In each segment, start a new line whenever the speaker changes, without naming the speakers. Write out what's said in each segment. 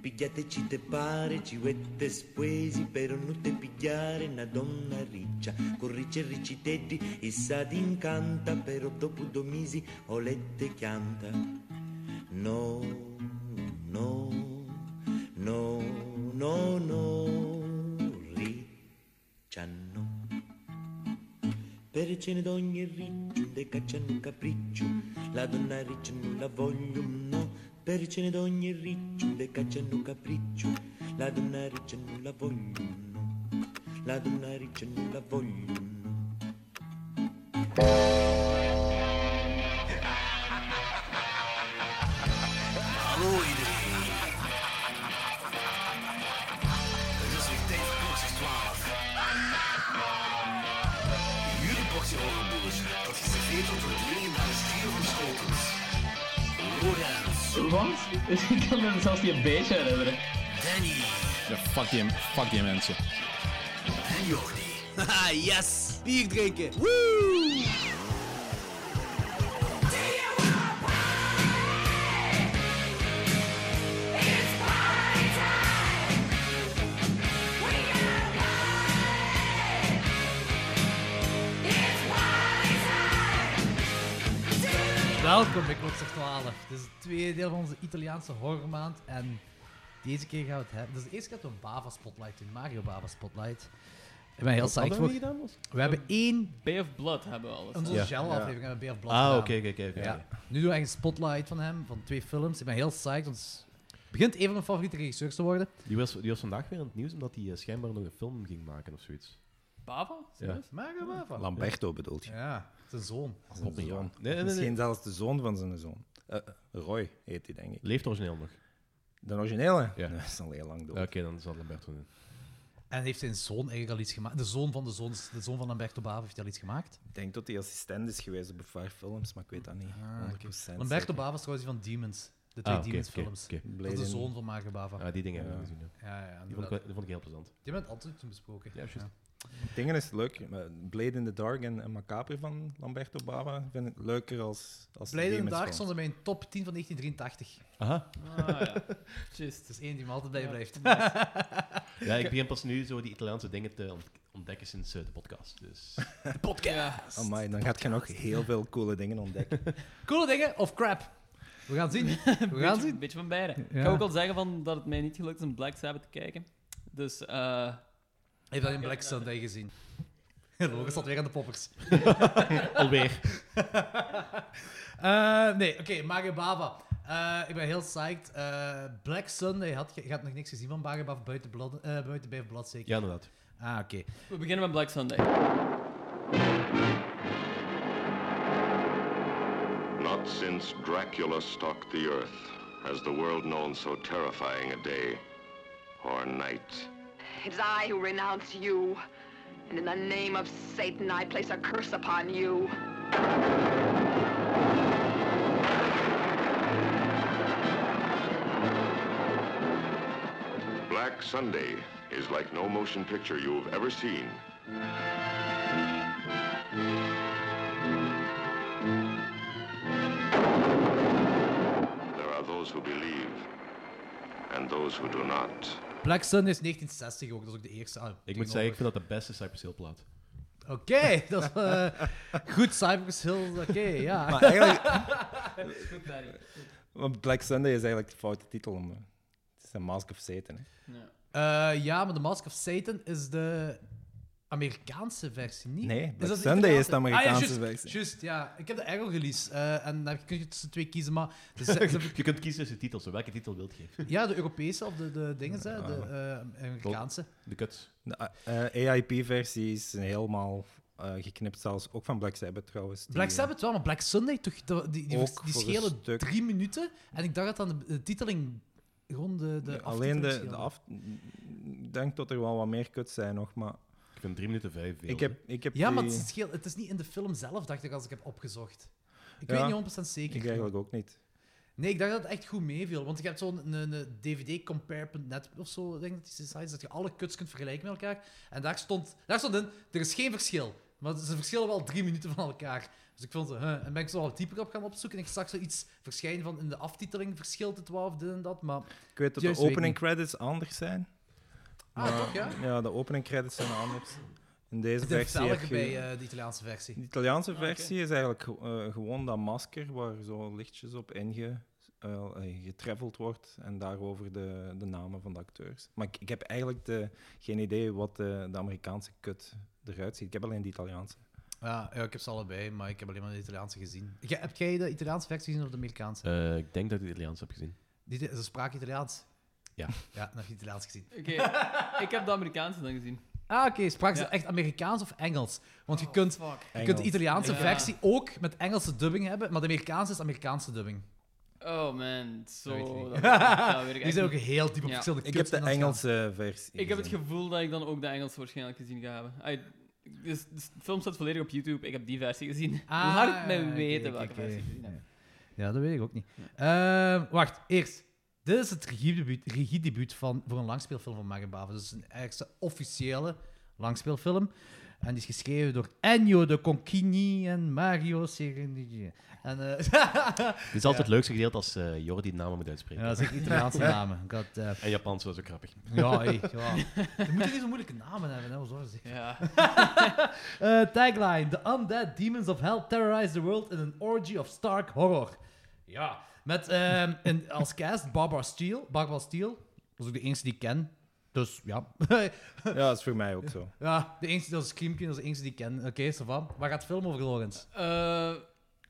Sbiateci te pare, ci vette spesi per non te pigliare una donna riccia. Con ricci e ricci tetti, e sa d'incanta, però dopo due mesi olette chianta. No, no, no, no, no, riccia no. Per cene d'ogni riccio, de cacciano un capriccio, la donna riccia non la voglio, no. Per cene d'ogni riccio, de cacciano un capriccio, la donna riccia non la voglio, no. La donna riccia non la voglio, no.
Aloïde. Dat is weer tijd voor klokjes 12. Jullie portie hongerboers, dat geserveerd wordt door de jongen naar de stier van Schotens. Lorenz,
Wat? Dus Ik kan me zelfs niet een beetje herinneren.
Danny
Ja, fuck die, fuck die mensen.
en Jordi.
Haha, yes! Bier drinken! Woo!
Welkom bij Klokster 12. Dit is het tweede deel van onze Italiaanse horrormaand. En deze keer gaan we het hebben. Dit is de eerste keer dat we een Bava Spotlight doen. Mario Bava Spotlight. Ik ben heel psyched voor. We, hebben één.
Bay of Blood hebben we alles.
Onze
Ja.
Shell-aflevering hebben we Beer Blad
Ah,
gedaan.
oké, oké, oké.
Ja. Nu doen we eigenlijk een spotlight van hem, van twee films. Ik ben heel psyched. want het begint een van mijn favoriete regisseurs te worden.
Die was, die was vandaag weer in het nieuws omdat hij eh, schijnbaar nog een film ging maken of zoiets.
Bava?
Ja.
Mario Bava.
Lamberto bedoelt je?
Ja, zijn zoon.
Poppy Jan. Nee, nee, nee.
Misschien zelfs de zoon van zijn zoon. Eh, Roy heet hij, denk ik.
Leeft origineel nog.
De originele?
Ja.
Nee, Dat is al heel lang dood.
Oké, dan zal Lamberto doen.
En heeft zijn zoon eigenlijk al iets gemaakt. De zoon van de zoon, de zoon van Lamberto Bava heeft al iets gemaakt.
Ik denk dat hij assistent is geweest op een paar films, maar ik weet dat niet. 100%.
Ah, Lamberto Bava is trouwens die van Demons. De twee
Ah, oké,
Demons
oké,
films.
oké.
Dat is de
Blade
zoon van Mario Bava.
Ah, die dingen hebben we gezien. ja.
Ja, ja.
Die, vond ik,
inderdaad.
wel- die vond ik heel plezant.
Die hebben het altijd toen besproken.
Ja, juist.
Dingen is leuk. maar Blade in the Dark en, en Macabre van Lamberto Bava vind ik leuker als... als
Blade in
Demons
de Dark
films.
stond in mijn top 10 van 1983.
Aha.
Ah ja. Just.
Het is één die me altijd bij blijft.
Ja, ik begin pas nu zo die Italiaanse dingen te ont- ontdekken sinds eh, de podcast. Dus
Podcast. Oh,
Amai, dan gaat je nog heel veel coole dingen ontdekken.
Coole dingen of crap? We gaan het zien. We gaan het
Een
zien.
beetje van beide.
Ja.
Ik ga ook al zeggen van dat het mij niet gelukt is om Black Sabbath te kijken. Dus, eh
Heeft dat in Black Sunday gezien? Logisch zat weer aan de poppers.
alweer.
Eh, nee, oké, Mario Bava. Eh, ik ben heel psyched. Eh, Black Sunday had, je je had nog niks gezien van Mario Bava buiten, blad, eh, buiten bij Blad zeker.
Ja, inderdaad.
Ah, oké.
we beginnen met Black Sunday.
Not since Dracula stalked the earth has the world known so terrifying a day or night.
It is I who renounce you. And in the name of Satan, I place a curse upon you.
Black Sunday is like no motion picture you've ever seen. There are those who believe and those who do not.
Black Sunday is 1960 ook, dat is ook de eerste. ah,
Ik
toen
moet zeggen,
ook.
ik vind dat de beste Cypress Hill plaat.
Oké, dat is eh, goed, Cypress Hill, oké, ja.
Maar eigenlijk...
Goed, Barry.
want Black Sunday is eigenlijk de foute titel. Om, eh, het is een Mask of Satan. Hè.
Ja.
Eh, ja, maar The Mask of Satan is de Amerikaanse versie, niet?
Nee,
dat
Black
de
Sunday is
Italiaanse?
de Amerikaanse
ah, ja, juist,
versie.
Juist, ja. Ik heb de Arrow release eh, en daar kun je tussen twee kiezen, maar... de ze- ze-
Je kunt kiezen tussen titels. Welke titel wilt je?
ja, de Europese of de, de dingen, hè, de
Ah.
eh, Amerikaanse.
De cuts.
De eh, AIP-versie is helemaal eh, geknipt, zelfs ook van Black Sabbath trouwens. Die,
Black
eh,
Sabbath wel, maar Black Sunday, toch, dat- die, die,
Ook
die
voor een
schelen
stuk.
drie minuten. En ik dacht dat aan de, de titeling gewoon de, de
eh, alleen de,
aftiteling
de af. Ik denk dat er wel wat meer kuts zijn nog, maar
Ik vind 3 minuten 5 veel.
ik heb, ik heb
Ja,
die-
maar het is, scheel- het is niet in de film zelf, dacht ik, als ik heb opgezocht. Ik
Ja.
weet niet 100%
ik
zeker.
eigenlijk ook niet.
nee, ik dacht dat het echt goed meeviel. Want je hebt zo'n een, een dvd-compare.net of zo, denk ik dat die site is, dat je alle kuts kunt vergelijken met elkaar. En daar stond, daar stond in, er is geen verschil. Maar ze verschillen wel drie minuten van elkaar. Dus ik vond ze, huh. en ben ik zo wat dieper op gaan opzoeken. En ik zag zoiets verschijnen van in de aftiteling verschilt het wel of dit en dat. Maar
Ik weet dat
Juist
de
weet
opening
niet.
credits anders zijn.
Ah, toch, ja?
Ja, de opening credits zijn anders. In deze
de
versie heb
velgen
je...
bij eh, de Italiaanse versie.
De Italiaanse
Ah, oké.
versie is eigenlijk eh, gewoon dat masker waar zo lichtjes op inge, eh, eh, getraveld wordt en daarover de, de namen van de acteurs. Maar ik, ik heb eigenlijk de, geen idee wat de, de Amerikaanse kut eruit ziet. Ik heb alleen de Italiaanse.
Ja, ja, ik heb ze allebei, maar ik heb alleen maar de Italiaanse gezien. Ja, heb jij de Italiaanse versie gezien of de Amerikaanse?
Eh, ik denk dat ik het Italiaans heb gezien.
Die, ze spraken Italiaans.
Ja.
Ja, dan heb je Italiaans gezien.
Oké, ik heb de Amerikaanse dan gezien.
Ah, oké. spraken ze
Ja.
echt Amerikaans of Engels? Want je kunt, je kunt de
Engels.
Italiaanse
Oh, Ja.
versie ook met Engelse dubbing hebben, maar de Amerikaanse is Amerikaanse dubbing.
Oh man, zo.
Dat weet ik niet.
dat- dat weet ik
Die
echt
zijn ook
niet.
heel diep op
Ja.
verschillende
Ik heb
kuts
de
in dat gaan.
Engelse versie.
Ik heb het
gezien.
gevoel dat ik dan ook de Engels waarschijnlijk gezien ga hebben. Ai, dus, dus de film staat volledig op YouTube. Ik heb die versie gezien.
Ah,
Laat het mij
oké,
weten
oké,
welke
oké.
versie ik gezien heb.
Ja, dat weet ik ook niet. Ehm, wacht, eerst. Dit is het regiedebuut, regiedebuut van, voor een langspeelfilm van Magabava. Dus een eigenlijk zijn officiële langspeelfilm. En die is geschreven door Ennio de Conchini en Mario Serendigi. En, eh,
Het is altijd het leukste gedeelte als eh Jordi de namen moet uitspreken.
ja, zeg Italiaanse namen. God, eh,
En Japans was ook grappig.
ja, hey, ja. Je moet niet zo moeilijke namen hebben, hè, wat zorgen ze.
Ja.
Eh, tagline: The undead demons of hell terrorize the world in an orgy of stark horror. Ja. Met ehm, in, als cast Barbara Steele. Barbara Steele. Dat is ook de enige die ik ken. Dus ja.
Ja, dat is voor mij ook zo.
ja, de enige dat is Scream Queen, dat is de enige die ik ken. Oké, ça va. Waar gaat de film over, Logans?
Eh,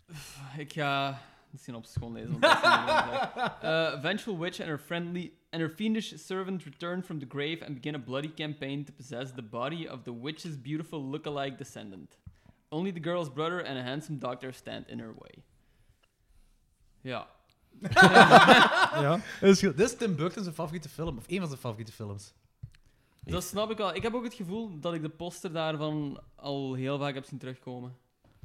pff, ik ga de synopsis gewoon lezen. want dat is niet belangrijk. Eh, vengeful witch and her friendly and her fiendish servant return from the grave and begin a bloody campaign to possess the body of the witch's beautiful lookalike descendant. Only the girl's brother and a handsome doctor stand in her way. Ja.
Ja.
Dit is Tim Burton zijn favoriete film, of een van zijn favoriete films.
Dat snap ik wel. Ik heb ook het gevoel dat ik de poster daarvan al heel vaak heb zien terugkomen.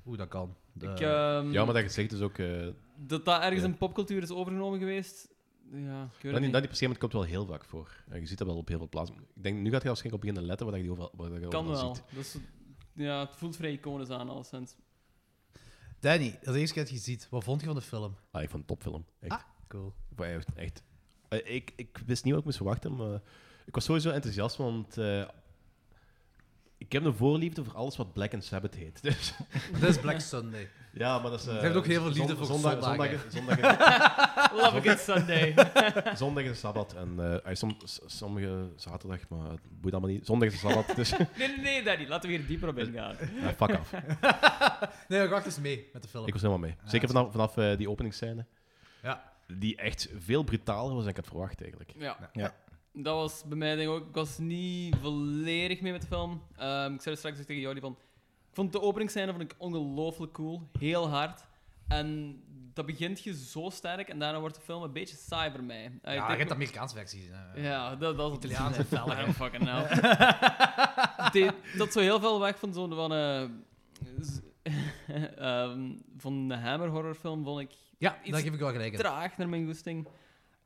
Oeh, dat kan. De-
Ik, ehm,
Eh, Ja, maar dat gezicht is ook... eh,
dat dat ergens
Ja.
in popcultuur is overgenomen geweest. Ja, ik weet het
dat, die-
niet.
dat die patiënt komt wel heel vaak voor. En je ziet dat wel op heel veel plaatsen. Ik denk, nu gaat hij waarschijnlijk op beginnen letten waar je die overal, waar je die
Kan
overal
wel.
ziet.
Dus, ja, het voelt vrij iconisch aan, alleszins.
Danny, dat is de eerste keer dat je ziet. Wat vond je van de film?
Ah, ik vond het een topfilm. Echt.
Ah, cool.
Maar echt- echt. Eh, Ik, ik wist niet wat ik moest verwachten, maar ik was sowieso enthousiast, want eh, ik heb een voorliefde voor alles wat Black and Sabbath heet. Dus,
Dit is Black Sunday.
ja, maar dat is... eh,
Je hebt ook heel veel liefde
zon-
voor
zondag,
zondagen.
zondag, zondag,
Ah, Love a good Sunday.
zondag is sabbat en eh, ah, som- s- sommige zaterdag, maar het boeit allemaal niet. Zondag is sabbat, dus
Nee, nee, nee, Daddy. Laten we hier dieper op ingaan.
ja, fuck af.
Nee, maar wacht eens mee met de film.
Ik was helemaal mee. Zeker vanaf, vanaf eh, die openingsscène,
Ah,
Ja.
die echt veel brutaler was dan ik had verwacht eigenlijk.
Ja.
Ja.
Dat was bij mij denk ik ook... Ik was niet volledig mee met de film. Ehm, ik zei er straks ook tegen Jordi van... Ik vond de openingsscène vond ik ongelooflijk cool. Heel hard. En dat begint je zo sterk en daarna wordt de film een beetje saai voor mij. Eh, ik
Ja, je
denk-
hebt de Amerikaanse versie gezien. hè.
Ja, dat, dat is het
Italiaanse velgen.
Ah, fucking hell. Die- dat zo heel veel weg van zo'n van, eh, z- ehm, van de Hammer horrorfilm vond ik
Ja,
Iets
daar geef ik wel gelijk in.
traag naar mijn goesting.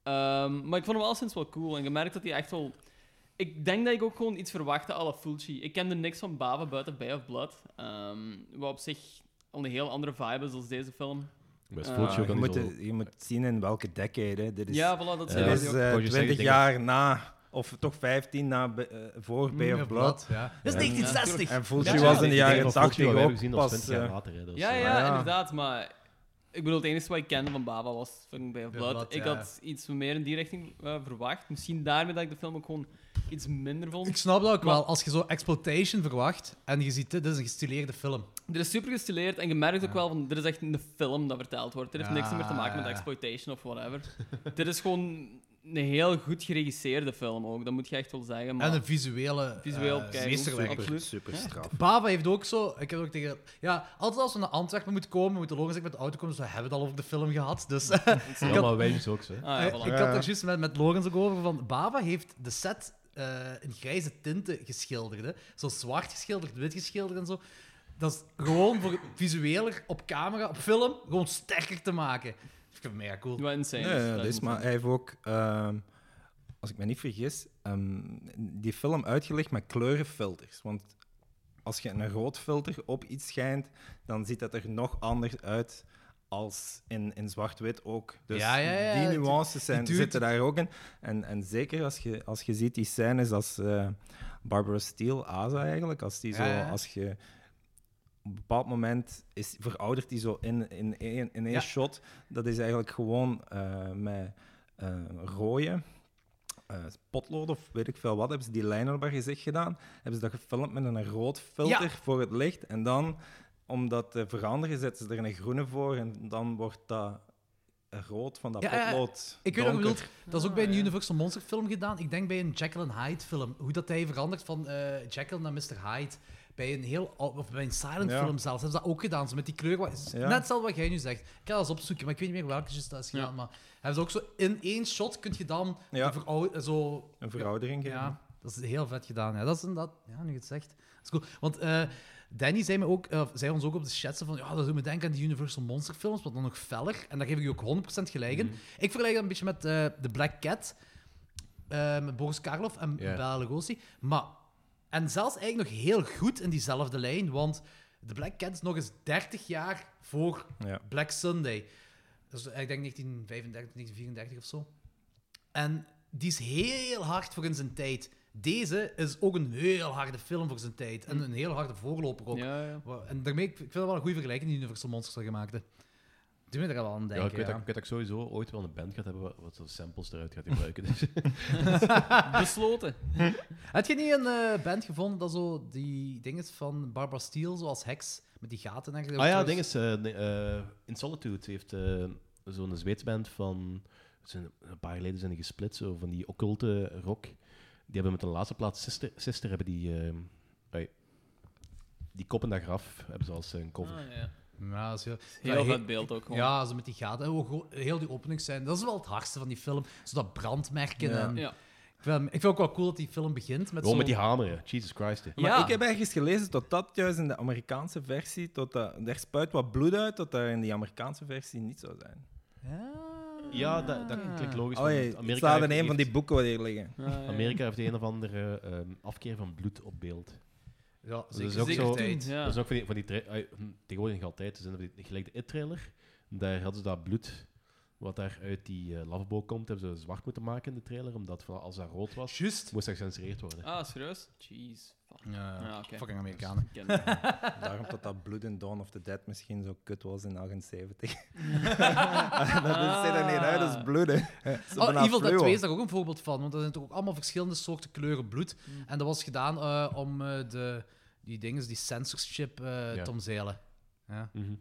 Ehm, maar ik vond hem alleszins wel cool en gemerkt dat hij echt wel. Ik denk dat ik ook gewoon iets verwachtte à la Fulci. Ik kende niks van Bava buiten Bay of Blood. ehm, wat op zich al een heel andere vibe is als deze film.
Best
Eh,
voelt je ook
Ah,
al
je,
niet
moet,
zo...
de- je moet zien in welke decade. hè. Dit is,
ja, voilà, dat
Ja.
zei
dit
dat
Dus is
hij ook.
eh,
Wou je zeggen,
20
ik denk-
jaar na, of toch 15 na, Be- eh,
Mm,
voor Bay of Blood.
Ja.
Dat is
1960.
En Fulci
Ja, ja.
was in de
Ik denk
jaren
dat Fulci
80
wel hebben
ook
gezien als
pas...
20 jaar
eh,
later. Hè, dus,
Ja,
eh,
ja,
ja.
inderdaad, maar ik bedoel, het enige wat ik kende van Baba was fucking Bay of
Bay of
Blood.
Blood,
ik
ja.
had iets meer in die richting eh, verwacht. Misschien daarmee dat ik de film ook gewoon iets minder vond.
Ik snap dat ook
Maar-
wel. Als je zo exploitation verwacht en je ziet dit, dit is een gestileerde film.
Er is super gestileerd en je merkt ook wel van, dit is echt een film dat verteld wordt. Dit heeft niks
Ja.
meer te maken
Ah.
met exploitation of whatever. dit is gewoon een heel goed geregisseerde film ook, dat moet je echt wel zeggen. Maar
En een visuele
visueel
eh,
kijken.
meesterwerk.
Absoluut.
Super straf.
Bava heeft ook zo... Ik heb ook tegen... Ja, altijd als we naar Antwerpen moeten komen, moeten we Logans met de auto komen, dus we hebben het al over de film gehad. Dus
Ja,
kan-
maar wij dus ook zo. hè.
Ah, ja,
Eh, ik
voilà.
had het juist met, met Logans ook over, van Bava heeft de set eh, in grijze tinten geschilderd. Hè. Zo zwart geschilderd, wit geschilderd en zo. Dat is gewoon voor visueler op camera, op film, gewoon sterker te maken. Ik vind het mega cool.
Wat insane.
Ja, ja,
dat
dat is,
moet
maar
zijn.
hij heeft ook, ehm, als ik me niet vergis, ehm, die film uitgelegd met kleurenfilters. Want als je een rood filter op iets schijnt, dan ziet dat er nog anders uit als in, in zwart-wit ook. Dus
Ja, ja, ja,
die
het-
nuances zijn,
het duurt-
zitten daar ook in. En, en zeker als je, als je ziet die scènes als eh, Barbara Steele, Asa eigenlijk, als die zo,
Ja, ja.
als je op een bepaald moment is, veroudert die zo in, in, één- in één
Ja.
shot. Dat is eigenlijk gewoon eh, met eh rooien, eh, potlood of weet ik veel wat, hebben ze die lijn op haar gezicht gedaan. Hebben ze dat gefilmd met een rood filter
Ja.
voor het licht. En dan, om dat te veranderen, zetten ze er een groene voor. En dan wordt dat rood van dat
Ja, ja, ja.
potlood
Ik weet wat je
donker.
bedoelt. Dat is ook bij een Universal Monster film gedaan. Ik denk bij een Jekyll and Hyde film. Hoe dat hij verandert van eh, Jekyll naar Mr. Hyde. Bij een heel ou- of bij een silent
Ja.
film zelfs. Hebben ze dat ook gedaan. Zo met die kleur. wat-
Ja.
Net zelfs wat jij nu zegt. Ik ga dat eens opzoeken, maar ik weet niet meer welke juist dat is gedaan. Maar hebben ze ook zo in één shot kun je dan
Ja.
de verou- eh, zo
Een veroudering.
ja,
geven.
dat is heel vet gedaan. Ja. Dat is inderdaad, ja, nu je het zegt. Dat is cool. Want eh, Danny zei, me ook, eh, zei ons ook op de chat zo van, ja, dat doet me denken aan die Universal Monster films, want dan nog feller. En daar geef ik u ook 100% gelijk in. Ik vergelijk dat een beetje met eh The Black Cat, eh, met Boris Karloff en
Ja.
Bela Lugosi. Maar, en zelfs eigenlijk nog heel goed in diezelfde lijn, want The Black Cat is nog eens 30 jaar voor
Ja.
Black Sunday. Dus ik denk 1935, 1934 of zo. En die is heel hard voor in zijn tijd. Deze is ook een heel harde film voor zijn tijd. En een heel harde voorloper ook.
Ja, ja.
Wa- En daarmee, ik ik vind dat wel een goede vergelijking die Universal Monsters er gemaakt heeft. Doe me er al aan
Ja, ik
denken.
weet,
Ja,
Dat, ik weet dat ik sowieso ooit wel een band gaat hebben wat- wat zo samples eruit gaat gebruiken. Dus.
Besloten.
Had je niet een eh, band gevonden dat zo die dingen van Barbara Steele, zoals Hex, met die gaten en
ah ja, het ding is, eh, nee, eh, In Solitude heeft eh, zo'n Zweeds band van... ze zijn- Een paar jaar geleden zijn die gesplit, zo, van die occulte rock. Die hebben met de laatste plaat Sister, Sister hebben die... eh, ui, die koppen daar graf hebben ze als een cover.
Ah, ja.
Ja, dat is heel,
Heel
Ja,
vet beeld ook gewoon.
Ja, zo met die gaten. En hoe gro- Heel die opening zijn. Dat is wel het hardste van die film. Zo dat brandmerken.
Ja.
En
Ja. Ah,
Ik, vind, ik vind ook wel cool dat die film begint met
Gewoon
zo'n...
met die hameren, Jesus Christ. hè.
Maar
Ja.
ik heb ergens gelezen dat dat juist in de Amerikaanse versie, dat dat, daar spuit wat bloed uit, dat dat in die Amerikaanse versie niet zou zijn.
Ja, dat,
Ah,
dat klinkt logisch.
Oh
want
jee, het
Amerika
staat in
heeft-
een van die boeken wat hier liggen.
Ja, ja.
Amerika heeft de een of andere ehm, afkeer van bloed op beeld. Dus
Ja,
Dat is
zeker
ook zo-
tijd.
Ja.
Dat is ook van die, van die tra- ah, hm, tegenwoordig nog altijd. Dus in die- gelijk de It-trailer, daar hadden ze dat bloed wat daar uit die eh, lavabo komt, hebben ze zwart moeten maken in de trailer, omdat van, als dat rood was,
Juist.
moest dat gecensureerd worden.
Ah, serieus? Jeez. Fuck. Ja, oké.
Fucking Amerikanen.
Ik ken dat.
Daarom dat dat Blood in Dawn of the Dead misschien zo kut was in 78. dat is, ziet er niet uit als bloed, hè. Zo
Oh,
bijna
Evil Dead
fluo.
2 is daar ook een voorbeeld van, want er zijn toch ook allemaal verschillende soorten kleuren bloed. En dat was gedaan eh, om eh, de, die dingen, die censorship eh
Ja.
te omzeilen. Ja.
Mhm.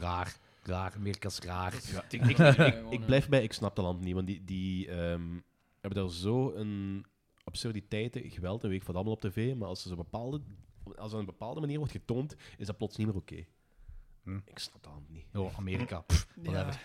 Raar. Raar. Amerika is raar.
Ja, ik, ik, ik, ik- ik
eh,
blijf bij, ik snap de land niet, want die, die ehm, hebben daar zo een absurditeiten, geweld en week van allemaal op tv, maar als er zo bepaalde, als er een bepaalde manier wordt getoond, is dat plots niet meer oké.
Hm.
Ik snap dat niet.
Oh, Amerika. Pff, whatever.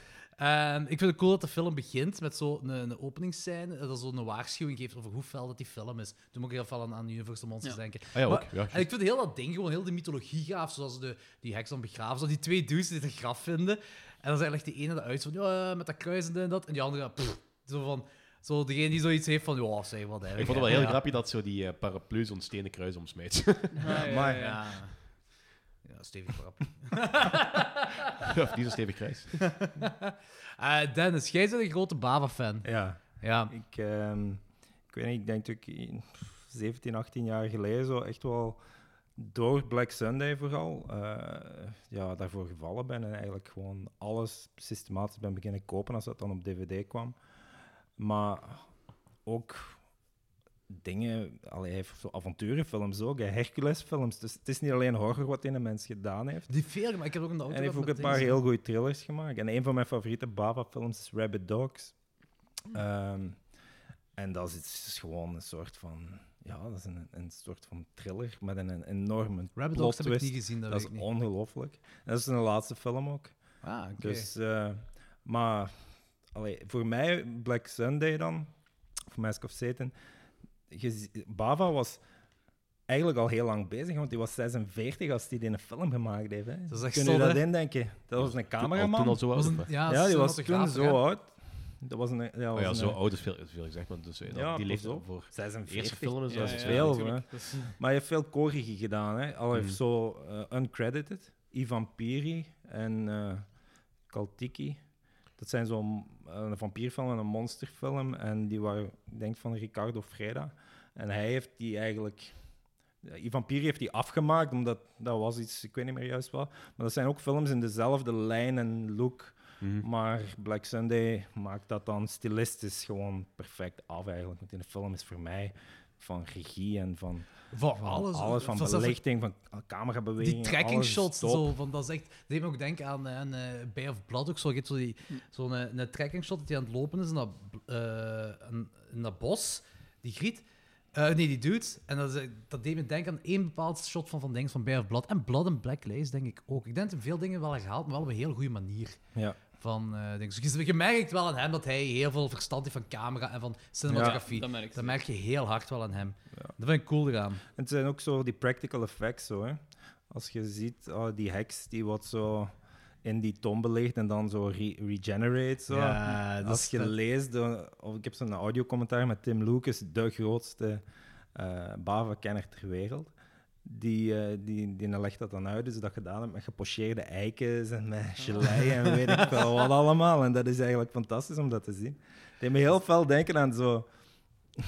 Ehm, ik vind het cool dat de film begint met zo'n een, een openingsscène. Dat zo'n waarschuwing geeft over hoe fel dat die film is. Toen moet ik heel veel aan, aan Universal Monsters
Ja.
denken.
Ah ja, ook.
Maar-
Ja,
en ik vind heel dat ding, gewoon heel de mythologie gaaf. Zoals de, die heks dan begraven. Zoals die twee dudes die het een graf vinden. En dan is eigenlijk die ene dat uit van, ja, eh, met dat kruis en dit en dat. En die andere, pff, zo van... Zo degene die zoiets heeft van, ja, zeg wat
Ik vond het wel heel grappig dat zo die eh, paraplu zo'n stenen kruis omsmeet.
Ah, ja,
Maar-
ja, ja.
Ja, ja stevig grap.
of die zo'n stevig kruis.
Eh, Dennis, jij bent een grote Bava-fan.
Ja,
Ja.
ik, ehm, ik weet niet, ik denk dat ik in- pff, 17, 18 jaar geleden zo echt wel door Black Sunday vooral eh, ja, daarvoor gevallen ben en eigenlijk gewoon alles systematisch ben beginnen kopen als dat dan op dvd kwam. Maar ook dingen, allee, hij heeft zo avonturenfilms ook, hè, Herculesfilms. Dus het is niet alleen horror wat in een mens gedaan heeft.
Die film, maar ik heb ook een auto.
En hij heeft ook een paar heel goede thrillers gemaakt. En een van mijn favoriete Bava-films is Rabbit Dogs.
Hm.
Ehm, en dat is, iets- is gewoon een soort van... Ja, dat is een, een soort van thriller met een, een enorme
Rabbit
plot
Dogs heb ik
twist.
niet gezien, dat,
Dat
weet
is
ik niet.
ongelooflijk. En Dat is een laatste film ook.
Ah, oké.
Dus, eh, maar allee, voor mij, Black Sunday dan, of Mask of Satan, je zie- Bava was eigenlijk al heel lang bezig, want die was 46 als die die een film gemaakt heeft. Hè.
Dat is echt
Kun je
zot,
dat
hè?
indenken? Dat was een
Toen al- Toen al
cameraman.
zo
Was
oud.
een-
of wat?
ja,
Ja, die was
cinematograaf,
toen zo
hè?
oud. Dat was een... Ja,
Oh
was
ja,
een-
zo oud is veel, is veel gezegd, want dus, eh, dat-
Ja,
die
pas
leeft
op.
voor
46.
eerste films.
Ja,
dat is
ja,
het
ja,
wel.
veel, hè.
natuurlijk. Dat is-
Maar je heeft veel corrigi gedaan. Hè? Al heeft
Mhm.
zo eh, Uncredited, Ivan Piri en eh Kaltiki. Dat zijn zo'n eh, een vampierfilm en een monsterfilm. En die waren, ik denk, van Ricardo Freda. En hij heeft die eigenlijk... eh, Ivan Piri heeft die afgemaakt, omdat dat was iets, ik weet niet meer juist wat. Maar dat zijn ook films in dezelfde lijn en look.
Mhm.
Maar Black Sunday maakt dat dan stilistisch gewoon perfect af eigenlijk. Want in de film is voor mij van regie en van
Voor
van
alles.
van
zelfs
belichting, van
Die
camerabewegingen.
tracking
alles is
shots,
top.
zo, van, dat is echt... Deed me ook denken aan, eh, aan eh, Bay of Blood ook zo. Je hebt zo die- Zo'n eh, een tracking shot dat hij aan het lopen is in dat, bl- eh, in, in dat bos. Die griet. Eh, nee, die dude. En dat, is, eh, dat deed me denken aan één bepaald shot van Van Dings van Bay of Blood. En Blood and Black Lace, denk ik ook. Ik denk dat hij veel dingen wel herhaalt, maar wel op een heel goede manier.
Ja.
Van, eh dingen. Dus je, je merkt wel aan hem dat hij heel veel verstand heeft van camera en van cinematografie.
dat merk ik
dat merk je heel hard wel aan hem. Dat vind ik cool eraan.
En het zijn ook zo die practical effects. Zo, hè. Als je ziet, ah, die heks die wat zo in die tombe ligt en dan zo re- regenerate. Zo.
Ja, dat
Als
is-
je
dat-
leest, de- of ik heb zo'n audiocommentaar met Tim Lucas, de grootste eh Bava-kenner ter wereld. Die, eh, die, die legt dat dan uit, dus dat gedaan hebt met gepocheerde eikens en
Oh.
met gelei en weet ik wel wat allemaal. En dat is eigenlijk fantastisch om dat te zien. Het deed me heel veel denken aan zo... Eh,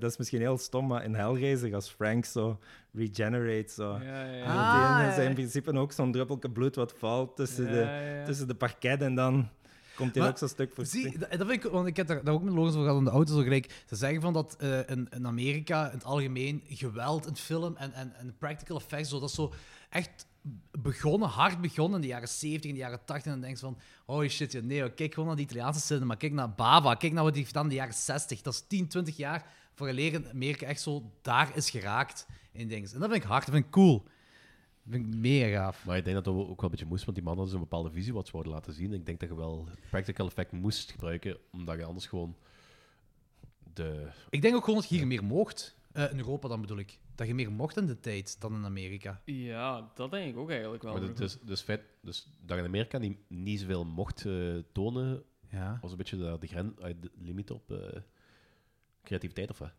Dat is misschien heel stom, maar in Hellraiser als Frank zo regenerate zo.
Ja, ja, ja.
En dat
Ah,
die- dat
ja,
zijn
ja.
in principe ook zo'n druppelke bloed wat valt tussen,
Ja,
de,
ja, ja.
tussen de parket en dan komt hij
Maar
ook zo'n stuk voor
Zie, dat, dat vind ik, want ik heb daar, daar ook met Lorenz over gehad in de auto. Zo gelijk, ze zeggen van dat eh, in, in Amerika in het algemeen geweld in film en, en, en practical effects, zo, dat is zo echt begonnen, hard begonnen in de jaren 70, in de jaren 80. En dan denk je van, holy shit, ja, nee, hoor, kijk gewoon naar die Italiaanse cinema, kijk naar Bava, kijk naar wat die heeft gedaan in de jaren 60. Dat is 10, 20 jaar voor leren Amerika echt zo daar is geraakt in dingen. En dat vind ik hard, dat vind ik cool. Dat vind ik mega gaaf.
Maar ik denk dat dat ook wel een beetje moest, want die mannen hadden een bepaalde visie wat ze wilden laten zien. Ik denk dat je wel practical effect moest gebruiken, omdat je anders gewoon de...
Ik denk ook gewoon dat je hier meer mocht. Eh, in Europa dan bedoel ik. Dat je meer mocht in de tijd dan in Amerika.
eh, Ja, dat denk ik ook eigenlijk wel.
Maar dat- dus, dus, feit, dus dat je in Amerika niet, niet zoveel mocht eh, tonen,
Ja.
was een beetje de, de, gren, eh, de limiet op eh, creativiteit, of wat?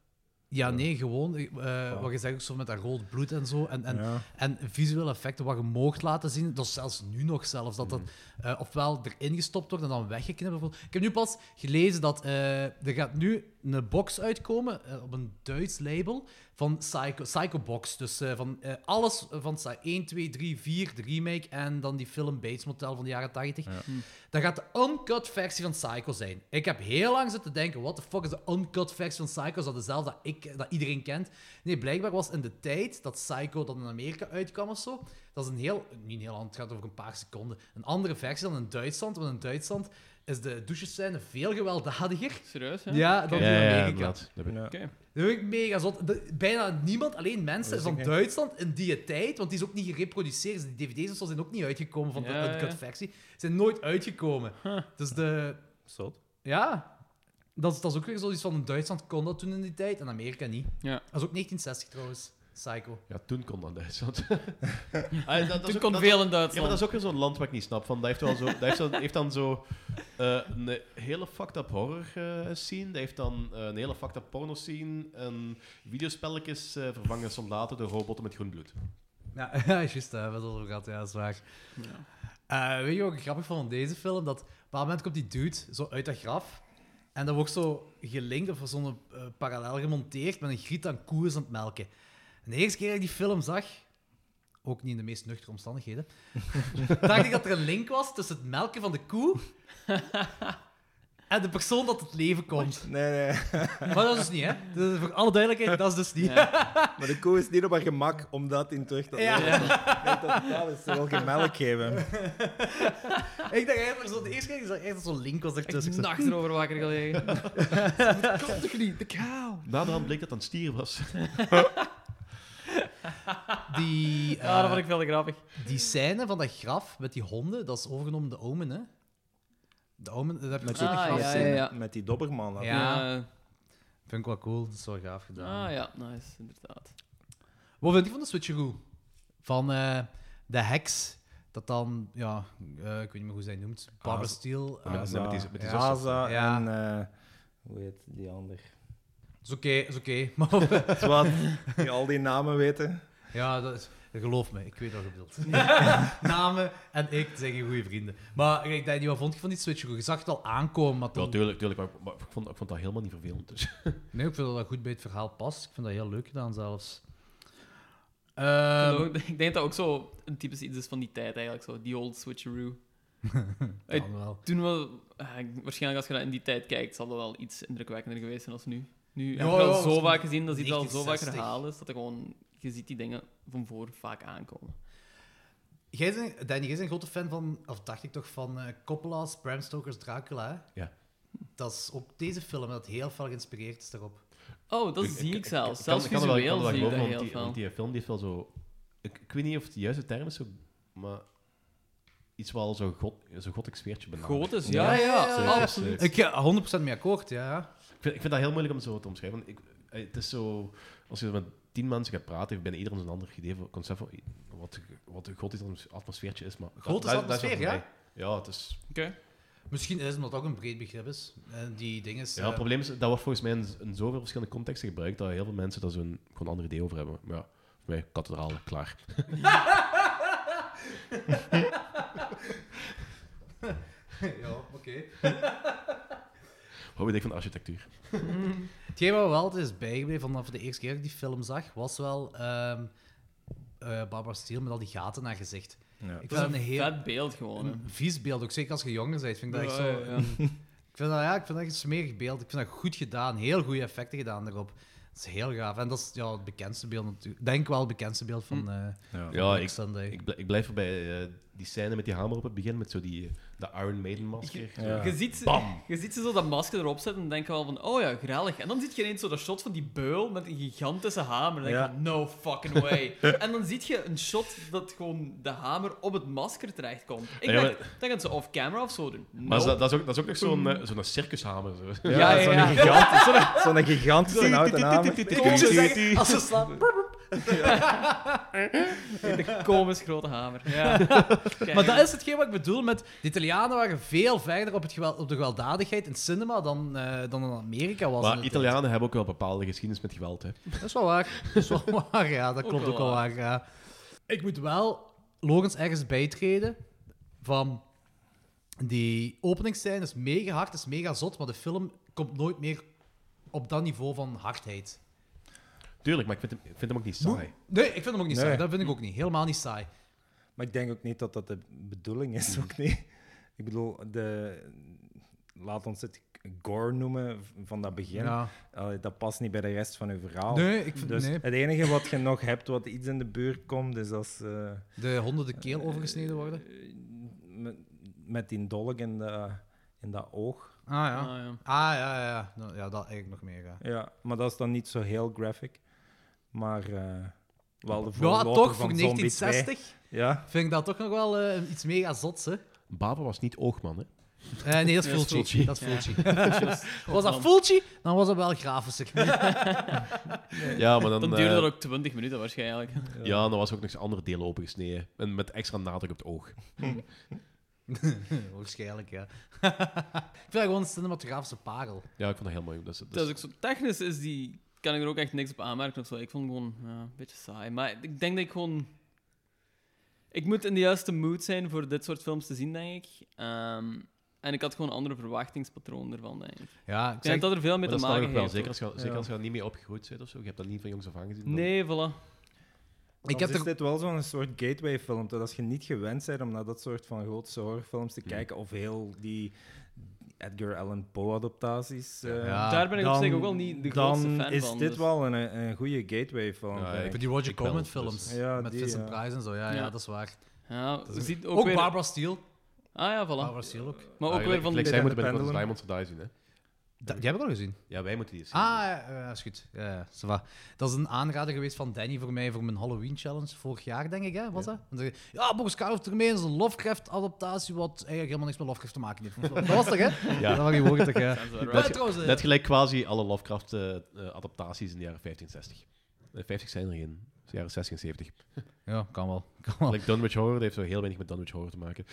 Ja, nee, gewoon. eh, Wat je zegt, ook zo met dat rood bloed en zo. En, en, en visuele effecten, wat je mocht laten zien. Dat is zelfs nu nog zelfs. Dat dat eh, ofwel erin gestopt wordt en dan weggeknipt. bijvoorbeeld. Ik heb nu pas gelezen dat eh, er gaat nu een box uitkomen eh, op een Duits label van Psycho, Psycho Box. Dus eh, van eh, alles van Psy- 1, 2, 3, 4, de remake en dan die film Bates Motel van de jaren 80. Dat gaat de uncut versie van Psycho zijn. Ik heb heel lang zitten denken, what the fuck is de uncut versie van Psycho? Is dat dezelfde dat, ik, dat iedereen kent? Nee, blijkbaar was in de tijd dat Psycho dan in Amerika uitkwam of zo, dat is een heel, niet een heel land, het gaat over een paar seconden, een andere versie dan in Duitsland, want in Duitsland is de douchescène veel gewelddadiger
Serieus, hè?
ja, dan die in Amerika.
inderdaad. Dat heb ik-
Ja.
Oké.
Dat vind ik mega zot. De- bijna niemand, alleen mensen
Dat is
van
ook echt-
Duitsland in die tijd, want die is ook niet gereproduceerd. Dus Die dvd's en zo zijn ook niet uitgekomen van
Ja,
de
ja.
uncut versie. Zijn nooit uitgekomen. Dus de...
Zot.
Ja. Dat, is- dat is ook weer zoiets van in Duitsland kon dat toen in die tijd, en Amerika niet.
Ja.
Dat is ook 1960 trouwens. Psycho.
Ja, toen kon dat Duitsland.
Ah, dat,
is
Toen
ook-
kon
dat-
veel in
Ja, maar dat
Duitsland.
is ook weer zo'n land wat ik niet snap. Van, dat heeft, wel zo, dat heeft, dan, heeft dan zo eh, een hele fucked up horror eh, scene. Dat heeft dan eh, een hele fucked up porno scene. En videospelletjes eh, vervangen soldaten door robotten met groen bloed.
Ja, ja juist, daar hebben we het over gehad. Ja, dat is waar. Eh, weet je wat ik grappig vond van deze film? Dat op een bepaald moment komt die dude zo uit dat graf. En dat wordt zo gelinkt of zo'n eh, parallel gemonteerd met een griet aan koers aan het melken. En de eerste keer dat ik die film zag, ook niet in de meest nuchtere omstandigheden, dacht ik dat er een link was tussen het melken van de koe en de persoon dat het leven komt.
Nee, nee.
Maar dat is dus niet, hè? Dus voor alle duidelijkheid, dat is dus niet.
Maar de koe is niet op haar gemak omdat hij terug dat
Ja.
leven. Nee, dat dat is ze wil geen melk geven.
Ik dacht eigenlijk, zo, de eerste keer dat ik zag, echt dat zo'n link was ertussen.
Echt
Ik zo,
nacht erover wakker gelegen.
Komt toch niet? De kou.
Naderhand bleek dat het een stier was.
Die,
Ja, Ah, dat
eh,
vond ik veel te grappig.
die scène van dat graf met die honden, dat is overgenomen de Omen, hè? De Omen, eh, dat heb je
Met
met
die,
zo'n
Ah,
graf.
ja,
scène.
ja, ja.
Met die dobberman. dat-
Ja.
Eh,
Vind ik wel cool, dat is wel gaaf gedaan.
ah ja, nice, inderdaad.
Wat vind je van de switcheroo? Van eh, de heks. Dat dan, ja, eh, ik weet niet meer hoe zij noemt, Barbara
Az-
Steele. eh,
Aza,
met die- met die
Aza
Ja.
en... eh, hoe heet die ander?
is oké, is oké. maar
Het is Wat? Die al die namen weten.
ja, dat is, geloof me, ik weet wat je bedoelt. Namen en ik zijn geen goede vrienden. Maar kijk, Danny, wat vond je van die Switch? Je zag het al aankomen, maar
Ja,
toen...
tuurlijk, tuurlijk maar, maar ik, vond, ik vond dat helemaal niet vervelend. Dus.
Nee, ik vind dat dat goed bij het verhaal past. Ik vind dat heel leuk gedaan zelfs.
Ik
Ehm,
vind ook- ik denk dat ook zo een typisch iets is van die tijd eigenlijk, zo die old switcheroo. Uit-
kan wel.
Toen wel, eh, ik- waarschijnlijk als je naar in die tijd kijkt, zal dat wel iets indrukwekkender geweest zijn als nu. Nu heb je
ja,
al zo
was-
vaak gezien, dat is iets al zo vaak
1960.
herhaald is, dat er gewoon, je ziet die dingen van voor vaak aankomen.
Jij bent, Danny, jij bent een grote fan van, of dacht ik toch, van eh, Coppola's Bram Stoker's Dracula, hè?
Ja.
Dat is ook deze film, dat heel veel geïnspireerd is daarop.
Oh, dat zie ik, zelfs. zelfs
er wel-
visueel
er wel
zie ik dat
geloven,
heel
want die,
veel.
want die film die heeft wel zo... Ik, ik weet niet of het de juiste term is, zo, maar iets wel zo'n god, zo gothic sfeertje benadert.
Goot is,
Ja,
ja, ja,
Zo,
ja,
zo,
absoluut.
zo.
Ik ga 100% mee akkoord, ja. ja.
Ik vind, ik vind dat heel moeilijk om zo te omschrijven. want Ik, eh, het is zo... Als je met tien mensen gaat praten, heeft bijna iedereen een ander idee van concept van wat, wat een gotisch atmosfeertje is. Maar
Gotisch
dat- dat- dat
atmosfeer,
is wel voor
ja?
mij. Ja, het is...
Oké.
Misschien is het omdat het ook een breed begrip is. En die dingen is... eh,
Ja, het probleem is, dat wordt volgens mij in, z- in zoveel verschillende contexten gebruikt dat heel veel mensen daar zo'n gewoon een ander idee over hebben. Maar ja, voor mij, kathedraal, klaar.
ja, oké.
Wat weet ik van de architectuur?
Hetgeen wat me wel altijd is bijgebleven vanaf de eerste keer dat ik die film zag, was wel ehm eh, Barbara Steele met al die gaten naar gezicht. Ik
Ja.
Dat is
vind dat
een
een heel
vet beeld gewoon. hè.
een vies beeld, ook zeker als je jonger bent. Vind ik, dat echt
Ja,
zo,
ja, ja.
ik vind dat ja, ik vind dat echt een smerig beeld. Ik vind dat goed gedaan, heel goede effecten gedaan daarop. Dat is heel gaaf. En dat is ja, het bekendste beeld natuurlijk. Denk wel het bekendste beeld van eh
Ja.
Ja,
Black
ik,
Sunday.
ik, bl- ik blijf erbij. eh die scène met die hamer op het begin, met zo die eh, de Iron Maiden masker.
Ja.
Je ziet, ze,
Bam.
je ziet ze zo dat masker erop zetten en denken wel van, oh ja, grellig. En dan ziet je ineens zo dat shot van die beul met een gigantische hamer. En dan denk je, no fucking way. en dan ziet je een shot dat gewoon de hamer op het masker terechtkomt. Ik
Ja,
denk,
maar-
dat gaan ze off-camera of zo doen.
Maar is
Nope.
dat, dat, is ook, dat is ook nog zo'n eh, zo'n circushamer. Zo.
Mm. Ja, ja,
zo'n
ja.
gigantisch- Zo'n zo'n gigantische oude naam.
Als ze slaan.
Komisch grote hamer. Ja.
Maar dat is hetgeen wat ik bedoel met... De Italianen waren veel verder op, het geweld, op de gewelddadigheid in het cinema dan, eh, dan in Amerika was. in
Maar
de
Italianen hebben ook wel bepaalde geschiedenis met geweld. Hè.
tijd. Dat is wel waar. Dat is wel waar, ja. Dat
Ook
klopt
wel
ook wel waar, ja. Ik moet wel Logans ergens bijtreden van... Die openingsscène is mega hard, is mega zot, maar de film komt nooit meer op dat niveau van hardheid.
Tuurlijk, maar ik vind hem, ik vind hem ook niet saai.
Nee, ik vind hem ook niet
Nee.
saai. Dat vind ik ook niet. Helemaal niet saai.
Maar ik denk ook niet dat dat de bedoeling is, ook niet. Ik bedoel, de, laat ons het gore noemen v- van dat begin.
Ja.
Allee, dat past niet bij de rest van uw verhaal.
Nee, ik vind...
Dus
nee.
het enige wat je nog hebt wat iets in de buurt komt, is als eh,
De honderden keel overgesneden worden.
met, met die dolk in, de, in dat oog.
Ah ja.
Ah, ja.
Ah, ja, ja, ja. Nou, ja dat eigenlijk nog meer. Ja,
Ja, maar dat is dan niet zo heel graphic. Maar eh, wel de
ja
voorloper
toch, voor
van Zombie 2.
1960
Ja,
vind ik dat toch nog wel eh, iets mega zots, hè?
Baba was niet oogman, hè?
Eh, nee, dat is
Ja, dat is
Fulci. Dat is Fulci. was dat Fulci, dan was dat wel grafischer.
Ja, maar dan,
Dan duurde
eh,
dat ook 20 minuten waarschijnlijk.
Ja, en dan was ook nog een ander deel opengesneden. En met extra nadruk op het oog.
Waarschijnlijk, ja. ik vind dat gewoon een cinematografische parel.
Ja, ik vond dat heel mooi. Dat is, dat
Dat
is-
is ook zo, technisch is die, kan ik er ook echt niks op aanmerken of zo. Ik vond hem gewoon ja, een beetje saai. Maar ik denk dat ik gewoon. Ik moet in de juiste mood zijn voor dit soort films te zien, denk ik. Ehm, en ik had gewoon een andere verwachtingspatroon ervan, denk ik. Ik
Ja, ik
denk
zeg,
dat dat er veel mee
Maar dat
te
snap ik
maken
ook wel.
heeft.
Zeker als, je, zeker
Ja.
als je er niet mee opgegroeid bent of zo. Je hebt dat niet van jongs af aan gezien.
hoor.
dan-
Nee, voilà.
ik
Ik
heb
is
er...
dit wel zo'n soort gateway-film. Dat als je niet gewend bent om naar dat soort van grote horrorfilms te kijken, of heel die Edgar Allan Poe-adaptaties. eh,
Ja.
Daar ben ik op
dan-
zich ook wel niet de grootste
dan
fan
is
van.
dit
dus-
wel een, een goede gateway-film.
Ja,
vind
ik-
ik.
Die Roger
Ik wel,
Corman
dus.
films
Ja,
met
die,
Vincent
ja.
Price en zo, ja, ja.
Ja.
dat is waar.
Ja, je ziet ook,
Ook,
weer...
Barbara Steele.
Ah ja, voilà.
Barbara Steele ook.
Maar ook
Eigenlijk-
weer van...
Ah, gelijk
de-
zij
de
moeten binnenkort Diamonds
pendulum.
Die zien, hè?
Da- die heb ik al gezien.
Ja, wij moeten die eens zien.
Ah, ja, ja, is goed. Ja, ja, ça va. Dat is een aanrader geweest van Danny voor mij voor mijn Halloween challenge vorig jaar, denk ik. Hè? Was dat? Want hij zei, ja, Boris Karloff Termijn is een Lovecraft-adaptatie, wat eigenlijk helemaal niks met Lovecraft te maken heeft. Dat was toch, hè?
Ja.
Dat waren die woorden toch, hè?
Sounds alright.
Maar trouwens, eh,
eh, Net gelijk quasi alle Lovecraft-adaptaties in de jaren 1560. Eh, 50 Eh, zijn er geen. is jaren 60 en 70.
Ja, kan wel. Kan wel.
Like Dunwich Horror, dat heeft zo heel weinig met Dunwich Horror te maken.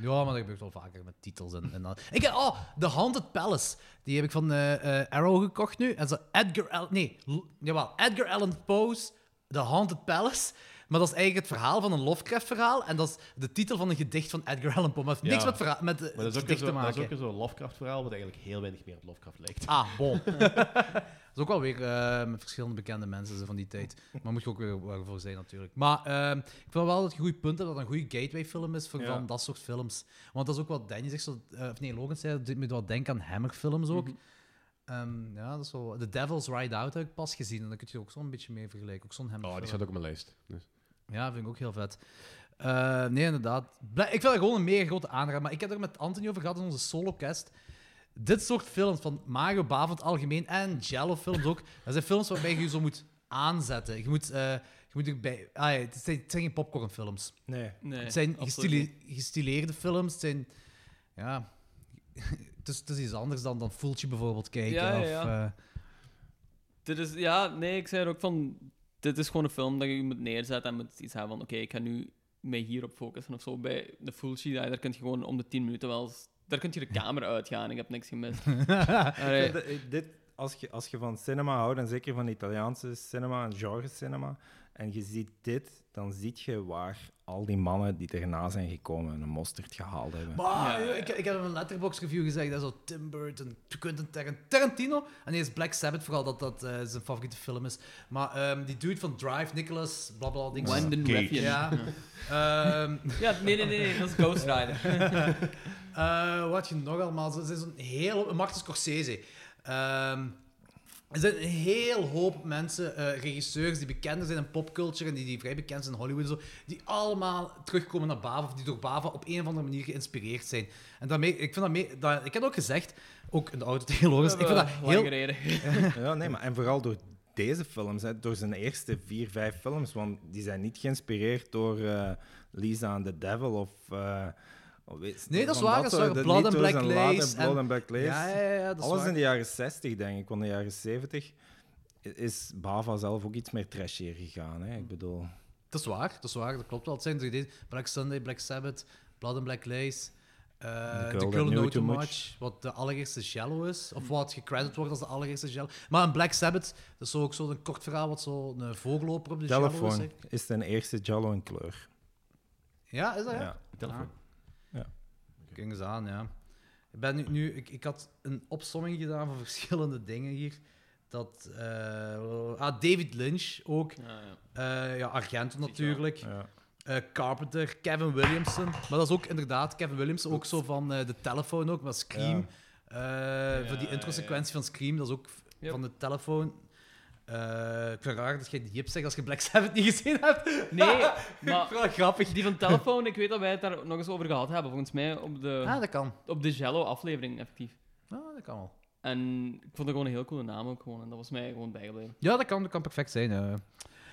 Ja, maar dat gebeurt wel vaker met titels en, en al. Ik heb, oh, The Haunted Palace. Die heb ik van eh, eh, Arrow gekocht nu. En zo Edgar Allan... Nee, L- jawel. Edgar Allan Poe's The Haunted Palace. Maar dat is eigenlijk het verhaal van een Lovecraft-verhaal. En dat is de titel van een gedicht van Edgar Allan Poe. Maar het heeft
Ja.
niks met, verha- met eh,
Maar dat is
het
ook weer
gedicht
zo-
te
dat is
maken.
ook weer zo'n Lovecraft-verhaal, wat eigenlijk heel weinig meer op Lovecraft lijkt.
Ah, bon. dat is ook wel weer eh, met verschillende bekende mensen zo van die tijd. Maar moet je ook weer waarvoor zijn, natuurlijk. Maar ehm, ik vind wel dat je een goed punt hebt dat het een goede gateway-film is voor
Ja.
van dat soort films. Want dat is ook wat Danny zegt, zo, eh, of nee, Logan zei, dat doet me wel denken aan Hammer-films ook. Ehm, ja, dat is wel... The Devil's Ride Out heb ik pas gezien. En daar kun je ook zo'n beetje mee vergelijken. Ook zo'n hammer
Oh, die staat ook op mijn lijst. Dus.
ja, vind ik ook heel vet. Eh, nee, inderdaad. Blij- Ik vind dat gewoon een mega grote aanrader. Maar ik heb het er met Anthony over gehad in onze solocast. Dit soort films van Mario Bavend algemeen en Jello-films ook. Dat zijn films waarbij je je zo moet aanzetten. Je moet, eh, je moet erbij... Ah, ja, het, zijn, het zijn geen popcornfilms.
Nee.
Nee,
het zijn
absoluut
gestile-
niet.
gestileerde films. Het zijn... Ja... Het is, het is iets anders dan, dan Fultje bijvoorbeeld kijken.
Ja, ja,
of,
ja.
eh,
Dit is, ja, nee, ik zei er ook van. Dit is gewoon een film dat je moet neerzetten en moet iets hebben van: oké, ik ga nu mij hierop focussen of zo. Bij de Fulci, daar, daar kun je gewoon om de 10 minuten wel. eens- Daar kun je de camera uitgaan, ik heb niks gemist. Allee.
Ik vind dat- dit, als, je, als je van cinema houdt, en zeker van Italiaanse cinema en genre cinema, en je ziet dit, dan zie je waar al die mannen die erna zijn gekomen een mosterd gehaald hebben.
Maar,
Ja,
joh, Ik, ik heb in een letterbox review gezegd dat zo Tim Burton, Quentin Taran- Tarantino en deze Black Sabbath vooral dat dat eh, zijn favoriete film is. Maar ehm, die dude van Drive, Nicholas, bla bla dingen.
Wendon
Cage.
Refn.
Ja. Ehm,
Ja, nee, nee, nee, nee, dat is Ghost Rider.
eh, wat je nog allemaal, ze zijn zo'n heel Martin Scorsese. Ehm, er zijn een heel hoop mensen, eh, regisseurs die bekender zijn in popculture en die, die vrij bekend zijn in Hollywood, en zo, die allemaal terugkomen naar Bava of die door Bava op een of andere manier geïnspireerd zijn. En daarmee, ik vind dat, mee, dat ik heb ook gezegd, ook in de auto tegen Lorenz, Dus ik vind dat
Eh,
heel
lang gereden.
Ja, nee, maar en vooral door deze films, hè, door zijn eerste vier, vijf films, want die zijn niet geïnspireerd door eh, Lisa and the Devil of... eh, of weet-
Nee, dat is
van
waar, dat is
soort-
waar.
de
Blood and
Nitos
Black
en later
Lace
Blood
en-
and Black Lace.
Ja, ja, ja, dat is
Alles
waar.
in de jaren 60, denk ik, want in de jaren 70 i- is Bava zelf ook iets meer trashier gegaan. Hè? Ik bedoel,
Dat is waar, dat is waar, dat klopt wel. Het zijn de ideeën, Black Sunday, Black Sabbath, Blood and Black Lace, eh, The Girl,
That Knew
Know Too
Too
much.
Much.
wat de allereerste Shallow is, of wat gecredit wordt als de allereerste Shallow. Maar een Black Sabbath, dat is zo ook zo'n kort verhaal, wat zo'n vogelloper op de Shallow is.
Telefoon
hè.
is zijn eerste Jallo in kleur.
Ja, is dat ja?
Ja.
Telefoon.
Kijk eens aan, ja. Ik, ben nu, nu, ik, ik had een opsomming gedaan van verschillende dingen hier. Dat, eh, ah, David Lynch ook.
Ja, ja.
Eh, ja, Argento natuurlijk.
Ja.
Eh, Carpenter, Kevin Williamson. Maar dat is ook inderdaad Kevin Williamson, ook zo van eh, de telefoon ook, maar Scream. Eh, voor die intro-sequentie van Scream, dat is ook v-
Yep.
van de telefoon. Eh, ik vind het raar dat je die hip zegt als je Black Sabbath niet gezien hebt.
Nee,
maar...
maar
grappig.
die van telefoon, ik weet dat wij het daar nog eens over gehad hebben. Volgens mij op de,
Ah, dat kan.
op de Jello-aflevering, effectief.
Ah, dat kan wel.
En ik vond dat gewoon een heel coole naam ook gewoon. En dat was mij gewoon bijgebleven.
Ja, dat kan, dat kan perfect zijn. ja.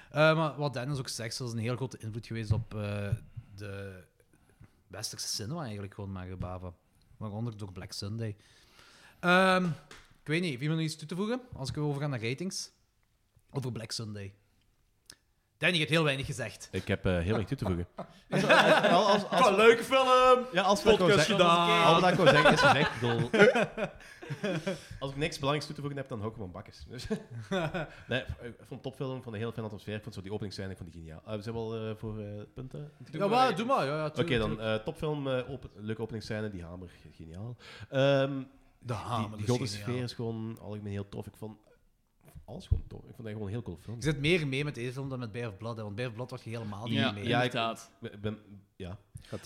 Eh, maar wat Dennis ook zegt, dat is een heel grote invloed geweest op eh, de westerse cinema eigenlijk, gewoon Mario Bava. Waaronder door Black Sunday. Ehm, ik weet niet, heeft iemand nog iets toe te voegen? Als ik overgaan naar ratings. Over Black Sunday. Danny heeft heel weinig gezegd.
Ik heb eh, heel erg toe te voegen.
Een leuke film!
Ja, als ik
Podcast gedaan!
Al wat ik wou zeggen is gezegd. ik bedoel, als ik niks belangrijks toe te voegen heb, dan hou ik hem aan bakkes. Dus, nee, ik vond het een topfilm, ik vond een heel fijne atmosfeer. Ik vond zo die openingsscène ik vond die geniaal. Eh, we zijn wel eh, voor eh, punten.
ja, maar, doe maar. Ja, ja,
Oké,
tuurlijk,
dan
tuurlijk.
eh, topfilm, eh, open, leuke openingsscène, die hamer, geniaal. Ehm,
De hamer,
die
dat is
die
geniaal.
gouden sfeer is gewoon algemeen heel tof. Ik vond alles gewoon tof. Ik vond dat gewoon een heel cool film.
Je zit meer mee met deze film dan met Bay of Blood, hè, want Bay of Blood was je helemaal niet
Ja,
mee.
Ja, ik-
inderdaad.
Ik ben- ja.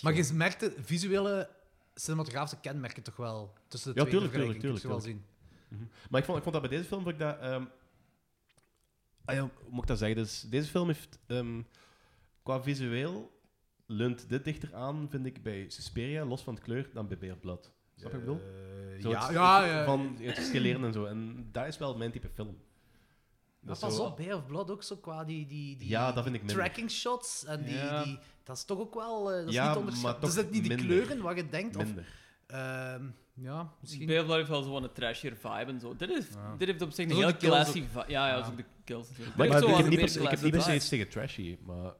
Maar je merkt de visuele cinematografische kenmerken toch wel tussen de
Ja,
twee
tuurlijk,
vergelijkingen,
tuurlijk,
kun je
tuurlijk,
wel zien.
Maar ik vond, ik vond dat bij deze film vond ik dat. ehm, ah ja, hoe moet ik dat zeggen? Dus deze film heeft ehm, qua visueel leunt dit dichter aan, vind ik, bij Suspiria, los van het kleur, dan bij Beerblad. Snap je wat ik bedoel?
Eh,
Zo
ja,
het-
ja,
het-
ja.
Van het stileren en zo. En dat is wel mijn type film.
maar
Dat is
pas
zo-
op, Bay of Blood ook zo qua die, die, die
Ja, dat vind ik minder.
tracking shots en die,
Ja.
die... Dat is toch ook wel... eh, dat is
Ja,
niet
maar
onderschat.
toch
Er zitten niet die
minder.
kleuren waar je denkt. Of,
Minder.
Ehm, ja, misschien...
Bay of Blood heeft wel zo'n trashier vibe en zo. Dit, is,
Ja.
dit heeft op zich een
Dat is
heel
ook de kills
classy vibe. Ja, ja, dat is ook de kills. natuurlijk.
Maar ik,
Echt zo
ik
als een
heb niet,
meer
per se- ik heb
classy
niet per se
vibe.
iets tegen trashy, maar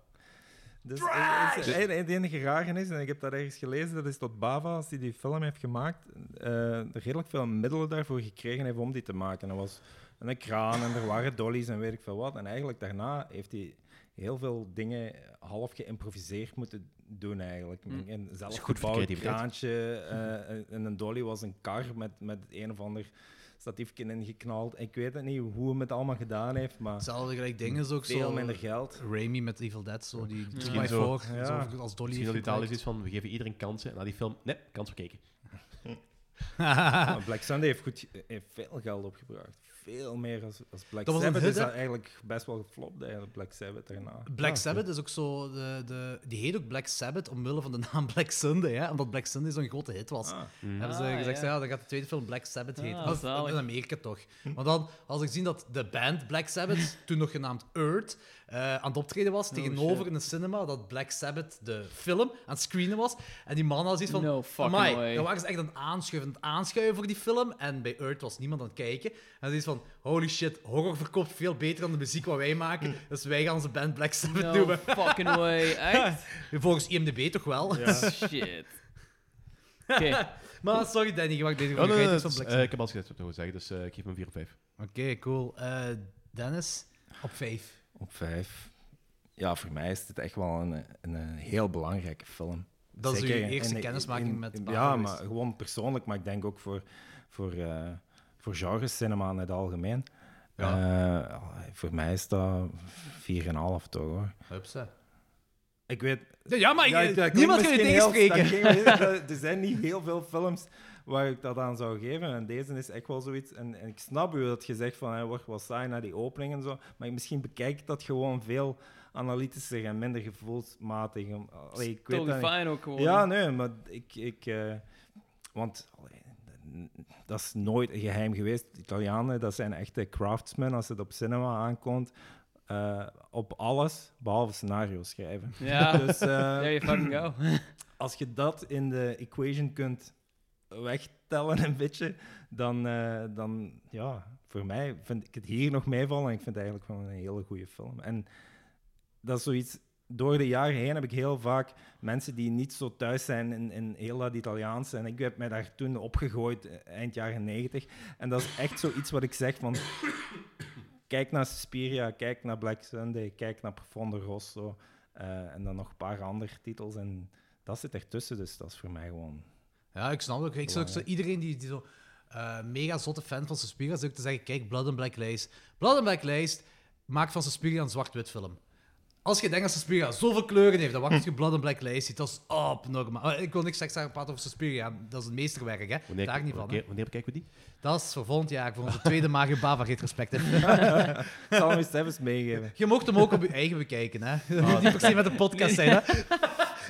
Dus eh, het is- en- en het enige rare is, en ik heb dat ergens gelezen, dat is dat Bava, als hij die film heeft gemaakt, eh, er redelijk veel middelen daarvoor gekregen heeft om die te maken. Er was een kraan en er waren dollies en weet ik veel wat. En eigenlijk daarna heeft hij heel veel dingen half geïmproviseerd moeten doen eigenlijk.
Mm.
En zelf
Hmm. is goed voor
gebouwd
creativiteit.
kraantje eh, en- en een dolly was een kar met, met een of ander statiefje ingeknald. Ik weet het niet hoe hem het allemaal gedaan heeft, maar
Hetzelfde gelijk dingen is ook
veel
zo...
minder geld.
Raimi met Evil Dead, zo die
Misschien
2 by 4
zo.
Ja.
zo als Dolly
misschien dat
heeft
Italië
gebruikt.
is van, we geven iedereen kansen. En na die film, nee, kans verkeken.
Ah.
Maar Black Sunday heeft, goed, ge- heeft veel geld opgebracht. Veel meer als, als Black
Dat was een
Sabbath.
hit,
is dat
hè?
eigenlijk best wel geflopt, eigenlijk, Black Sabbath daarna.
Black Sabbath is ook zo... De, de, die heet ook Black Sabbath omwille van de naam Black Sunday, hè? omdat Black Sunday zo'n grote hit was.
Ah.
Hebben ze
Ah,
gezegd,
ja.
ja. dan gaat de tweede film Black Sabbath
Ah,
heten. Maar
zalig.
in Amerika toch. Maar dan, als ik zie dat de band Black Sabbath, toen nog genaamd Earth, eh, aan het optreden
Oh,
was, tegenover in de cinema, dat Black Sabbath de film aan het screenen was. En die man had iets van,
No fucking
"Amai,
way."
dan waren ze echt aan het aanschuiven, aan het aanschuiven voor die film. En bij Earth was niemand aan het kijken. En ze is van, holy shit, horror verkoopt veel beter dan de muziek wat wij maken.
Hmm.
Dus wij gaan onze band Black Sabbath
No
noemen.
fucking way, echt?
Volgens IMDB toch wel.
Shit. Oké,
Maar sorry Danny, je mag deze
Oh,
gewoon
nee, nee,
oh,
nee,
van
het
Black
is- eh, ik heb al gezegd wat ik wil zeggen, dus eh, ik geef hem 4 op 5.
Oké, cool. Eh, Dennis, op vijf.
Op vijf. Ja, voor mij is dit echt wel een, een, eh, heel belangrijke film.
Dat is
Zeker
uw
in-
eerste
in-
kennismaking
in-
met
in-
Barbara
Ja,
Streisand.
maar gewoon persoonlijk, maar ik denk ook voor, voor, eh voor genre-cinema in het algemeen. Eh, voor mij is dat 4,5 toch hoor.
Hupsa.
Ik weet,
Ja, maar
Ja,
ik-
ik- dat
niemand kan
klinkt
je
misschien
tegenspreken.
heel- dat klinkt- dat- er zijn niet heel veel films waar ik dat aan zou geven. En deze is echt wel zoiets. En, en ik snap u dat je zegt van hij wordt wel saai naar die opening en zo. Maar misschien bekijkt dat gewoon veel analytischer en minder gevoelsmatig. Om- Allee, ik weet
totally
dat niet.
fine ook gewoon.
Ja, nee, maar ik. ik eh, want. allee, dat is nooit een geheim geweest. De Italianen, dat zijn echte craftsmen als het op cinema aankomt. eh, op alles, behalve scenario schrijven.
Ja,
Dus, eh,
there you fucking go.
als je dat in de equation kunt wegtellen een beetje, dan, eh, dan ja, voor mij vind ik het hier nog meevallen en ik vind het eigenlijk wel een hele goede film. En dat is zoiets, door de jaren heen heb ik heel vaak mensen die niet zo thuis zijn in, in heel dat Italiaans en ik heb mij daar toen opgegooid eh, eind jaren negentig en dat is echt zoiets wat ik zeg van... Kijk naar Suspiria, kijk naar Black Sunday, kijk naar Profondo Rosso eh, en dan nog een paar andere titels. En dat zit ertussen, dus dat is voor mij gewoon.
Ja, ik snap het ook. Ik zou ook zo iedereen die, die zo eh, mega zotte fan van Suspiria is, ook te zeggen, kijk, Blood and Black Lace. Blood and Black Lace maakt van Suspiria een zwart-wit film. Als je denkt dat Suspiria zoveel kleuren heeft, dan wacht je Blood and Black Lace ziet. Dat is abnormaal. Maar Ik wil niks extra praten over Suspiria. Dat is een meesterwerk, hè.
Wanneer,
Daar niet van, hè.
wanneer, wanneer bekijken we die?
Dat is voor volgend jaar, voor onze tweede Mario Bava retrospective.
Ik zal hem eens even meegeven.
Je mocht hem ook op je eigen bekijken, hè?
Ah.
Dat moet niet per se met de podcast zijn, hè?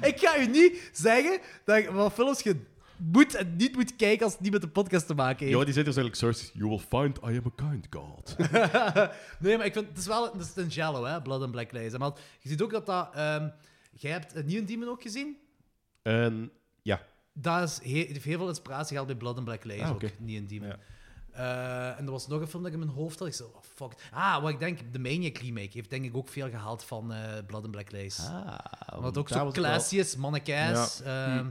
Ik ga u niet zeggen dat je- wat films je moet en niet moet kijken als het niet met de podcast te maken heeft.
Ja, die zit dus eigenlijk source. You will find I am a kind god.
Nee, maar ik vind het is wel het is een jello, hè? Blood and Black Lies. Maar je ziet ook dat dat. ehm, jij hebt een Neon Demon ook gezien?
en, ja,
Dat is he- heeft heel veel inspiratie gehad bij Blood and Black Lies
Ah,
ook,
oké.
Neon Demon.
Ja.
Eh, en er was nog een film dat ik in mijn hoofd had. Ik zei, oh, fuck. Ah, wat ik denk, de Maniac remake heeft denk ik ook veel gehaald van eh, Blood and Black Lies.
Ah,
Wat ook
daar
zo
was ik wel-
classy is, mannekijs. ehm,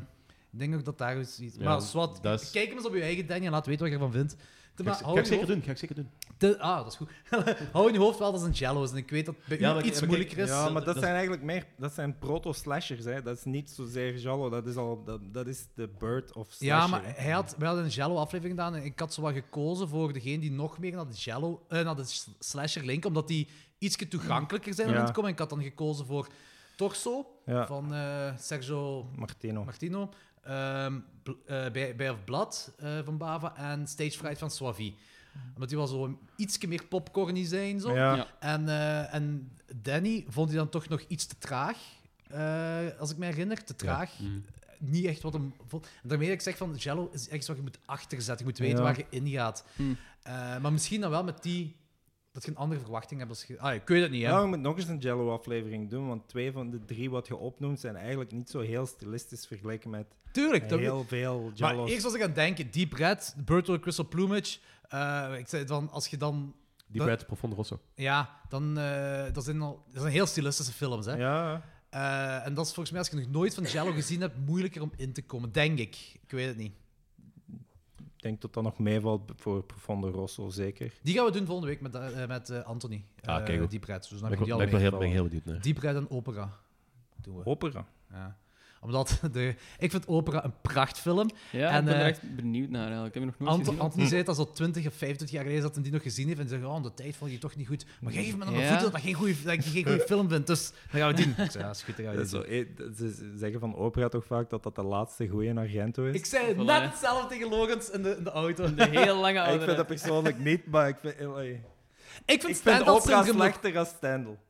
Ik denk ook dat daar iets... iets-
Ja,
maar zwart,
dat is-
kijk hem eens op je eigen Danny en laat weten wat je ervan vindt. Te-
Ga
maar
ik,
hou
ga ik
in je
zeker
hoofd-
doen, ga ik zeker doen.
te- ah, dat is goed. hou in je hoofd wel dat het een jello is. En ik weet dat het bij
Ja,
u
maar ik-
iets
maar kijk,
moeilijker is.
Ja, maar
dat-
dat
dat-
zijn eigenlijk meer dat zijn proto-slashers. Hè. Dat is niet zozeer Jallo, dat is, al, dat, dat is de bird of slasher.
Ja, maar
hè.
hij had, wij hadden een Jello-aflevering gedaan en ik had zowat gekozen voor degene die nog meer naar de, jello, eh, naar de s- slasher link, omdat die ietsje toegankelijker zijn om
Ja.
in te komen. En ik had dan gekozen voor Torso
Ja.
van eh, Sergio
Martino.
Martino, ehm, bl- eh, bij, bij of Blood eh, van Bava en Stage Fright van Suavi. Omdat die wel zo ietsje meer popcorny zijn. Zo.
Ja.
Ja.
En, eh, en Danny vond hij dan toch nog iets te traag. eh, als ik me herinner, te traag. Niet echt wat hem vond. En daarmee dat ik zeg van Jello is echt wat je moet achterzetten. Je moet weten
Ja.
waar je in gaat.
Hm.
Eh, maar misschien dan wel met die dat je een andere verwachting hebt. Als je, ah, ik weet het niet, hè.
Nou, je moet nog eens een Jello-aflevering doen, want twee van de drie wat je opnoemt zijn eigenlijk niet zo heel stilistisch vergeleken met
Tuurlijk. dat-
heel veel
maar
Jello's.
eerst was ik aan het denken, Deep Red, Bird Crystal Plumage. eh, ik zei dan, als je dan
Die
Dat-
Brad Profondo Rosso.
Ja, dan, eh, dat, zijn al, dat zijn heel stilistische films. Hè?
Ja.
Eh, en dat is volgens mij, als je nog nooit van Jello gezien hebt, moeilijker om in te komen, denk ik. Ik weet het niet.
Ik denk dat dat nog meevalt voor Profondo Rosso, zeker.
Die gaan we doen volgende week met, eh, met eh, Anthony.
Ah,
Eh,
kijk hoor.
Deep Red. Dus dan heb
Ik
je
ben
die
wel
al
heel, Oh. ben
meegevallen.
ik heel benieuwd naar.
Deep Red en opera doen we.
Opera.
Ja. Omdat de, ik vind opera een prachtfilm.
Ja,
En,
ik ben er
eh,
echt benieuwd naar eigenlijk. Ik heb je nog nooit
Anto-
gezien.
Anthony zei het al zo 20 of 25 jaar geleden dat hij die nog gezien heeft. En zei: Oh, de tijd vond je toch niet goed. Maar geef me dan een
Ja.
voeten dat, dat geen goeie- dat ik geen goede film vind. Dus dan gaan we het doen. Ik zei, ja, is goed, dan gaan we
Dat
dit
is zo, eh, dat- ze zeggen van opera toch vaak dat dat de laatste goeie in Argento is.
Ik zei het
Voilà,
net
hè.
hetzelfde tegen Logans in de, in de auto.
De heel lange
Eh, ik vind
oude
dat persoonlijk niet, maar ik vind, eh, eh,
Ik vind
ik vind
Stendhal
opera
Syndrome... nog-
slechter dan Stendhal.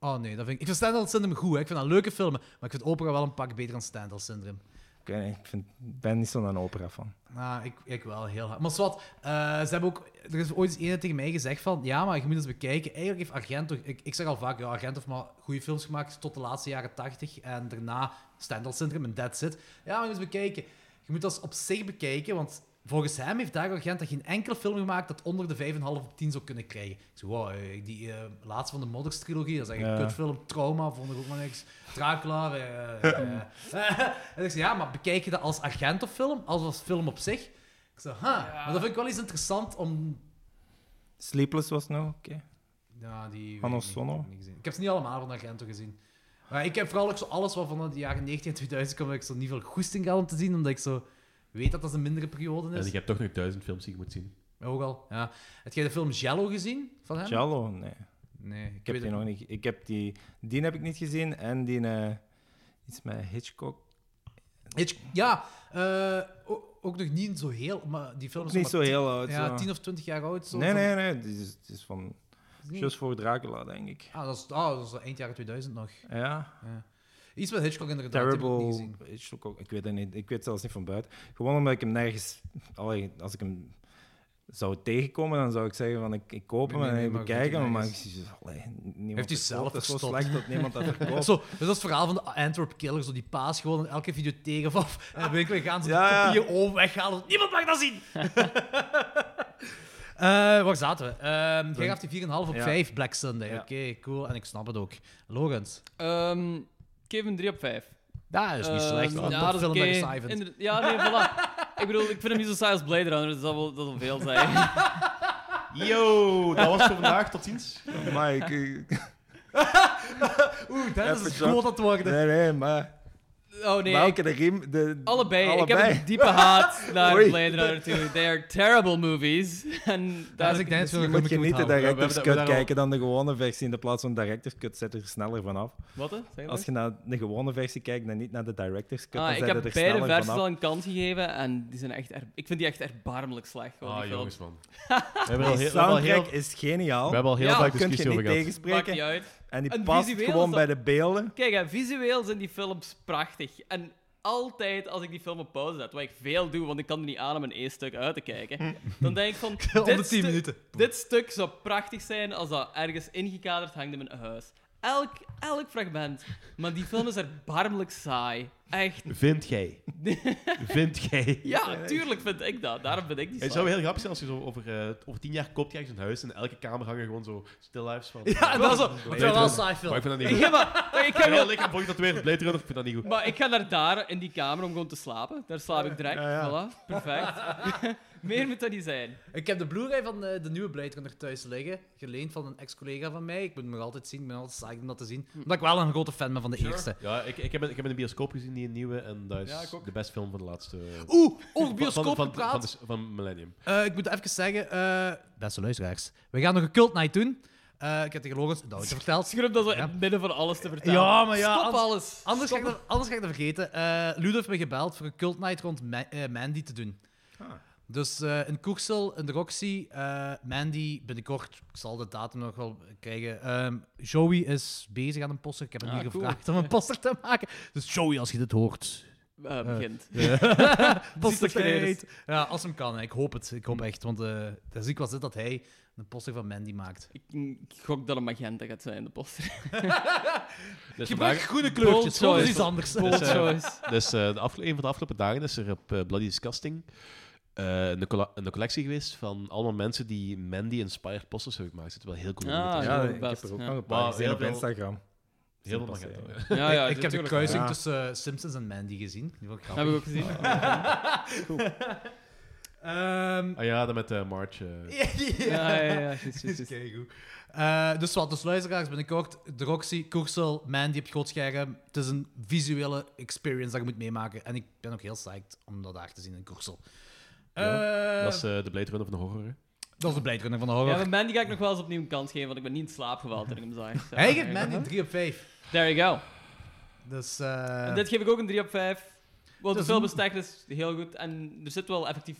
Oh nee, dat vind ik... ik vind Stendhal Syndrome goed. Hè. Ik vind dat leuke filmen. Maar ik vind Opera wel een pak beter dan Stendhal Syndrome.
Ik, weet niet, ik vind, ik ben niet zo'n opera van.
Nou, ik, ik wel, heel hard. Maar zwart, eh, ze hebben ook... Er is ooit eens iemand tegen mij gezegd van... Ja, maar je moet eens bekijken. Eigenlijk heeft Argento... Ik, ik zeg al vaak, ja, Argento heeft maar goede films gemaakt tot de laatste jaren tachtig. En daarna Stendhal Syndrome en That's It. Ja, maar je moet eens bekijken. Je moet dat op zich bekijken, want... Volgens hem heeft Dario Argento geen enkele film gemaakt dat onder de 5,5 op 10 zou kunnen krijgen. Ik zeg, wow, eh, die eh, laatste van de Modders trilogie, dat is eigenlijk een
Ja.
kutfilm. Trauma, vond ik ook maar niks. Dracula. eh, eh. en ik zeg, ja, maar bekijk je dat als Argento-film, als als film op zich? Ik zeg, ha, maar dat vind ik wel eens interessant om...
Sleepless was nou, oké.
Ja, die
Hanno
weet ik niet,
Sonno?
heb ik niet gezien. Ik heb ze niet allemaal van Argento gezien. Maar ik heb vooral ook zo alles wat van de jaren 19 en 2000 komt, dat ik zo niet veel goesting had om te zien, omdat ik zo weet dat dat een mindere periode
En
is.
ik heb toch nog duizend films die je moet zien.
Maar ook al, ja. Heb jij de film Jello gezien van hem?
Giallo, nee.
Nee, ik,
Ik heb
weet
die
het
nog niet. Ik heb die, die heb ik niet gezien en die eh, iets met Hitchcock.
Hitch- ja, eh, o- ook nog niet zo heel, maar die film
Ook
is
niet
nog
zo
maar
heel oud.
tien- Ja,
zo.
10 of 20 jaar oud. Zo,
nee,
zo-
nee, nee. Die is, die is van
is niet-
Just voor Dracula, denk ik.
Ah, dat is, ah, dat is wel eind jaren 2000 nog.
Ja,
Iets met Hitchcock inderdaad. die heb ik niet gezien.
Terrible Hitchcock. Ik weet het niet. Ik weet het zelfs niet van buiten. Gewoon omdat ik hem nergens... Allee, als ik hem zou tegenkomen, dan zou ik zeggen van ik, ik koop hem
Nee, nee,
en
nee,
ik
maar
bekijk
goed,
hem. Maar ik
nergens.
zie zo, allee,
Heeft
niemand
hij
verkoopt.
zelf
Het is zo
verstopt.
slecht dat niemand dat verkoopt.
Zo, dus dat is het verhaal van de Antwerp Killers. Zo die paas gewoon in elke videotheek of af. En winkel gaan ze
Ja, ja.
de kopieën over weghalen. Niemand mag dat zien! Eh waar zaten we? Ehm jij gaf die 4,5 op
Ja.
5, Black Sunday.
Ja.
Oké, cool. En ik snap het ook. Logans.
Ehm, ik geef hem 3 op 5.
Dat is niet
Ehm,
slecht.
ja,
Een topfilm
dat is
dat
oké.
je saai vindt.
Inder- Ja, nee, voilà. ik bedoel, ik vind hem niet zo saai als Blade Runner, dus dat wil, dat wil veel zijn.
Yo, dat was voor vandaag. Tot ziens.
Maar ik... ik-
Oeh, dat is een
Even zo.
schoot aan het worden.
Nee, nee, maar...
Oh nee,
maar
ik-
ook de riem... De,
allebei. Ik heb een diepe haat naar
Oei.
Blade Runner toe. They are terrible movies. En
Dat
daar
is dus ik denk dat we
Je
nog
moet je
moeten houden.
We hebben
niet de director's
dat- we
cut
hebben dat al-
kijken dan de gewone versie. In de plaats van de director's cut zet er sneller vanaf.
Wat? hè? Zeg het nog.
Als je naar de gewone versie kijkt en niet naar de director's cut,
Ah,
dan
ik
zet
heb
er
beide
sneller
versies
vanaf.
al een kans gegeven en die zijn echt er- ik vind die echt erbarmelijk slecht. gewoon,
Ah,
die film.
jongens, man. We hebben al
De
heel, we hebben al heel,
soundtrack
we
is geniaal.
hebben al heel
Ja,
vaak
kun je
discussie
niet
over gehad.
Maakt niet
tegenspreken.
uit.
En die
En
past
visueel
gewoon
is
bij
dat-
de beelden.
Kijk, hè, visueel zijn die films prachtig. En altijd als ik die film op pauze zet, wat ik veel doe, want ik kan er niet aan om een E-stuk uit te
Hm.
kijken, dan denk ik van...
Om
dit
de 10
stu-
minuten.
Dit stuk zou prachtig zijn als dat ergens ingekaderd hangt in mijn huis. Elk, elk fragment. Maar die film is erbarmelijk saai. Echt.
Vind jij? Vind jij?
Ja, tuurlijk vind ik dat. Daarom vind ik die
Het
saai.
zou heel grappig zijn als je zo over, eh, over tien jaar koopt je ergens een huis en in elke kamer hangen gewoon zo still lives van.
Ja, en dat is wel- dat is wel een saai
Maar
film.
ik vind dat niet goed.
Ja, maar, ik
Ik
ga
ben wel lekker voor je tatoeëren, Blade Runner, ik vind dat niet goed.
Maar ik ga naar daar in die kamer om gewoon te slapen. Daar slaap ik direct.
Ja, ja.
Voilà, perfect. Meer moet dat niet zijn.
Ik heb de Blu-ray van eh, de nieuwe Blade Runner thuis liggen. Geleend van een ex-collega van mij. Ik moet hem nog altijd zien. Ik ben altijd saai om dat te zien. Omdat ik wel een grote fan ben van de eerste.
Ja, ik, ik, heb, een- ik heb in de bioscoop gezien die nieuwe en dat is
Ja, ik ook.
de beste film van de laatste... Van-
Oeh, over bioscoop
van, van,
gepraat.
van, de- van Millennium.
Eh, ik moet even zeggen, eh, beste luisteraars, we gaan nog een cult night doen. Eh, ik heb tegen Logans in de auto verteld.
Schroep dat zo
Ja.
in het midden van alles te vertellen.
Ja, maar ja,
Stop
anders-
alles.
Anders ga, ik dat, anders ga ik dat vergeten. Eh Ludo heeft me gebeld voor een cult night rond Ma- eh, Mandy te doen. Dus eh in Koersel, in de Roxy, eh, Mandy binnenkort, ik zal de datum nog wel krijgen. Ehm, Joey is bezig aan een poster. Ik heb hem
Ah,
niet
cool.
gevraagd om een poster te maken. Dus Joey, als je dit hoort,
eh, begint.
Ja. poster
Ziet dat jij
krijgt.
dus-
Ja, als hem kan. hè. Ik hoop het. Ik hoop echt. Want eh dat is ik was het dat hij een poster van Mandy maakt.
Ik, ik gok dat een magenta gaat zijn, de poster.
Dus
Gebruik
vandaag-
groene kleurtjes. Dat is
choice.
iets anders.
Bold
Dus, eh,
choice.
Dus eh, de afge- een van de afgelopen dagen is er op eh, Bloody Disgusting eh, een, colla- een collectie geweest van allemaal mensen die Mandy-inspired posters hebben gemaakt. Het is wel heel cool.
Ah, ja,
heel
ja,
dat
ik
best,
heb er ook
ja.
nog een
Maar
paar gezien
heel
op
veel-
Instagram.
Heel veel
Passeer.
magenta,
Ja,
ja.
ja,
ik heb de
natuurlijk.
kruising
Ja.
tussen eh, Simpsons en Mandy gezien. Die vond ik
Heb
grappig.
ik ook gezien.
Ehm,
Ah ja, dat met eh March. eh.
Ja, ja, ja. juist, juist,
Dit
juist.
is keigoed. Eh, dus wat, dus luisteraars, binnenkort de Roxy, Koersel, Mandy op groot scherm. Het is een visuele experience dat je moet meemaken. En ik ben ook heel psyched om dat daar te zien in Koersel. Eh,
dat is eh, de Blade Runner van de horror. hè.
dat is de blijtrunner van de horror.
Ja, maar Mandy ga ik nog wel eens opnieuw een kans geven, want ik ben niet in slaap gevallen toen ik hem zag.
Hij geeft Mandy 3 op 5.
There you go.
Dus, eh,
En dit geef ik ook een 3 op 5. Want de
is
film
een-
is technisch heel goed en er zit wel effectief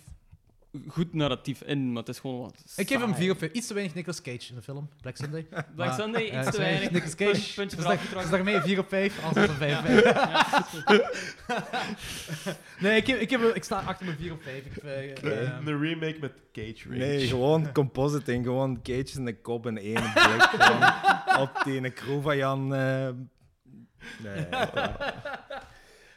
goed narratief in, maar het is gewoon wat.
ik geef hem
saai.
4 op 5. Iets te weinig Nicolas Cage in de film, Black Sunday.
Black
Maar,
Sunday,
eh,
iets te weinig.
Nicolas Cage.
Puntje- Puntje
dus,
voor
daar- dus
afgetrokken.
daarmee 4 op 5, als het een 5 Nee, ik, heb, ik, heb, ik sta achter mijn 4 op 5. Ik, eh, eh,
Een remake met Cage Rage.
Nee, gewoon compositing. Gewoon Cage in de kop en één blik van op die ene crew van Jan. eh, nee,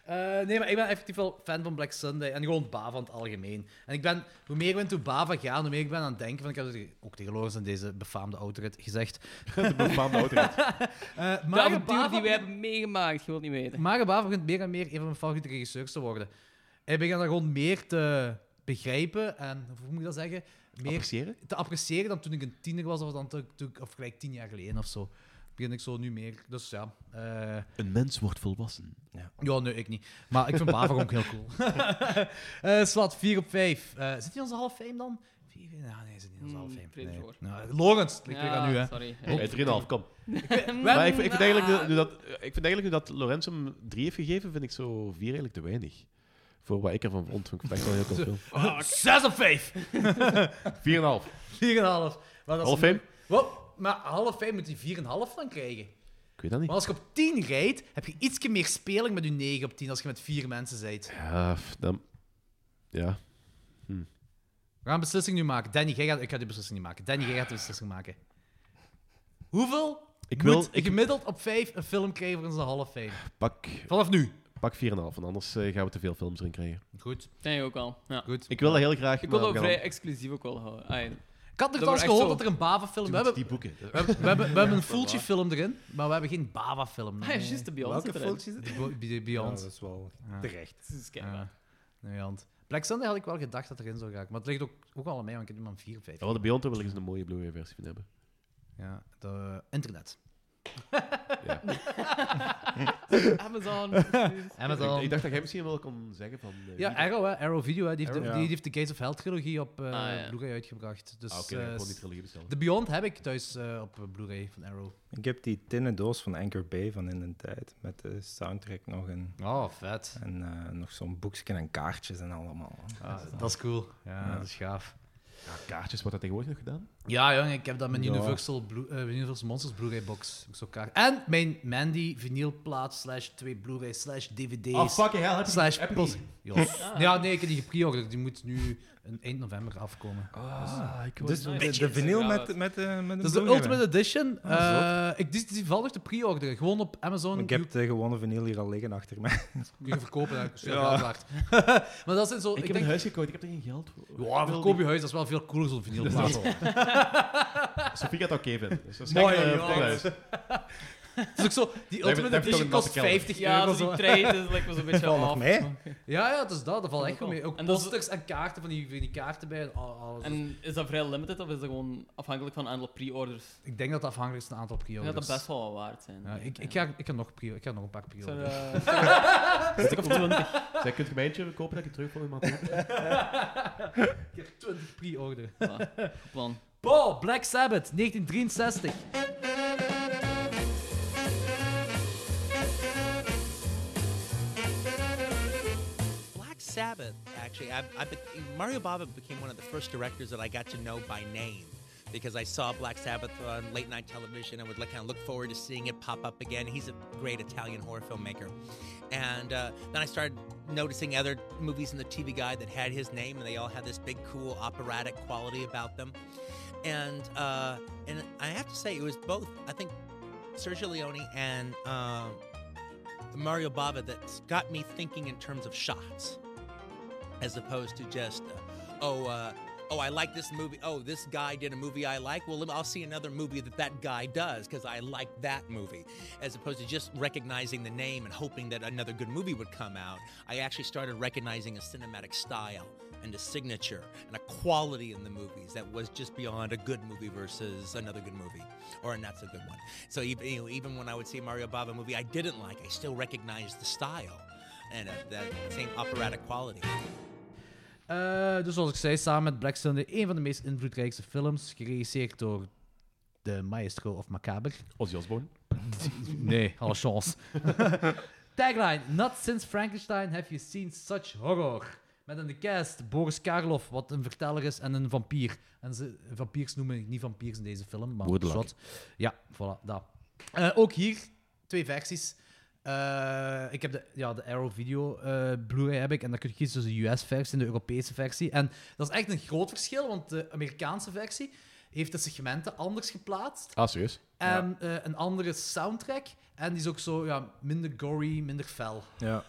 Eh, nee, maar ik ben effectief wel fan van Black Sunday en gewoon Bava in het algemeen. En ik ben, hoe meer we into Bava gaan, hoe meer ik ben aan het denken, want ik heb het ook tegen Loris in deze befaamde autorit gezegd.
de befaamde autorit.
Eh
De
maar
avontuur die
Bava,
wij hebben meegemaakt, je wilt niet weten.
Mario Bava begint meer en meer een van mijn favoriete regisseurs te worden. Hij begint dat gewoon meer te begrijpen en, hoe moet ik dat zeggen, meer
Appreciëren?
te appreciëren dan toen ik een tiener was of, dan toen, toen ik- of gelijk tien jaar geleden of zo. Begin ik zo nu meer. Dus ja, eh,
Een mens wordt volwassen.
Ja, nee, ik niet. Maar ik vind Bava ook heel cool. Eh Slat, 4 op 5. Eh zit hij onze half fame dan? Vier, ja, nee, zit niet onze
Hmm,
half fame.
vrees
Nee.
voor.
Nou, Lawrence, ik weer aan u, hè. Oh.
Sorry.
Hey, 3,5, kom.
Wel,
Maar ik, vind- ik, vind
nou,
eigenlijk nu dat, ik vind eigenlijk nu dat Lorenz hem 3 heeft gegeven, vind ik zo 4 eigenlijk te weinig. Voor wat ik ervan vond, vond ik het echt wel een heel cool film.
6 op 5.
4,5.
4,5.
Half fame?
Wow, maar half fame moet hij 4,5 dan krijgen.
Ik weet dat niet.
Maar als je op 10 rijdt, heb je ietsje meer speling met je 9 op 10 als je met 4 mensen bent.
Ja, f- dan... Ja.
We gaan een beslissing nu maken. Danny, jij gaat, ik ga die beslissing niet maken. Danny, jij gaat de beslissing maken. Hoeveel
Ik
moet
wil...
je
Ik
gemiddeld op 5 een film krijgen voor onze half fame?
pak,
Vanaf nu.
pak 4,5, want anders eh, gaan we te veel films erin krijgen.
Goed,
Denk ik ook al. Ja.
goed.
Ik wil dat heel graag...
Ik wil
maar
dat
we
ook
gaan
vrij exclusief ook wel houden. Ah, ja.
Ik had nog
Dat
trouwens
wordt echt
gehoord
zo.
dat er een Bava-film... We
dan-
hebben, we,
Die boeken.
hebben, we, hebben, we hebben een Fulci-film erin, maar we hebben geen Bava-film.
Ah, ja, juist de Beyoncé
welke
erin.
foutje zit er?
Bo- Be-
Ja,
Beyond.
dat is wel
Ja.
terecht.
Dat is keihard.
Ja, Beyond. Black Sunday had ik wel gedacht dat erin zou raken, maar het ligt ook, ook al aan mij, want ik heb nu maar een 4 of 5.
Ja, wel, de Beyond daar wil ik eens een mooie Blu-ray versie van hebben.
Ja, de, internet.
Ja.
Amazon.
Amazon.
Ik, ik dacht dat jij misschien wel kon zeggen van... eh,
Ja,
wie-
Arrow, hè. Arrow Video, hè. Die, heeft
Arrow,
de,
ja.
die, die heeft de Gates of Hell-trilogie op eh
ja.
Blu-ray uitgebracht. Dus,
Ah, Oké,
eh,
dan heb ik gewoon die trilogie bestellen.
de Beyond heb ik thuis eh, op eh, Blu-ray van Arrow.
Ik heb die tinnen doos van Anchor Bay van in de tijd. Met de soundtrack nog en,
Oh, vet.
en eh, nog zo'n boekje en kaartjes en allemaal.
Ah, dat is cool. Ja, dat is gaaf.
Ja, kaartjes, wordt dat tegenwoordig nog gedaan?
Ja, jongen, ik heb dat mijn
Ja.
Universal, Blu- eh, Universal Monsters Blu-ray box. Ook zo kaart. En mijn Mandy vinylplaat slash twee Blu-ray slash DVD's.
Oh, fucking hell, heb
slash post. Jos. Ja, nee, ik heb die gepreorderd. Die moet nu een- eind november afkomen.
Ah, ik
Dus
hoor-
de, de vinyl met, met, eh, met een
Dat is de
Blu-ray.
Ultimate Edition.
Ah, zot.
Eh, ik die, die valt nog te pre-orderen. Gewoon op Amazon.
Ik heb de gewone vinyl hier al liggen achter mij.
Kun je verkopen, dat is
Ja.
ja. waard. maar dat zijn zo...
Ik
Ik,
heb een
denk,
huis gekocht, ik heb er geen geld voor.
ja, verkoop je huis, dat is wel veel cooler zo'n vinylplaat.
Sofie gaat dat oké vinden. Dus dat is
Mooi,
gek, eh,
jongens.
voor huis.
Het is ook zo, die Ultimate
dat is toch
Edition
een
kost
natte kelder.
50
Ja,
euro.
als die
zo.
trein is, lijkt me zo'n beetje
Valt nog
af.
mee?
Ja, ja, het is dat. Dat valt echt goed mee. Ook
En dat is-
posters en kaarten van die, van die kaarten bij. en al- alles.
En is dat vrij limited of is dat gewoon afhankelijk van een aantal pre-orders?
ik denk dat dat afhankelijk is van een aantal
Dan
pre
gaat dat best wel wat waard zijn.
Ja, ik, ik, ga, ik, ga nog pre ik ga nog een paar pre
Ik zou, eh, ik zou- een stuk of twintig.
Zij kunt gemeentje kopen dat ik het terug voor iemand koop.
Ik heb 20 pre-orderen.
Goed plan.
Bo, Black Sabbath, 1963.
Black Sabbath, actually, I, I be- Mario Bava became one of the first directors that I got to know by name.
because I saw Black Sabbath on late night television and would like, kind of look forward to seeing it pop up again. He's a great Italian horror filmmaker. And uh, then I started noticing other movies in the TV guide that had his name, and they all had this big, cool operatic quality about them. And uh, and I have to say, it was both. I think Sergio Leone and uh, Mario Bava that got me thinking in terms of shots, as opposed to just, uh, oh, uh, oh, I like this movie. Oh, this guy did a movie I like. Well, lem- I'll see another movie that that guy does because I like that movie, as opposed to just recognizing the name and hoping that another good movie would come out. I actually started recognizing a cinematic style and a signature and a quality in the movies that was just beyond a good movie versus another good movie or a not so good one. So even, you know, even when I would see a Mario Bava movie I didn't like, I still recognized the style and uh, that same operatic quality.
Eh, dus zoals ik zei, samen met Blackstone, een van de meest invloedrijkste films, geregisseerd door de maestro of macabre.
Ozzy Osbourne.
nee, alle chance. Tagline, not since Frankenstein have you seen such horror. Met in de cast Boris Karloff, wat een verteller is, en een vampier. En ze, vampiers noemen ik niet vampiers in deze film, maar
Woodlock.
shot. Ja, voilà, dat. Eh, ook hier, twee versies. Eh, ik heb de, ja, de Arrow Video eh, Blu-ray heb ik, en dan kun je kiezen tussen de US-versie en de Europese versie. En dat is echt een groot verschil, want de Amerikaanse versie heeft de segmenten anders geplaatst.
Ah, serieus?
En eh, een andere soundtrack. En die is ook zo ja, minder gory, minder fel.
Ja.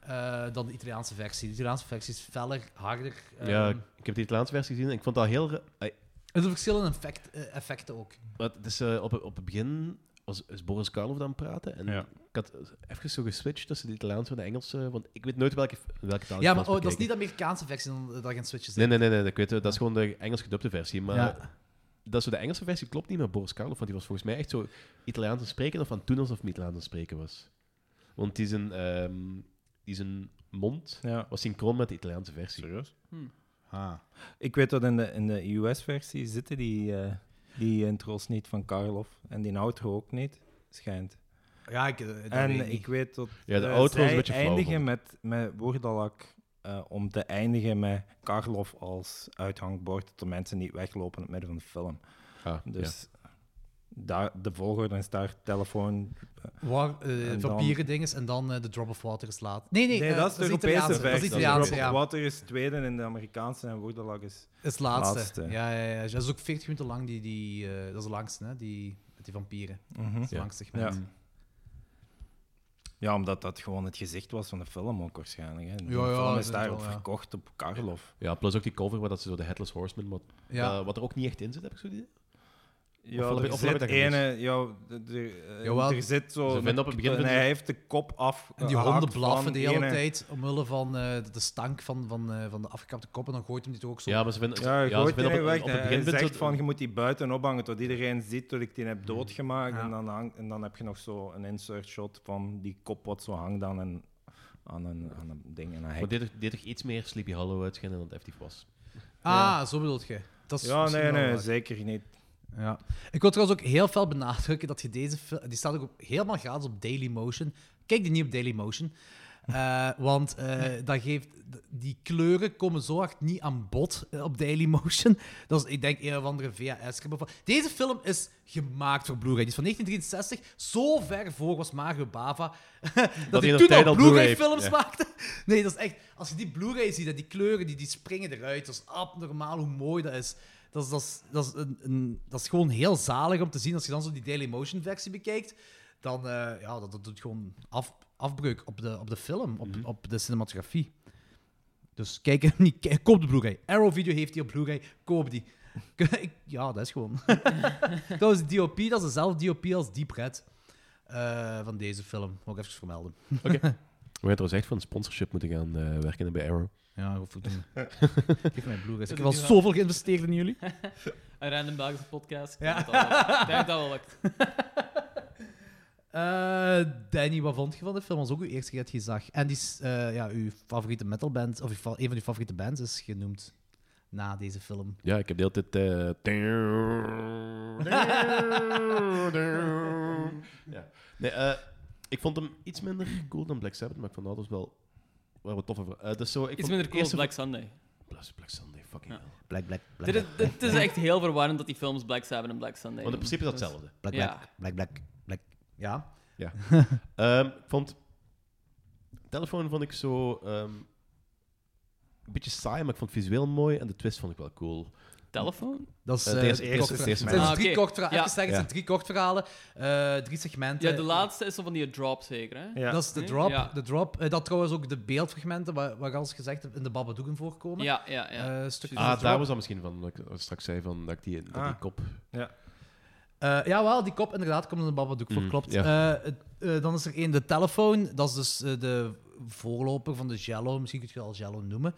Eh, dan de Italiaanse versie. De Italiaanse versie is feller, harder. ehm,
ja, ik heb die Italiaanse versie gezien en ik vond dat heel... ra- Ai,
Het verschillende effect, eh, effecten
Oh,
ook.
Wat, dus eh, op, op het begin was is Boris Karloff dan praten. En ik had even zo geswitcht tussen de Italiaanse en de Engelse. Want ik weet nooit welke, welke taal ik
Ja, maar
was
oh, dat is
bekeken.
niet de Amerikaanse versie dan, eh, dat geen switches
Nee, nee, nee, nee, ik weet het. Dat is gewoon de Engels gedubde versie. Maar
Ja.
dat is zo, de Engelse versie klopt niet met Boris Karloff. Want die was volgens mij echt zo Italiaans aan het spreken. Of aan toen alsof hij Italiaans aan het spreken was. Want die zijn, ehm, die zijn mond was synchroon met de Italiaanse versie.
Serieus?
Hm.
Ik weet dat in de, in de US-versie zitten die, eh, die intro's niet van Karloff. En die outro ook niet, schijnt.
Ja, ik, eh, dat
en
weet ik
ik,
niet.
weet dat
Ja, de
eh,
outro is een
zij
beetje flauw,
eindigen met, met woordalak eh, om te eindigen met Karloff als uithangbord, dat de mensen niet weglopen in het midden van de film.
Ah,
dus daar, de volgorde is daar telefoon... eh,
Waar, eh,
en dan-
vampieren dinges en dan eh, de Drop of Water is laat. Nee, nee, eh,
dat is de Europese
Italiaanse, dat is
versie.
Italiaanse,
Robert
ja.
Water is tweede en de Amerikaanse en Woordelag is
Het is het laatste.
laatste.
Ja, ja, ja. Dat is ook 40 minuten lang. Die, die, eh, dat is de langste, hè? Die, met die vampieren.
Mhm.
Dat is het
Ja.
langste segment.
Ja. Ja, omdat dat gewoon het gezicht was van de film ook waarschijnlijk. Hè. De
Ja, ja,
film
dat
is
is
daarop
wel, ja.
verkocht op Karloff.
Ja, plus ook die cover waar dat ze zo de Headless Horseman, wat,
Ja.
eh, wat er ook niet echt in zit, heb ik zo die idee?
Ja,
heb ik-
er
heb ik
zit
dat gemist?
ene... Ja, d- d- eh,
Jawel.
er zit zo...
Ze vinden
een-
op het begin van
en
de-
Hij heeft de kop af.
En die
gehaakt
honden blaffen
van
de hele
ene-
tijd omwille van eh, de stank van, van, eh, van de afgekapte kop. En dan gooit hem dit ook zo.
Ja, maar ze vinden-
Ja,
Ja,
ja
ze
gooit
vinden
die
op het-
weg.
op het Mhm.
Hij
begin vindt
zegt
ze-
van, je moet die buiten ophangen tot iedereen ziet dat ik die heb doodgemaakt. En, dan hangt, en dan heb je nog zo een insert shot van die kop wat zo hangt aan een, aan een, aan een ding. En een
Maar
hek.
dit toch- dit toch iets meer Sleepy Hollow uitschijnen dan het effectief was.
Ah, zo bedoelt je. Dat is
Ja,
misschien
nee,
wel
nee,
waar.
zeker niet.
Ja. Ik wil trouwens ook heel veel benadrukken dat je deze film... Die staat ook op- helemaal gratis op Dailymotion. Kijk die niet op Dailymotion. Eh want eh, dat geeft, die kleuren komen zo hard niet aan bod eh, op Dailymotion. Dat is, ik denk, een of andere VHS. -clip of wat. Deze film is gemaakt voor Blu-ray. Die is van 1963. Zo ver voor was Mario Bava. dat,
hij
hij
nog
toen al
tijd al
Blu-ray
Blu-ray-
films
ja.
maakte. Nee, dat is echt... Als je die Blu-ray ziet, hè, die kleuren die, die springen eruit. Dat is abnormaal hoe mooi dat is. Dat is, dat, is, dat, is een, een- dat is gewoon heel zalig om te zien. Als je dan zo die Dailymotion versie bekijkt, dan eh, ja, dat, dat doet gewoon af, afbreuk op de, op de film, op, op de cinematografie. Dus kijk hem niet. kijk- koop de Blu-ray. Arrow Video heeft die op Blu-ray. Koop die. Ik- ja, dat is gewoon. dat is de DOP. Dat is dezelfde DOP als Deep Red eh, van deze film. Moet ik even vermelden.
Oké. We gaan trouwens echt voor een sponsorship moeten gaan eh, werken bij Arrow.
Ja, hoef ik doen. Geef mij Blu-rays.
Dat doe
Ik heb al
je wel.
zoveel geïnvesteerd in jullie.
Een random Belgische podcast.
Ja.
Ja. Ik denk dat wel- ik denk dat wel lukt.
Eh, Danny, wat vond je van de film? Dat was ook uw eerste keer dat je die zag. En die is, eh, ja, uw favoriete metalband, of uw fa- een van uw favoriete bands is genoemd na deze film.
Ja, ik heb de hele tijd... eh, ja. Nee, eh, ik vond hem iets minder cool dan Black Sabbath, maar ik vond dat dus wel... Wel wat toffe... ver- eh, dus zo, ik
Iets
vond
minder
de
cool als
eerste-
Black Sunday.
Black, Black Sunday, fucking hell. Black, black, black.
Dit is, dit is echt heel verwarrend dat die films Black Sabbath en Black Sunday
Want in
doen.
principe is dat
Dus-
hetzelfde.
Ja.
black, black, black.
Ja.
Ja. Ehm, ik vond... Telefoon vond ik zo... ehm, een beetje saai, maar ik vond het visueel mooi en de twist vond ik wel cool.
Telefoon?
Dat is,
Eh,
eh,
deze
drie
eerste
kort-
steeds
Het zijn
mijn-
drie kort
Ah,
verhalen.
Ja.
Even zeggen, het zijn drie kort verhalen. eh, drie segmenten.
Ja, de laatste is zo van die drop zeker, hè?
Dat is de
Nee?
drop.
Ja.
De drop. Eh, dat trouwens ook de beeldfragmenten, waar, waar als gezegd in de Babadoogen voorkomen.
Ja, ja, ja.
Eh, stukjes van de
Ah,
drop.
daar was dat misschien van, dat ik straks zei, van, dat ik die, dat die
Ah.
kop...
Eh, ja, wel, die kop inderdaad komt in de Babadook voor,
Mm,
klopt.
ja.
Eh, het- eh, dan is er één, de telefoon. Dat is dus eh, de voorloper van de Jello. Misschien kun je het al Jello noemen.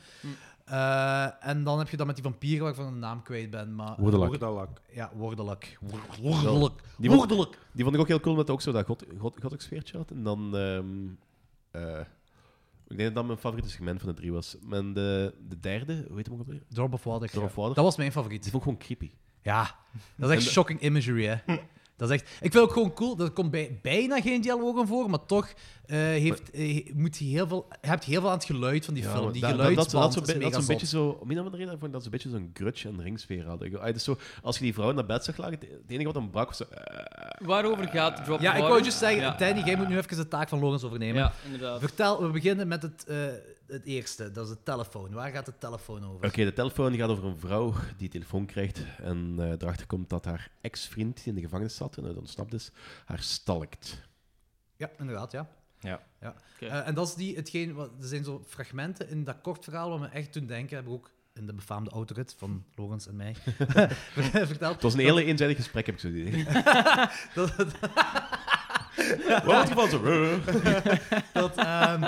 Eh, en dan heb je dat met die vampieren waarvan ik de naam kwijt ben. Maar,
Wordelak.
Wordelak.
Ja, wordelak. Wor-
Wel,
Wordelak.
Die vond, die vond ik ook heel cool, omdat het ook zo dat god, god, gothic sfeertje had. En dan... ehm, eh, ik denk dat dat mijn favoriete segment van de drie was. En de, de derde, hoe heet hem ook alweer?
Dorp of Water.
Dorp of Water.
Dat was mijn favoriet. Die
vond ik gewoon creepy.
Ja, dat is echt
En de-
shocking imagery, hè. Dat is echt... Ik vind het ook gewoon cool. Er komt bij, bijna geen dialogen voor, maar toch eh, heeft, eh, moet hij heel veel, hebt heel veel aan het geluid van die film. Die
dat, dat,
geluidsband
dat,
is
zo'n be- dat
mega
zo'n
zot.
beetje zo, om een of andere reden vond ik dat zo'n beetje zo'n grudge en ringsfeer hadden. Ik- ah, dus zo, als je die vrouw naar bed zag lagen, het het enige wat hem brak was zo,
Waarover gaat Drop
Ja,
of
ik wou
Water?
just zeggen,
Ja.
Danny, jij moet nu even de taak van Lorenz overnemen.
Ja, inderdaad.
Vertel, we beginnen met het, eh, het eerste, dat is de telefoon. Waar gaat de telefoon over?
Oké, de telefoon gaat over een vrouw die telefoon krijgt en eh erachter komt dat haar ex-vriend die in de gevangenis zat en uit ontsnapt is, haar stalkt.
Ja, inderdaad, ja.
Ja.
ja. Eh, en dat is die, hetgeen, wat, er zijn zo fragmenten in dat kort verhaal wat me echt toen denken, heb ik ook in de befaamde autorit van Lorenz en mij verteld.
Het was een
dat-
heel eenzijdig gesprek, heb ik zo het idee.
dat, dat,
Wat was het geval zo?
dat ehm,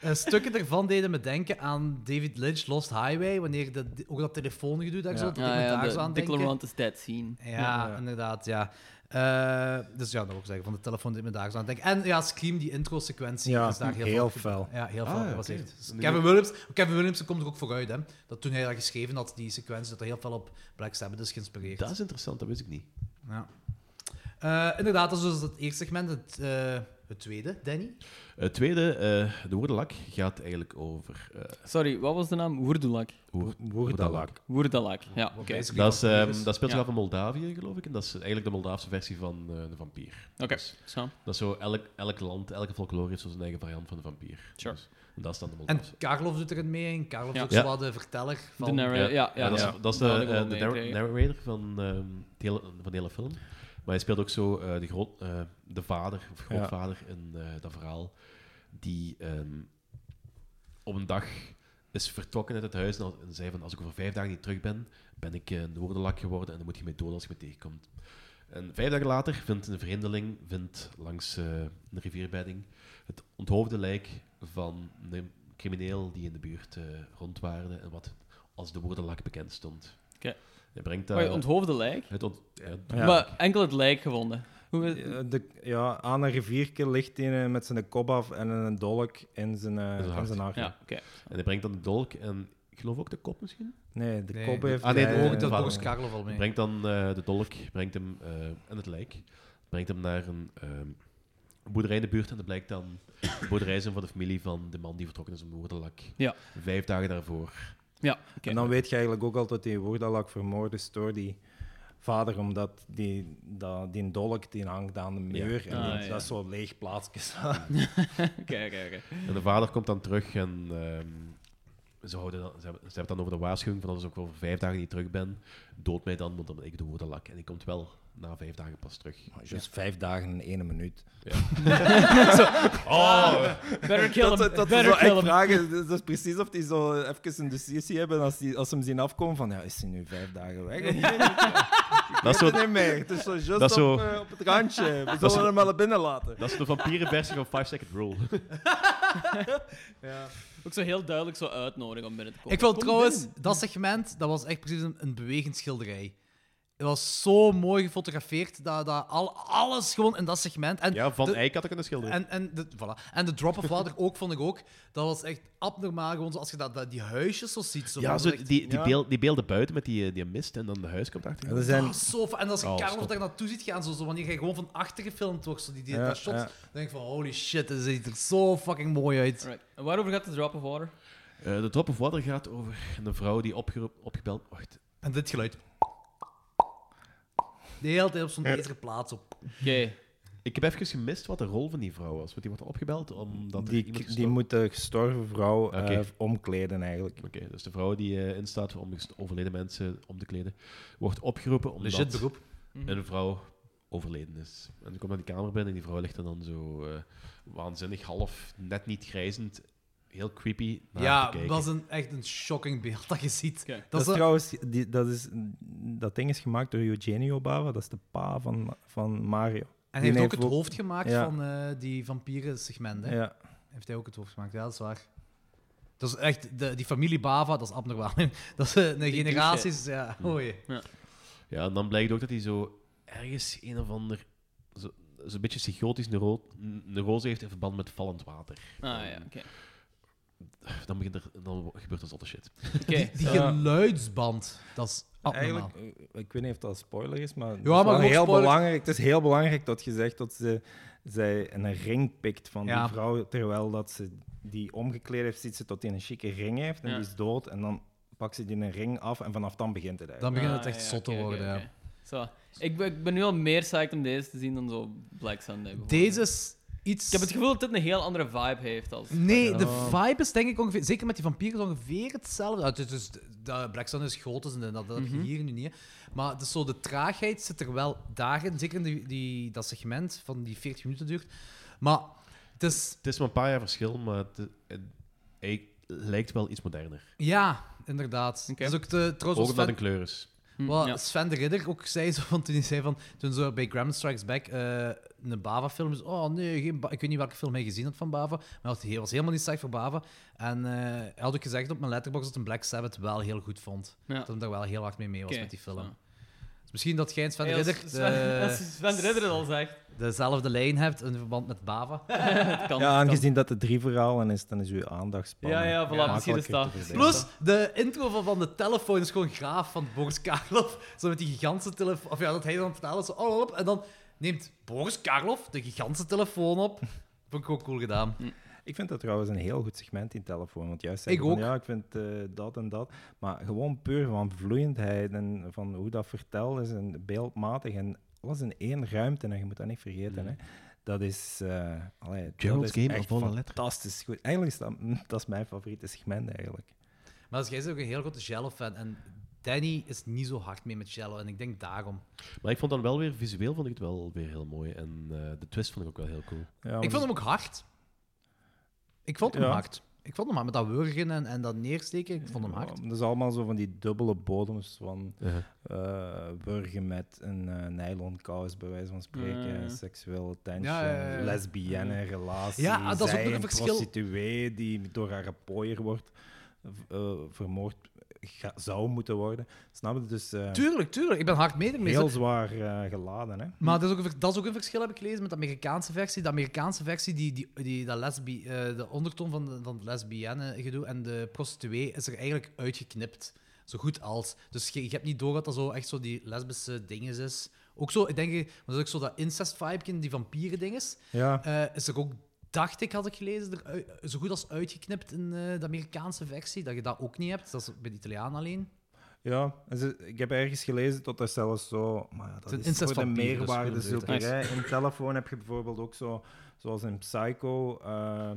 eh, stukken ervan deden me denken aan David Lynch Lost Highway, wanneer de, ook dat telefoongedoe daar
Ja.
zo, dat ik
Ah,
me
ja,
daar
de-
zo aan
de
denken.
Clarence is dead scene.
Ja,
Ja, ja.
inderdaad, ja. Eh, dus ja, dat wil ik zeggen, van de telefoon deed me daar zo aan denken. En ja, Scream, die intro-sequentie,
Ja,
is daar heel,
heel
veel-
fel.
Ja, heel
Ah,
fel
oké.
gebaseerd. Dus
Nu-
Kevin Williams, Kevin Williams komt er ook vooruit, hè. Dat toen hij dat geschreven had, die sequentie, dat hij heel veel op Black Sabbath is geïnspireerd.
Dat is interessant, dat wist ik niet.
Ja. Eh, inderdaad, dat is dus het eerste segment. Het, eh, het tweede, Danny.
Het tweede, eh, de woordenlak, gaat eigenlijk over... eh,
Sorry, wat was de naam? Woerdelak.
Woer-
Woerdalak.
Woerdelak, ja. oké.
Dat, is, ehm, dat speelt zich
Ja.
af in Moldavië, geloof ik. En dat is eigenlijk de Moldaafse versie van eh, de vampier.
Oké,
Dus
zo.
Dat is zo, elk, elk land, elke folklore heeft zo zijn eigen variant van de vampier. Dus, en dat is dan de
En
Moldaafse.
Karloff doet erin mee. En Karloff
Ja.
is ook
Ja.
zo wat de verteller van...
dat is,
ja. Nou,
dat is
Dat
de,
had ik wel
eh, de narr-
meegekregen.
narrator van, ehm, het hele, van de hele film. Maar hij speelt ook zo eh, de, groot, eh, de vader, of grootvader in eh, dat verhaal, die ehm, op een dag is vertrokken uit het huis en, al- en zei van, als ik over vijf dagen niet terug ben, ben ik eh, een woordenlak geworden en dan moet je mij doden als je me tegenkomt. En vijf dagen later vindt een vreemdeling vindt langs eh een rivierbedding het onthoofde lijk van een crimineel die in de buurt eh rondwaarde en wat als de woordenlak bekend stond.
Oké.
Hij brengt
Maar
dat...
je onthoofde lijk?
Het ont- ja, het
Maar enkel het lijk gevonden. Hoe...
Eh, de, ja, aan een rivierke ligt een eh, met zijn kop af en een dolk in zijn, eh,
Dat is
in
hard.
zijn haar.
En hij brengt dan de dolk en ik geloof ook de kop misschien?
Nee, de kop heeft
Ah, nee,
hij- eh,
de,
Dat
de-
Boris
de-
Karloff al mee.
Brengt dan eh, de dolk, brengt hem eh, en het lijk, brengt hem naar een ehm, boerderij in de buurt en dat blijkt dan de boerderij zijn van de familie van de man die vertrokken is om de woordenlak.
Ja.
Vijf dagen daarvoor.
Ja,
En dan weet je eigenlijk ook al dat die woordalak vermoord is door die vader, omdat die, dat, die dolk die hangt aan de muur en
Ah,
die-
ja.
dat is zo'n leeg plaatsje.
Oké, oké, oké.
En de vader komt dan terug en ehm, ze, houden dan, ze, hebben, ze hebben het dan over de waarschuwing van als ik over vijf dagen niet terug ben, dood mij dan, want dan ben ik de woordenlak. En die komt wel na vijf dagen pas terug.
Dus vijf dagen in één minuut.
Zo. Oh.
Ah, Better kill
dat,
him,
ze- dat ze
better
zo
kill
echt
him.
vragen. Dat is precies of die zo even een discussie hebben als, die, als ze hem zien afkomen van ja, is hij nu vijf dagen weg? of niet? Ik
Dat is
weet
zo-
het niet meer. Het is zo just
dat
op,
is zo-
eh, op het randje. We
Dat is-
zullen hem wel binnen laten.
Dat is de vampierenversie van Five Second Rule.
Ja. Ook zo heel duidelijk zo uitnodigen om binnen te komen.
Ik wil
Kom
trouwens,
binnen.
dat segment, dat was echt precies een, een bewegend schilderij. Het was zo mooi gefotografeerd, dat, dat al, alles gewoon in dat segment. En
Ja, Van
de-
Eyck had ik kunnen schilderen.
En, en, de, voilà. en de Drop of Water ook, vond ik ook. Dat was echt abnormaal, gewoon zo, als je dat, dat- die huisjes zo ziet. Zo
ja,
van
zo,
echt-
die, die,
Ja.
Beeld, die beelden buiten met die, eh, die mist en dan de huis komt achter.
Er zijn-
Dat is zo fa- En als je
Oh,
Karel
stop.
daar naartoe ziet gaan, zo, zo, wanneer je gewoon van achter gefilmd wordt, zo die, die,
Ja,
dat shot,
ja.
dan denk ik van holy shit, dat ziet er zo fucking mooi uit.
En waarover gaat de Drop of Water?
Eh, de Drop of Water gaat over een vrouw die opgeroep- opgebeld... Wacht.
En dit geluid. De hele tijd op zo'n ijzeren plaats op.
Ik heb even gemist wat de rol van die vrouw was. Want die wordt opgebeld omdat er
Die,
iemand
die moet de gestorven vrouw eh,
Oké.
omkleden eigenlijk.
Oké, dus de vrouw die eh, instaat om gest- overleden mensen om te kleden, wordt opgeroepen omdat
Legit beroep.
Mhm.
een vrouw overleden is. En die komt naar die kamer binnen en die vrouw ligt er dan zo eh, waanzinnig half, net niet grijzend, heel creepy naar
ja,
te kijken.
dat is een, echt een shocking beeld dat je ziet.
Kijk.
Dat,
is
is
een-
trouwens, die, dat, is, dat ding is gemaakt door Eugenio Bava, dat is de pa van, van Mario.
En hij
Die
heeft ook het hoofd
ook-
gemaakt
Ja.
van eh, die vampierensegment. Hè?
Ja.
Heeft hij ook het hoofd gemaakt, ja, dat is waar. Dat is echt, de, die familie Bava, dat is abnormaal. Dat is eh, een generaties, ja.
Hmm.
Oei.
Ja, en dan blijkt ook dat hij zo ergens een of ander, zo- zo'n beetje psychotisch neuro n- neurose heeft in verband met vallend water.
Ah ja, oké.
Dan, begint er, dan gebeurt er zotte shit.
Oké. Ah,
Die
Ja.
geluidsband, dat is
Ah,
abnormaal.
Eigenlijk, eh, ik weet niet of dat een spoiler is, maar, het is
maar
wel
goed,
heel
spoiler-
belangrijk, het is heel belangrijk dat je zegt dat ze, zij een ring pikt van
Ja.
die vrouw, terwijl dat ze die omgekleed heeft, ziet ze tot die een chique ring heeft en
Ja.
die is dood. En dan pakt ze die een ring af en vanaf dan begint het
Dan
eigenlijk.
begint
Ah,
het echt
ja,
zot te
oké, oké,
worden, ja.
oké. Zo. Ik, ben, ik ben nu al meer psyched om deze te zien dan zo Black Sunday. bijvoorbeeld.
Deze is iets...
Ik heb het gevoel dat dit een heel andere vibe heeft als...
Nee, de
Ja.
vibe is denk ik ongeveer, zeker met die vampieren, is ongeveer hetzelfde. Ah, het is dus, dat Black Sun is groot, dus dat dat heb je
Mhm.
hier nu niet. hè. Maar dus zo de traagheid zit er wel daarin, zeker in die, die, dat segment van die 40 minuten duurt. Maar het is,
Het is maar een paar jaar verschil, maar het, het- hij lijkt wel iets moderner.
ja, inderdaad.
Oké.
Het is ook de,
Ook
trouwens,
omdat
wat Sven,
een kleur is.
Hm,
wat
ja.
Sven de Ridder ook zei, zo, van, toen hij zei van, toen zo bij Graham Strikes Back eh, een Bava-film is, oh nee, geen Ba- ik weet niet welke film hij gezien had van Bava, maar hij was helemaal niet sterk voor Bava. En eh, hij had ook gezegd op mijn letterbox dat hij Black Sabbath wel heel goed vond.
Ja.
dat hem daar wel heel hard mee mee was
Oké,
met die film.
zo.
Dus misschien dat jij en Sven
Hey, als
Ridder eh,
Sven- als
de,
Sven Ridder het al zegt.
dezelfde lijn hebt in verband met Bava.
Het kan,
Ja,
het kan.
aangezien dat het drie verhalen is, dan is uw aandachtspannen
Ja, ja, voilà,
makkelijker
misschien is dat.
te verdelen.
Plus, de intro van, van de telefoon is gewoon graaf van Boris Karloff. Zo met die gigantische telefoon. Of ja, dat hij dan vertelt. Zo, oh, op, en dan neemt Boris Karloff de gigantische telefoon op. Vond ik ook cool gedaan.
Ik vind dat trouwens een heel goed segment in telefoon. Want juist
Ik
zeggen van,
ook.
ja, ik vind eh, dat en dat. Maar gewoon puur van vloeiendheid en van hoe dat verteld is en beeldmatig en alles in één ruimte. En je moet dat niet vergeten.
Mhm.
Hè. Dat is, eh allee, dat
Gerald's
is
Game
echt
of Alle Letters.
fantastisch goed. Eigenlijk is dat, mm, dat is mijn favoriete segment eigenlijk.
Maar dus, jij bent ook een heel grote Jello-fan. En Danny is niet zo hard mee met Jello. En ik denk daarom.
Maar ik vond dan wel weer, visueel vond ik het wel weer heel mooi. En eh, de twist vond ik ook wel heel cool.
Ja,
Ik vond
maar
hem ook hard. Ik vond hem
Ja.
hard. Ik vond hem hard met dat wurgen en, en dat neersteken. Ik
dat-
vond hem hard.
ja, Ehm, Dat is allemaal zo van die dubbele bodems van
Uh-huh.
eh wurgen met een eh, nylon kous, bij wijze van spreken.
Ja, ja.
Seksuele tension,
Mm. Ja, ja, ja, ja.
lesbienne relatie.
Ja, ah, dat is ook
zij
nog een verschil.
prostituee die door haar pooier wordt eh, vermoord, ga- zou moeten worden. Snap je? Dus eh,
Tuurlijk, tuurlijk. Ik ben hard mee ermee.
heel zwaar eh, geladen. Hè?
Maar dat is, ook een, ver- dat is ook een verschil, heb ik gelezen, met de Amerikaanse versie. De Amerikaanse versie, die, die, die, dat lesbi, eh, de ondertoon van, de- van de lesbienne gedoe en de prostituee is er eigenlijk uitgeknipt. Zo goed als. Dus je, je hebt niet door dat dat zo echt zo die lesbische dinges is. Ook zo, ik denk, want dat is ook zo dat incest-vibe, die vampieren dinges,
Ja.
eh, is er ook, dacht ik, had ik gelezen, er, ui- zo goed als uitgeknipt in eh, de Amerikaanse versie. Dat je dat ook niet hebt. Dat is bij de Italiaan alleen.
Ja, en ze- ik heb ergens gelezen dat er zelfs zo. Maar ja,
is een
dat is voor de
incestvampire, dus
meerwaarde
veel beter.
zoekerij. In telefoon heb je bijvoorbeeld ook zo, zoals in Psycho, eh,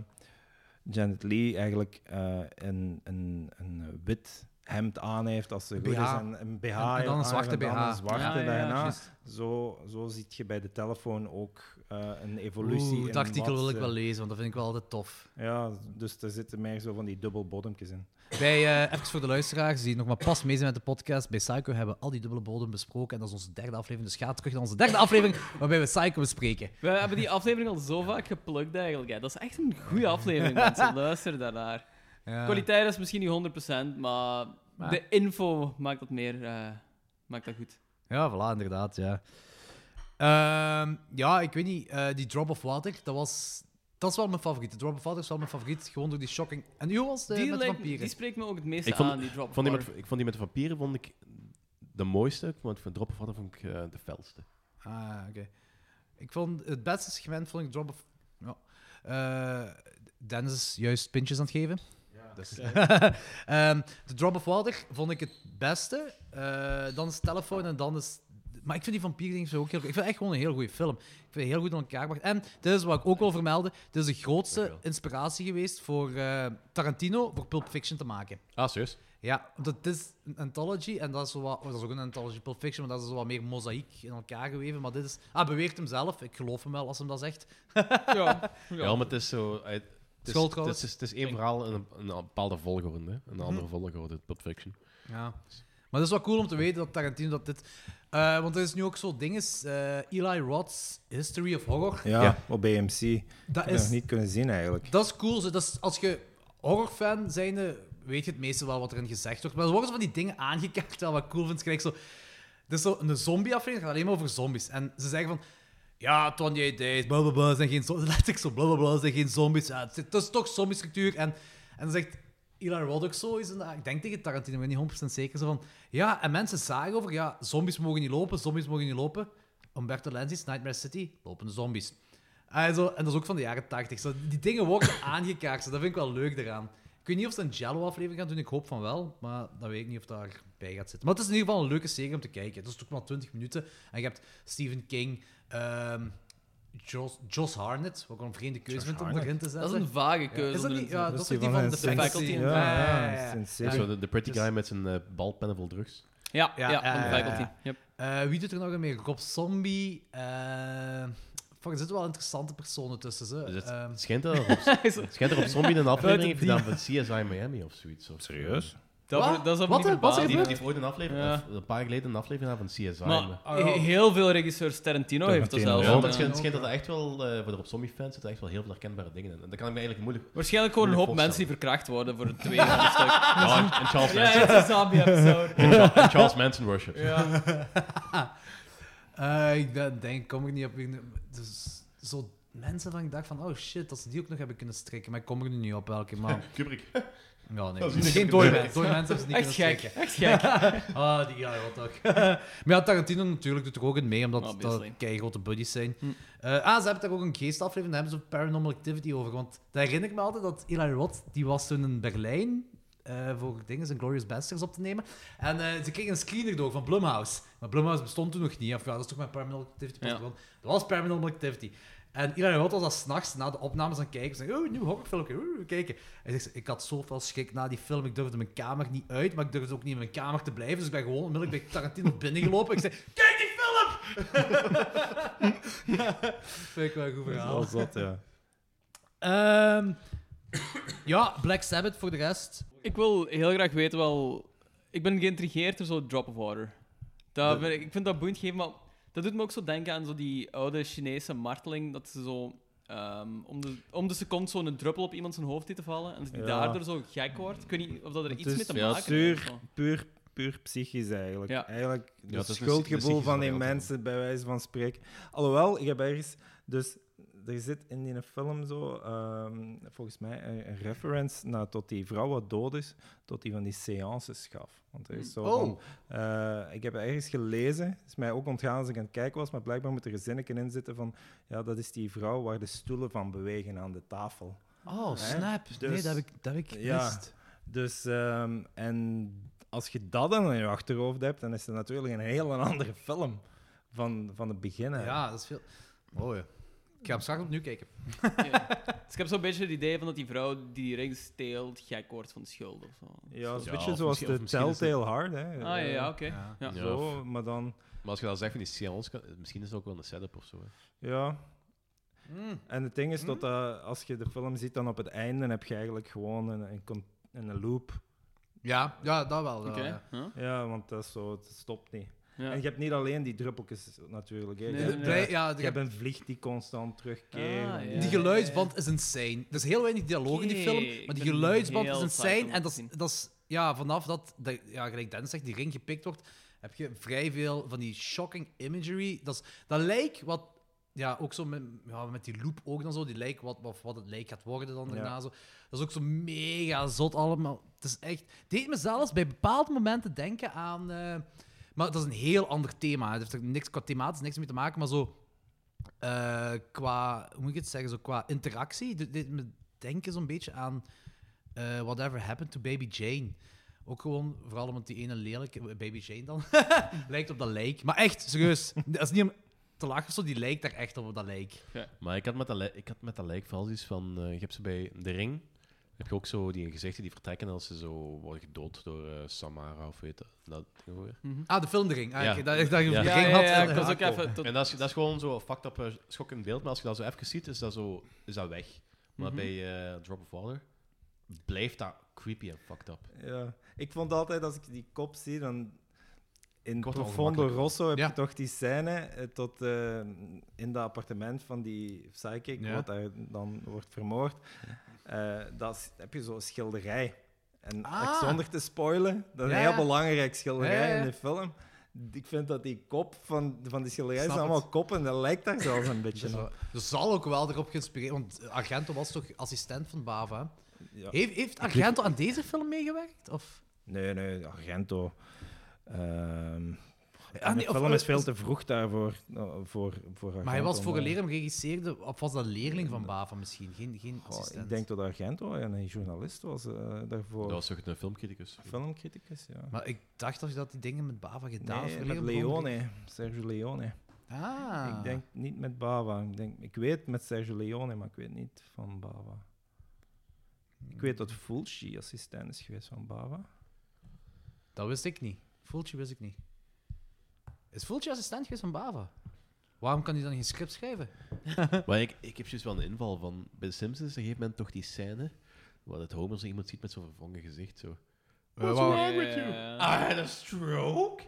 Janet Lee eigenlijk eh, een, een, een wit hemd aan heeft als ze goed
BH.
is en een BH
en dan een
heeft aan
zwarte
en dan
BH.
een zwarte
Ja, ja, ja,
daarna.
juist.
zo, zo zie je bij de telefoon ook eh, een evolutie.
Oeh,
in
dat artikel
wat
wil ik
ze-
wel lezen, want dat vind ik wel altijd tof.
Ja, dus er zitten meer zo van die dubbelbodempjes in.
Wij, eh, even voor de luisteraars die nog maar pas mee zijn met de podcast, bij Psycho hebben we al die dubbele bodem besproken. En dat is onze derde aflevering. Dus ga terug naar onze derde aflevering, waarbij we Psycho bespreken.
We hebben die aflevering al zo vaak geplukt eigenlijk. Hè. Dat is echt een goede aflevering, mensen. Luister daarnaar. Kwaliteit is misschien niet 100%, maar,
Maar-
de info maakt dat meer... eh, maakt dat goed.
Ja, voilà, inderdaad, ja. Ehm, ja, ik weet niet, eh, die Drop of Water, dat was... Dat is wel mijn favoriet. De Drop of Water is wel mijn favoriet, gewoon door die shocking... En u was de,
Die,
met de
lijkt-
vampieren.
die spreekt me ook het meeste
Ik vond-
aan, die drop.
Ik vond, die
bar.
met, ik vond die met de vampieren vond ik de mooiste, want van Drop of Water vond ik eh, de felste.
Ah, oké. Ik vond het beste segment, vond ik Drop of... Ja. Eh, Dennis is juist pintjes aan het geven.
Ja,
Dus-
Ehm, The Drop of Water vond ik het beste. Eh, dan is Telephone en dan is... Maar ik vind die vampierdingen ook heel goed. Ik vind het echt gewoon een heel goede film. Ik vind het heel goed in elkaar gebracht. En dit is wat ik ook wil vermelden. Dit is de grootste inspiratie geweest voor eh, Tarantino voor Pulp Fiction te maken.
Ah, serieus?
Ja, want het is een anthology en dat is, zo wat, oh, dat is ook een anthology Pulp Fiction, maar dat is zo wat meer mozaïek in elkaar geweven. Maar dit is... Ah, beweert hem zelf. Ik geloof hem wel als hem dat zegt.
ja,
Ja, maar het is zo... eh, Het is,
Schuld,
het is,
trouwens.
het is, het is één verhaal in een, in een bepaalde volgorde. hè. Een andere
Mhm.
volgorde, Pulp Fiction.
Ja. Maar dat is wel cool om te weten dat Tarantino dat dit... eh, want er is nu ook zo'n ding, is, eh, Eli Roth's History of Horror.
Ja, op BMC. Ik
Dat
heb dat
is-
nog niet kunnen zien eigenlijk.
Dat is cool. zo. Dat is, als je horrorfan zijnde, weet je het meeste wel wat erin gezegd wordt. Maar er worden zo van die dingen aangekaart, wel wat ik cool vind. Kijk, zo, dus zo een zombie-aflevering gaat alleen maar over zombies. En ze zeggen van... Ja, 28 days, bla bla bla, zijn geen zombies. Letterlijk zo, bla bla bla, zijn geen zombies. Ja, het, is- het is toch zombie-structuur. En, en dan zegt Eli Roth ook zo, is een, ik denk tegen Tarantino, ik ben niet 100% zeker. Zo van, ja, en mensen zagen over, ja, zombies mogen niet lopen, zombies mogen niet lopen. Umberto Lenzi's Nightmare City, lopende zombies. Ah, En, zo, en dat is ook van de jaren 80. Zo, die dingen worden aangekaart, zo, dat vind ik wel leuk eraan. Ik weet niet of ze een Jello-aflevering gaan doen, ik hoop van wel. Maar dat weet ik niet of daarbij gaat zitten. Maar het is in ieder geval een leuke serie om te kijken. Het is toch maar 20 minuten. En je hebt Stephen King, ehm, Jos, Jos Harnett, wat ik wel een vreemde keuze vind om
Harnett.
erin te
Dat is
zetten.
een vage
Ja,
keuze
Is dat
om
niet?
erin te zetten.
Ja, dat
Die
is Ah, die van,
van
de
Sin
faculty.
City.
en-
Ja,
ja, ja, ja,
ja,
ja.
Sin
Dus zo, de, de pretty
Dus-
guy met zijn eh, balpen en vol drugs.
Ja, ja, van de
eh,
faculty. Yep.
eh, wie doet er nog meer? Rob Zombie. eh, fuck, er zitten wel interessante personen tussen. Ze.
Dus het
Ehm,
schijnt dat Rob, het schijnt dat Rob Zombie een aflevering heeft gedaan van CSI Miami of zoiets. Of
Serieus?
Dat Wat? dat zou me
Wat?
niet
Wat
verbazen.
Die- die
gebeurd?
heeft ooit een aflevering,
Ja.
of een paar jaar geleden een aflevering gedaan van CSI.
Maar he- heel veel regisseurs, Tarantino heeft dat zelfs.
Ja, maar
Ah, Ja.
het schijnt, het schijnt dat er echt wel, eh, voor de Rob Zombie fans, zitten echt wel heel veel herkenbare dingen in. En dat kan ik me eigenlijk moeilijk
Waarschijnlijk gewoon een hoop
moeilijk
mensen die verkracht worden voor het tweede stuk.
Ja, en- en Charles
Ja,
Manson.
het is een zombie-episode.
En Cha- en Charles Manson worship.
Ja.
Eh, ik ben- denk, kom ik niet op. Dus, zo mensen van ik dacht van, oh shit, dat ze die ook nog hebben kunnen strikken. Maar ik kom er nu niet op welke man.
Kubrick.
Ja, nee.
Dat is niet
Geen
goed.
dode mensen. Dode mensen hebben ze niet
Echt
kunnen
gek,
strikken.
echt gek.
ah, die ja, wat ook. maar ja, Tarantino natuurlijk doet er ook in mee, omdat dat
Nou, Obviously. Hm.
kei grote buddies zijn. Eh, ah, ze hebben daar ook een geestaflevering, daar hebben ze Paranormal Activity over. Want daar herinner ik me altijd dat Eli Roth, die was toen in Berlijn eh, voor dingen, zijn Glorious Bastards op te nemen. En eh, ze kregen een screener door van Blumhouse. Maar Blumhouse bestond toen nog niet. Of ja, dat is toch met Paranormal Activity. pas
Ja.
begonnen. Dat was Paranormal Activity. En Eli Roth was dat s'nachts na de opnames aan het kijken. Ze zei, oh, nieuw horrorfilmpje, oeh, kijken. Hij zegt, ik had zoveel schrik na die film. Ik durfde mijn kamer niet uit, maar ik durfde ook niet in mijn kamer te blijven. Dus ik ben gewoon onmiddellijk bij Tarantino binnengelopen. Ik zei, kijk die film! Vind ik wel een goed verhaal.
Dat is wel zot, ja.
Ehm, ja, Black Sabbath voor de rest.
Ik wil heel graag weten wel... Ik ben geïntrigeerd door zo'n drop of water. Dat vind ik, ik vind dat boeiend geven, maar dat doet me ook zo denken aan zo die oude Chinese marteling, dat ze zo... ehm, om, de, om de seconde zo'n druppel op iemand zijn hoofd deed te vallen en dat hij
Ja.
daardoor zo gek wordt. Ik weet niet of dat er
Het
iets
is
mee te
ja,
maken heeft.
Puur,
maar-
puur, puur psychisch eigenlijk.
Ja.
Eigenlijk het
Ja, het is een psych- een
schuldgevoel
psychische
van die
variant.
mensen, bij wijze van spreken. Alhoewel, ik heb ergens... Dus er zit in die film zo, ehm, volgens mij, een, een reference naar tot die vrouw wat dood is, tot die van die seances gaf. Want er is zo
Oh.
van, eh, ik heb ergens gelezen, het is mij ook ontgaan als ik aan het kijken was, maar blijkbaar moet er een zinnetje in zitten van, ja, dat is die vrouw waar de stoelen van bewegen aan de tafel.
Oh,
Hè?
snap. nee,
Dus-
dat heb ik, dat heb ik
Ja.
gemist.
Dus, ehm, en als je dat dan in je achterhoofd hebt, dan is het natuurlijk een heel andere film van, van het begin.
Ja.
hè.
dat is veel... Mooi. Ik ga hem straks opnieuw kijken.
Dus ik heb zo'n beetje het idee van dat die vrouw die die ring steelt gek wordt van schuld of zo.
Ja, het is
Ja,
een beetje
of
zoals
misschien- of
de
misschien is
Telltale Hard. Hè. Eh,
Ah ja, ja oké.
Ja.
Ja.
Ja.
Zo, maar dan...
Maar als je dat zegt van die seance, kan- misschien is het ook wel een setup of zo. hè.
Ja. En het ding is dat eh, als je de film ziet, dan op het einde heb je eigenlijk gewoon een, een, con- een loop.
Ja, ja dat wel.
Oké. Huh?
Ja, want dat is zo, het stopt niet.
Ja.
En je hebt niet alleen die druppeltjes natuurlijk. hè.
Nee,
je,
nee,
hebt,
nee.
eh,
Ja,
je
ik
hebt
heb-
een vlieg die constant terugkeert.
Ah,
en-
ja.
Die geluidsband is insane. Er is heel weinig dialoog in die
Oké,
film,
ik
maar die
ben
geluidsband
heel
is
psyched
insane.
om
En
te
dat
zien.
is, dat is ja, vanaf dat, dat ja, gelijk Dennis zegt, die ring gepikt wordt, heb je vrij veel van die shocking imagery. Dat, is, dat lijkt wat, ja, ook zo met, ja, met die loop ook dan zo, die lijkt wat, wat, wat het lijkt gaat worden dan
Ja.
daarna. Zo. Dat is ook zo mega zot allemaal. Het is echt, deed me zelfs bij bepaalde momenten denken aan, eh, maar dat is een heel ander thema. Het heeft er niks, qua thematisch niks mee te maken, maar zo. Eh, qua, hoe moet ik het zeggen, zo qua interactie, dit- dit me denken zo'n beetje aan eh, Whatever Happened to Baby Jane. Ook gewoon, vooral omdat die ene lelijke, eh, Baby Jane dan, lijkt op dat lijk. Maar echt, serieus. Dat is niet om te lachen, zo, die lijkt daar echt op, op dat lijk.
Maar ik had met dat, li- ik had met dat lijk vooral iets van... eh, je hebt ze bij De Ring. Heb je ook zo die gezichten die vertrekken als ze zo worden gedood door eh, Samara of weet dat. dat ding ook weer.
Mhm. Ah, de film De Ring. Ah, oké, dat- ik dacht dat je De Ring had, eh, had komen.
En dat is, dat is gewoon zo fucked up, eh, schokkend beeld. Maar als je dat zo even ziet, is dat, zo, is dat weg. Maar
Mhm.
bij eh, Drop of Water blijft dat creepy en fucked up.
Ja, ik vond altijd als ik die kop zie, dan. In
word er
Profondo
ongemakkelijk.
Rosso heb je toch die scène eh, tot, eh, in dat appartement van die psychic,
Ja.
wat daar dan wordt vermoord. Eh dat is- heb je zo'n schilderij. En
Ah.
zonder te spoilen, dat is
Ja,
een heel
ja.
belangrijk schilderij
Ja, ja, ja.
in de film. Ik vind dat die kop van, van die schilderij
Snap
zijn allemaal koppen, dat lijkt daar zelfs een beetje
Zo.
op.
Ze Dus, eh, zal ook wel erop geïnspireerd... Want Argento was toch assistent van Bava? hè?
Ja.
Heeft, heeft Argento aan deze film meegewerkt? Of...
Nee, nee, Argento. Ehm
Ah, nee,
de
of-
film is veel
is-
te vroeg daarvoor. eh, voor,
Maar
voor
hij was
Argento,
voor een leraar geregisseerd, of was dat leerling van Bava misschien? Geen, geen
Oh,
assistent.
ik denk dat Argento een journalist was eh, daarvoor.
Dat was toch een filmcriticus?
Filmcriticus, ja.
Maar ik dacht dat je dat die dingen met Bava gedaan
nee,
had.
met Leone, Sergio Leone.
Ah.
Ik denk niet met Bava. Ik, denk, ik weet met Sergio Leone, maar ik weet niet van Bava. Ik weet dat Fulci assistent is geweest van Bava.
Dat wist ik niet. Fulci wist ik niet. Is Fulci assistent geweest van Bava? Waarom kan hij dan geen script schrijven?
maar ik, ik heb juist wel een inval van... Bij de Simpsons is op een gegeven moment toch die scène... Waar dat Homer zo iemand ziet met zo'n verwrongen gezicht. Zo. What's
wauw.
wrong with you?
Ja.
I had a stroke?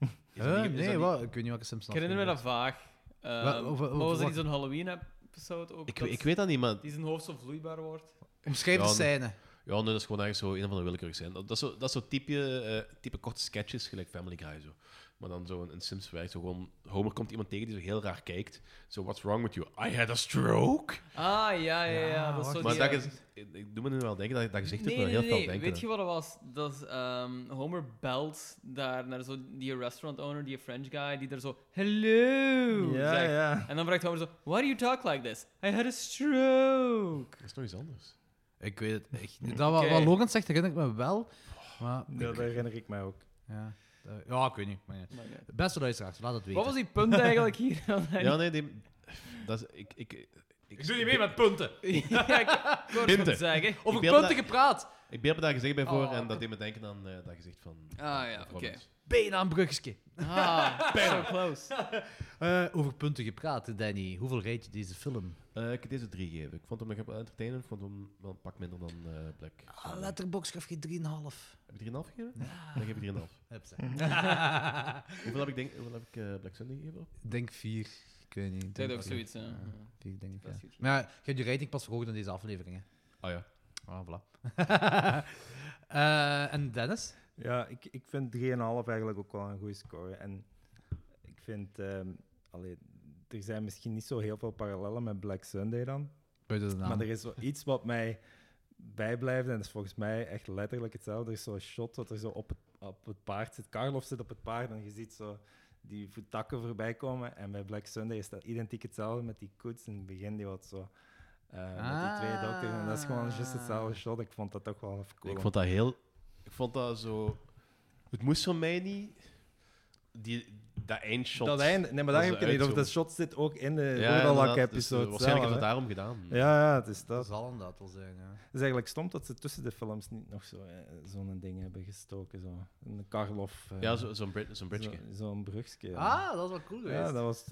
Is dat
Huh?
niet- is dat
nee,
niet-
wat? ik weet niet welke Simpsons.
Ik herinner me dat vaag. Ehm,
Wa- wa- wa-
maar was er
wa-
niet zo'n Halloween-episode ook?
Ik, ik weet dat niet, maar...
Die zijn hoofd zo vloeibaar wordt.
Omschrijf de
Ja, nee.
scène.
Ja, nee, dat is gewoon eigenlijk zo een van de willekeurige scènes. Dat, dat is zo, dat is zo type, eh, type korte sketches, gelijk Family Guy. Zo. Maar dan zo een, een Sims werkt. Zo gewoon, Homer komt iemand tegen die zo heel raar kijkt. Zo, what's wrong with you? I had a stroke.
Ah, ja, ja, ja.
Ja,
dat is zo
maar
die-
dat is, ik, ik doe me nu wel denken, dat, dat gezicht doet
Nee,
me
nee,
heel
nee,
veel
nee.
denken.
Weet je wat dat was? Dat is ehm, Homer belt daar naar zo die restaurant owner, die French guy, die daar zo hello
Ja,
zegt.
ja.
En dan vraagt Homer zo, why do you talk like this? I had a stroke.
Dat is nog iets anders.
Ik weet het echt niet. Dat, wat,
Oké.
wat Logan zegt, herinner ik me wel. Maar
Ja, dat herinner ik mij ook.
Ja, dat- ja ik weet niet. Maar ja.
Maar ja.
Beste luisteraars, laat het weten.
Wat was die punt eigenlijk hier?
Ja, nee, die, dat is, ik, ik, ik,
punten.
ja, ik hoor het
Punten.
zeggen.
Over
beeld
punten
dat-
gepraat.
Ik beeld me daar gezicht bij voor
Oh,
en dat deed me denken aan eh, dat gezicht van...
Ah, ja,
van
oké.
Robbins.
Bijna een brugje.
Ah, so close.
Eh, over punten gepraat, Danny. Hoeveel rijd je deze film?
Eh, ik heb deze drie geven. Ik vond hem nog wel entertainend, ik vond hem wel een pak minder dan eh Black.
Ah, letterbox gaf je 3,5.
Heb je 3,5 gegeven? Dan geef ik 3,5.
Hupsa.
Hoeveel heb ik, denk, hoeveel heb ik eh, Black Sunday gegeven? op?
denk 4. Ik weet niet.
Dat
Denk
ook
vier.
zoiets, ja.
Ja, vier, denk ik, ja.
Best goed.
Maar ja, je hebt je rating pas verhoogd in deze aflevering.
Ah ja.
Hè. Ah, voilà. Eh, en Dennis?
Ja, ik, ik vind 3,5 eigenlijk ook wel een goede score. En ik vind, ehm allee, er zijn misschien niet zo heel veel parallellen met Black Sunday dan.
Buiten de
Maar er is wel iets wat mij bijblijft. En dat is volgens mij echt letterlijk hetzelfde. Er is zo'n shot dat er zo op het, op het paard zit. Karloff zit op het paard en je ziet zo die takken voorbij komen. En bij Black Sunday is dat identiek hetzelfde met die koets in het begin. Die wat zo... eh, Met die twee dokters. En dat is gewoon juist hetzelfde shot. Ik vond dat toch wel even cool.
Ik vond dat heel... Ik vond dat zo... Het moest voor mij niet... Die, dat eindshot.
Dat eind, nee, maar daar
is
heb ik het niet over.
uitzoom.
Dat shot zit ook in de
Ja,
ja,
inderdaad. Dus, eh,
episode
waarschijnlijk is
zelf,
dat
hè.
daarom gedaan.
Ja, ja, het is
Dat
dat.
zal inderdaad wel zijn, ja.
Het is eigenlijk stom dat ze tussen de films niet nog zo, eh, zo'n ding hebben gestoken. Zo. Een Karloff. eh,
Ja, zo- zo'n brit- zo'n
zo-
bridge.
zo'n brugske. ja.
Ah, dat is wel cool geweest.
ja, dat was...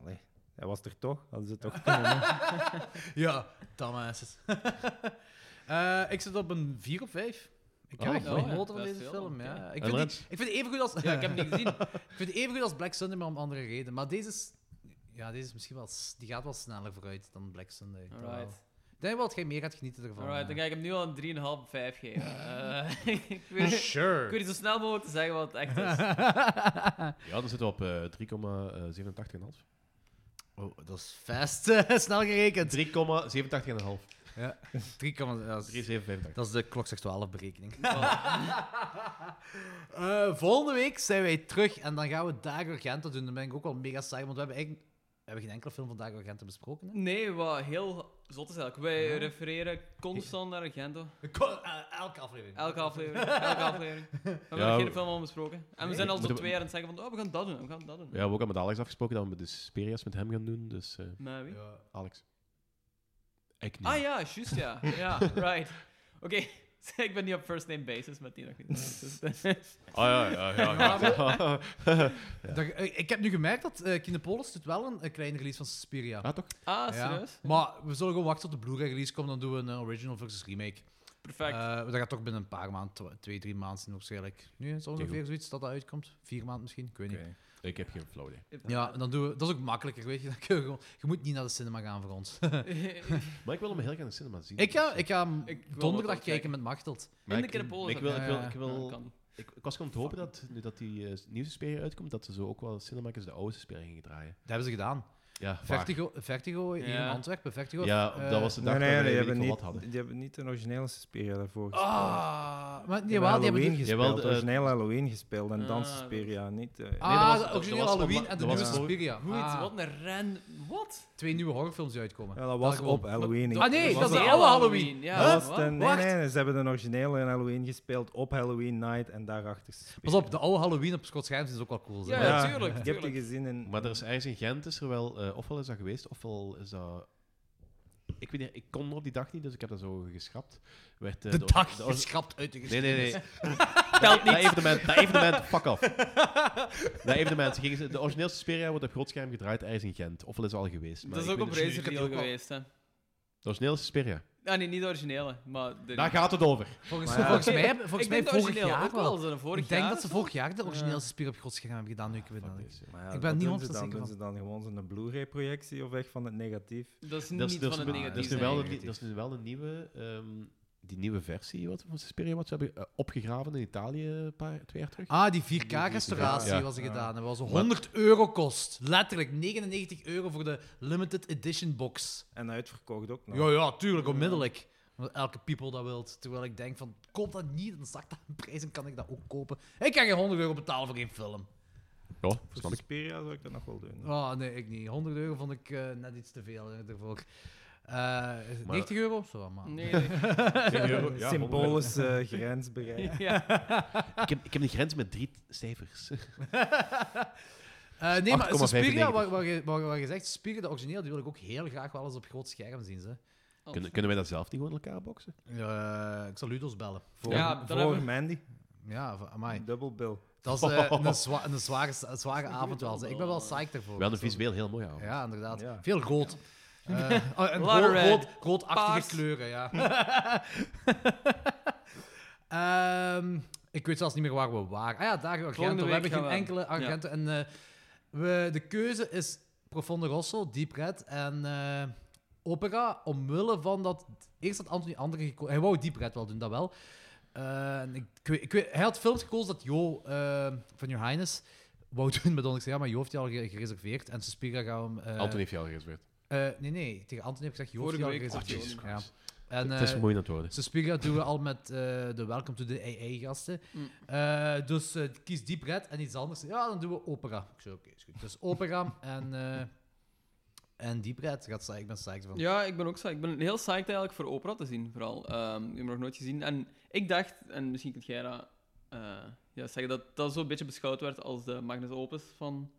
Allee, hij was er toch. Hadden ze toch kunnen doen.
Ja, dames. ik zit op een 4 op 5. Ik heb
Oh,
echt
mooi.
wel genoten van
Dat is
deze
veel,
film.
oké.
Ja. Ik,
En
vind die,
Lorenz?
ik vind die even goed als.
Ja, ik heb hem niet gezien.
ik vind die even goed als Black Sunday, maar om andere reden. Maar deze is, ja, deze is misschien wel. s- Die gaat wel sneller vooruit dan Black Sunday. Dat wel.
Alright.
Ik denk wel dat jij meer gaat genieten ervan. eh.
Alright, dan
ja.
ga ik hem nu al een 3,5 5 geven. Eh, ik, weet,
Ah,
ik
Sure.
weet niet zo snel mogelijk te zeggen wat het echt is.
Ja, dan zitten we op eh 3,87,5.
Oh, dat is vast. Snel gerekend.
3,87,5.
Ja. 3, dat, is,
3,785.
dat is de klok 12 berekening.
Oh.
Eh, volgende week zijn wij terug en dan gaan we Dago Argento doen. Dan ben ik ook wel mega saai, want we hebben eigenlijk we hebben geen enkele film van Dago Argento besproken. hè?
Nee, wat heel Zot is eigenlijk. Wij
Ja.
refereren constant naar Argento.
Ko- eh, elke aflevering.
Elke aflevering. Elke aflevering. We hebben
Ja,
nog
we-
geen film al besproken. En we
Nee.
zijn al zo
Moeten we-
twee jaar aan het zeggen van, oh, we gaan dat doen, we gaan dat doen.
Ja, we hebben ook al met Alex afgesproken dat we de Sperias met hem gaan doen. Dus, eh,
Maar wie?
Ja.
Alex. Ik niet.
Ah ja, juist ja. Ja, right. Oké, ik ben niet op first name basis met die nog niet. Dus-
Ah, ja, ja, ja, ja.
Ja,
Ja.
Dat- eh, ik heb nu gemerkt dat eh Kinepolis doet wel een, een kleine release van Suspiria.
Ah, toch?
Ah, serieus?
Maar we zullen gewoon wachten tot de Blu-ray release komt, dan doen we een eh, original versus remake.
Perfect.
Eh, dat gaat toch binnen een paar maanden, tw- twee, drie maanden zijn waarschijnlijk. Nu is het
Oké,
ongeveer
goed.
zoiets dat dat uitkomt. Vier maanden misschien, ik weet niet.
Oké.
Ik heb geen flauw idee.
Ja, en dan doen we... Dat is ook makkelijker, weet je. Dan kun je, gewoon, je moet niet naar de cinema gaan voor ons.
Maar ik wil hem heel graag in de cinema zien. dus, eh,
ik ga, ik ga hem
Ik wil dat wel
donderdag
checken.
kijken met Machteld.
Maar
In de
ik-
Kinepolis
Ik wil, ik wil,
ook.
ik
Ja,
wil...
kan niet.
Ik, ik was gewoon te hopen dat, nu dat die eh, nieuwe Suspiria uitkomt, dat ze zo ook wel cinemakers de oude Suspiria gingen draaien.
Dat hebben ze gedaan.
Ja, waar.
Vertigo, Vertigo hier
Ja.
in Antwerpen. Vertigo.
Ja,
eh,
dat was de dag
nee,
dat
nee,
we
die
weet ik
hebben,
veel wat
niet,
hadden.
die hebben niet een originele Suspiria daarvoor
Ah, maar
Die
nee, wel, die
hebben Halloween
hebben die-
gespeeld,
Jawel, de, eh,
origineel Halloween gespeeld en dan
Ah,
Suspiria niet. eh.
dat
Ah,
was-
de
dat
originele
was
Halloween
online-
en de
dat was
nieuwe
voor-
Suspiria.
Goed,
Ah,
wat een ren... Wat?
twee nieuwe horrorfilms die uitkomen.
Ja, dat was
Daar gewoon.
op Halloween.
Ah nee,
was
dat is de
de-
oude Halloween.
Ja,
dat was
wat?
de- nee,
Wacht.
nee, ze hebben de originele in Halloween gespeeld op Halloween Night en daarachter.
Pas op, de oude Halloween op Scott Scherms is ook wel cool. zeg.
Ja,
Ja,
tuurlijk,
Ik heb die
tuurlijk.
gezien in.
Maar er is ergens in Gent, is er wel, eh, ofwel is dat geweest, ofwel is dat... Ik weet niet, ik kon op die dag niet, dus ik heb dat zo geschrapt. Werd, eh,
De dag
or-
is schrapt uit de
Nee,
geschiedenis.
nee, nee. Telt niet. Dat evenement, dat evenement, fuck off. Dat evenement. Gingen ze, de originele Suspiria wordt op grootscherm gedraaid ergens in Gent. Ofwel is het al geweest. maar
Dat is
ik
ook op
weet het-
Razor
het
Deal
ook wel-
geweest, hè.
De originele Suspiria.
Ah, nee, niet de originele, maar... De...
Daar gaat het over.
Volgens,
Maar ja.
volgens mij,
Ik
volgens mij
denk de
vorig
originele
jaar
ook wel.
wel.
Ze hadden vorig
ik denk
jaar
dat ze
zo-
vorig jaar de originele
Ja.
Suspiria op Godscherm hebben gedaan, nu ik weet dat niet.
Maar ja,
Ik ben
wat
niet
doen
100%
ze dan?
zeker
Doen
van.
ze dan gewoon zo'n Blu-ray-projectie of weg van het negatief?
Dat is
Dat
niet
is, dat,
van
is,
het
nu-
negatief.
dat, is nu
zijn.
wel de,
negatief.
dat is nu wel een nieuwe, ehm, die nieuwe versie wat, van Suspiria wat ze hebben eh, opgegraven in Italië een paar, twee jaar terug.
Ah, die 4K-restauratie
Ja.
was er
Ja.
gedaan. Dat was 100 euro kost. Letterlijk, 99 euro voor de limited edition box.
En uitverkocht ook nog.
Ja, ja, tuurlijk, onmiddellijk. Omdat elke people dat wilt. Terwijl ik denk van, koop dat niet, dan zakt dat in prijs en kan ik dat ook kopen. Ik kan geen 100 euro betalen voor geen film.
Ja,
Voor
snap ik.
Suspiria zou ik dat nog wel doen.
Oh, nee, ik niet. 100 euro vond ik eh, net iets te veel eh, ervoor. Eh 90 euro? Zo, man.
Nee, nee.
Ja,
Symbolische eh, grens bereikt.
Ja.
Ik heb, ik heb een grens met drie cijfers.
Eh, nee, maar
8,95.
Suspiria, waar, waar, je- waar, waar je zegt, Suspiria, de origineel, die wil ik ook heel graag wel eens op groot scherm zien. Ze.
kunnen, kunnen wij dat zelf niet gewoon in elkaar boksen?
Eh, ik zal Ludos bellen.
Voor,
Ja, dan
voor
hebben we-
Mandy.
Ja, van- amai.
Double bill.
Dat is eh, een, zwa- een zware, een zware avond wel. zeg. Ik ben wel Eh, psyched ervoor.
Wel een
Zo.
visueel heel mooi avond.
Ja, inderdaad.
Ja.
Veel rood. Eh, oh, en
Lot of
rood,
red.
rood, roodachtige
Paars.
kleuren, ja. Ehm, ik weet zelfs niet meer waar we waren. Ah ja, daar
Volgende
Argento.
week
We hebben
gaan
geen
we-
enkele Argento. En eh, we, de keuze is Profonde Rosso, Deep Red en eh, Opera. Omwille van dat... Eerst had Anthony andere gekozen. Hij wou Deep Red wel doen, dat wel. Eh, en ik, ik weet, ik weet- hij had films gekozen dat Jo eh, van Your Highness wou doen. Maar dan ik zei, ja, maar Jo heeft die al ge- gereserveerd. En Suspiria gaan we hem... eh,
Anton heeft jou al gereserveerd.
eh, nee, nee. Tegen Anthony heb ik gezegd, Joost,
Vorige
die
week. Ah,
al
Oh,
Anthony.
gereserveerd.
Jesus
ja.
Christ.
En
het is
eh
vermoeiend aan het worden.
Suspiria doen we al met eh, de Welcome to the AA-gasten.
Mm.
dus eh, kies Deep Red en iets anders. Ja, dan doen we Opera. Ik zei, oké, is goed. Dus Opera en, eh en Deep Red. Gaat zijn, ik ben psyched van.
Ja, ik ben ook psyched. Ik ben heel psyched eigenlijk voor opera te zien, vooral. Ehm, ik heb hem nog nooit gezien. En ik dacht, en misschien kunt jij dat eh, ja, zeggen, dat dat zo'n beetje beschouwd werd als de magnus opus van...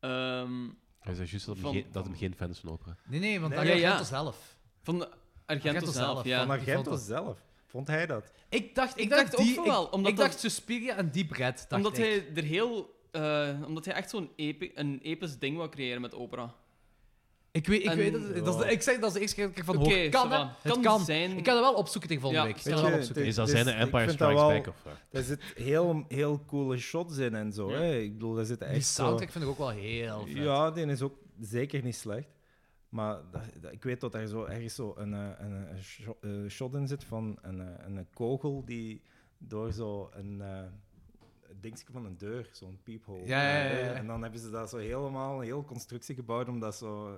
ehm,
Hij zei juist dat hem,
Van-
geen, dat hem geen fan is van opera.
Nee, nee, want
Nee,
daar
ja, ja.
gaat het zelf.
van de Argento
Argento
zelf,
zelf,
ja.
ik
Van
vond
Argento
dat-
zelf. Vond hij dat?
Ik dacht, ik
Ik dacht
dacht,
ook
die,
van
ik,
wel, omdat
ik
dat-
dacht Suspiria en Deep Red. Dacht
omdat
ik.
hij er heel... eh, omdat hij echt zo'n epi- een episch ding wou creëren met opera.
Ik weet, ik
En-
weet dat, dat is de- ik zeg dat is de eerste keer dat ik van hoor.
Oké,
kan,
ça
hè.
va.
Het
Kan
kan.
zijn.
Ik ga dat wel opzoeken tegen volgende
Ja,
week. Ik
Weet
ga dat wel
je,
opzoeken.
Is dat
Dus
zijn de
ik
Empire
vind dat
Strikes
wel-
Back of... eh,
Daar zit heel, heel coole shots in en zo.
Ja.
Hè? Ik bedoel, daar zitten
Die
echt zo...
soundtrack vind ik ook wel heel vet.
Ja, die is ook zeker niet slecht. Maar dat- dat- ik weet dat er zo ergens zo een, eh, een, eh, sho- eh, shot in zit van een, eh, een kogel die door zo een eh, dingetje van een deur, zo'n peephole.
Ja, ja, ja, ja.
En dan hebben ze daar zo helemaal een heel constructie gebouwd om dat zo eh,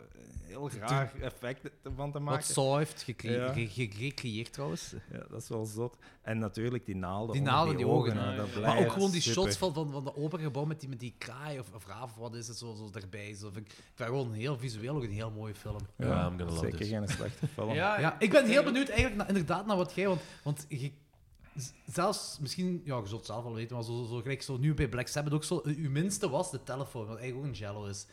heel
Te
raar
doen.
effect te- van te
Wat
maken.
Saw heeft gecre-
Ja.
ge- ge- gecreëerd trouwens.
Ja, dat is wel zot. En natuurlijk die naalden
Die
onder
naalden, die ogen.
hè, dat
maar ook
blijft
gewoon die
super.
shots van, van, van dat open gebouw met die, met die kraai of, of raaf, of wat is het, zo, zo daarbij. Zo, vind ik, ik vind gewoon heel visueel ook een heel mooie film.
Ja, Ja, I'm gonna love zeker this. geen slechte film.
ja,
Ja,
ik ben heel benieuwd eigenlijk na- inderdaad naar wat jij... Want, want je, z- zelfs, misschien, ja, je zult het zelf wel weten, maar zo, zo, zo, gelijk zo nu bij Black Sabbath ook zo, eh, uw minste was de telefoon, wat eigenlijk ook een jello is.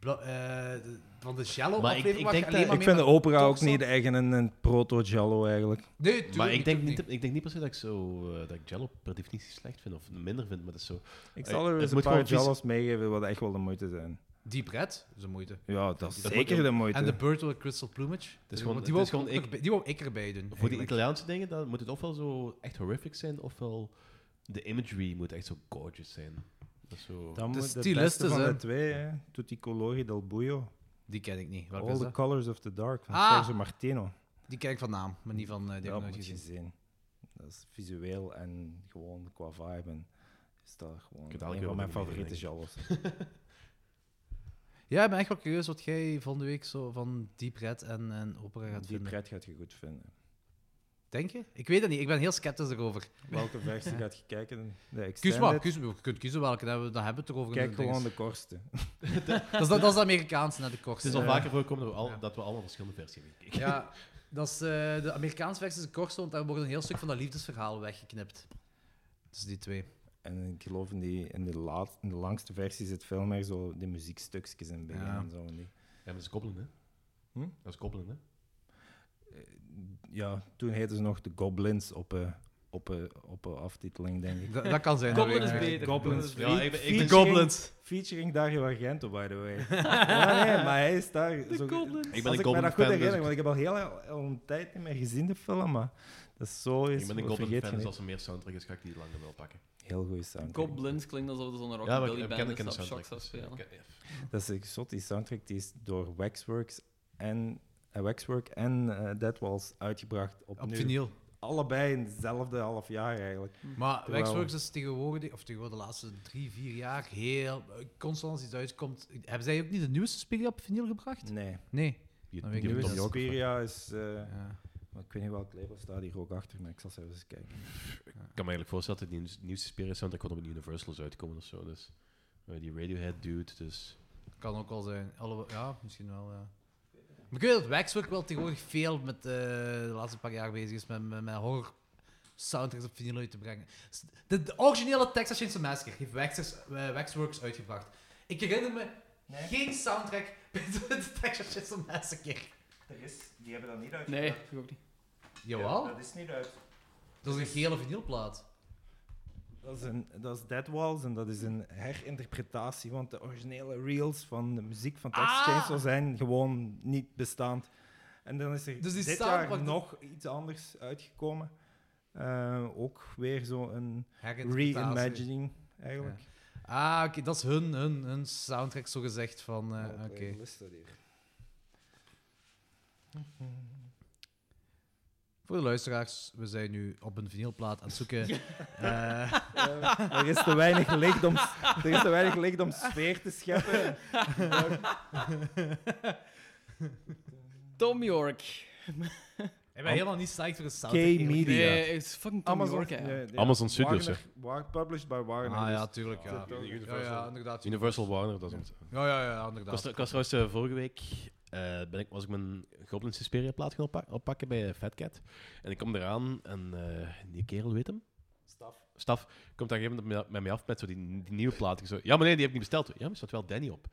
Bla- eh, de- van de jello
Maar ik-
aflevering
ik
mag je alleen
denk dat-
maar
Ik
mee
vind de
met
opera ook
Toxel.
niet eigen een, een proto-jello eigenlijk.
Nee, tuurlijk
maar
niet,
ik denk
tuurlijk
niet, dat- ik denk niet per se dat ik zo eh, dat ik Jello per definitie slecht vind of minder vind, maar dat is zo.
Ik
Eh,
zal er
het
eens een
moet
paar
gewoon vis-
jellos meegeven wat echt wel de moeite zijn.
Die pret is een moeite.
Ja, dat is
Dat
zeker
moet-
de moeite.
En de Bird with Crystal Plumage.
Het is gewoon,
die
het
wou
is gewoon
ik, erbij- die wou ik erbij doen.
Voor die
eigenlijk.
Italiaanse dingen dan moet het ofwel zo echt horrific zijn, ofwel de imagery moet echt zo gorgeous zijn. Dat is zo...
Dan moet de
stylist
beste
is,
van
hè.
de twee, hè. Tutti Colori del Buio.
Die ken ik niet.
Oh,
Welke
All
is
the
dat?
Colors of the Dark van
Ah!
Sergio Martino.
Die ken ik van naam, maar niet van eh, die
Ja,
heb ik
moet
nooit
je
gezien.
zien. Dat is visueel en gewoon qua vibe. En is dat gewoon
Ik heb het elke
een
keer
van mijn
opnieuw
favoriete
gezien,
jellos.
Ja, ik ben echt wel curieus wat jij volgende week zo van Deep Red en, en Opera gaat
Die
vinden.
pret gaat je goed vinden.
Denk je? Ik weet het niet. Ik ben heel sceptisch erover.
Welke versie gaat je kijken? De
Kies maar,
extended?
kies, je kunt kiezen welke, dan hebben we- dan hebben we het erover.
Kijk
Dat ding
gewoon
is-
de kortste.
dat, is, dat is de Amerikaanse, net de
Het
kortste.
is al
eh, Ja.
vaker voorgekomen dat we, al, dat we allemaal verschillende versies hebben gekeken.
Ja, dat is, eh, de Amerikaanse versie is de kortste, want daar wordt een heel stuk van dat liefdesverhaal weggeknipt. Dus die twee.
En ik geloof in, die, in, de, laat, in de langste versie zit veel meer zo die muziekstukjes in bij
Ja.
en zo. En
Ja,
die.
maar dat is koppelen, hè?
Hm?
Dat is koppelen, hè?
Ja, toen heetten ze nog de Goblins op een, op een, op een aftiteling, denk ik.
Dat- dat kan zijn, dat Goblin weet ik is niet. beter.
Goblins.
Goblin is beter. Ja, ik ben- ik ben-
Featuring-
Goblins.
Featuring Dario Argento, by the way. ja, nee, maar hij is daar...
De
zo,
Goblins. Ik
ben een
als ik me
Goblin
dat
fan,
goed
dus
herinner,
ik-
want ik heb al heel al een tijd niet meer gezien, de film, maar dat is zo... Is,
Ik ben een
wat
Goblin
vergeet
fan,
je
dus
niet.
als er meer soundtrack is, ga ik die langer wel pakken.
Heel goede soundtrack.
Goblins klinkt alsof het zo'n
Ja, maar
rockabilly
ik- ik
band
ken
is
ik ken de
dat Shock
soundtrack.
zou
dus, eh,
spelen.
ik- ja.
Dat is een zot, die soundtrack die is door Waxworks en eh, Waxwork en eh, Dead Walls uitgebracht op,
Op vinyl.
Allebei in hetzelfde half jaar eigenlijk.
Maar
Terwijl-
Waxworks is tegenwoordig, of tegenwoordig de laatste drie, vier jaar, heel... Constant als iets uitkomt... Hebben zij ook niet de nieuwste Spiegel op vinyl gebracht?
Nee.
Nee.
Die-
Dan weet
die
ik
Nieuwe
niet.
Tom York
Suspiria is... eh,
Ja.
maar ik weet niet welk label staat hier ook achter, maar ik zal zelfs eens kijken.
Ik kan me eigenlijk voorstellen dat die nieuws- nieuwste Spirit soundtrack gewoon op een Universal zou uitkomen of zo. Dus eh, die Radiohead dude, dus...
Kan ook wel zijn. Alhoewel- ja, misschien wel, ja. Maar ik weet dat Waxwork wel tegenwoordig veel met eh, de laatste paar jaar bezig is met, met, met horror soundtracks op vinyl uit te brengen. S- De, de originele Texas Chainsaw Massacre heeft Waxers, eh, Waxworks uitgebracht. Ik herinner me geen soundtrack bij de, de Texas Chainsaw Massacre.
Er is, die hebben dat niet uit.
Nee, ik ook niet.
Jawel,
dat is niet uit.
dat is een gele vinylplaat.
Dat is, een, dat is Dead Walls en dat is een herinterpretatie, want de originele reels van de muziek van
Ah.
Texas Chainsaw zijn gewoon niet bestaand. En dan is er
Dus die
dit
staan-
jaar
wacht,
nog iets anders uitgekomen. Eh, ook weer zo'n
Herinterpretatie.
reimagining eigenlijk.
Ah, oké, dat is hun, hun, hun soundtrack, zogezegd. Van, eh,
Wat
oké.
een list dat hier.
Voor de luisteraars, we zijn nu op een vinylplaat aan het zoeken. Eh,
Eh, er, is te weinig licht om, er is te weinig licht om sfeer te scheppen.
Tom York.
Ik ben helemaal niet psyched voor een soundtrack. eerlijk gezegd.
K-Media.
Nee, het is fucking Tom
Amazon,
York, hè.
nee, nee,
Amazon Studios,
Warner- War- published by Warner.
Ah
dus-
ja, tuurlijk. Ja.
Ja,
Ja, ja, inderdaad.
Universal Warner, dat is het.
Ja, ja, ja,
Ik was,
inderdaad.
ik was trouwens eh, vorige week eh, ben ik, was ik mijn Goblin Suspiria plaat gaan oppa- oppakken bij Fat Cat. En ik kom eraan en eh, die kerel weet hem.
Staf.
Staf komt daar een gegeven moment met mij af met zo die, die nieuwe plaat. Ik zo, ja, maar nee, die heb ik niet besteld. Ja, maar er staat wel Danny op.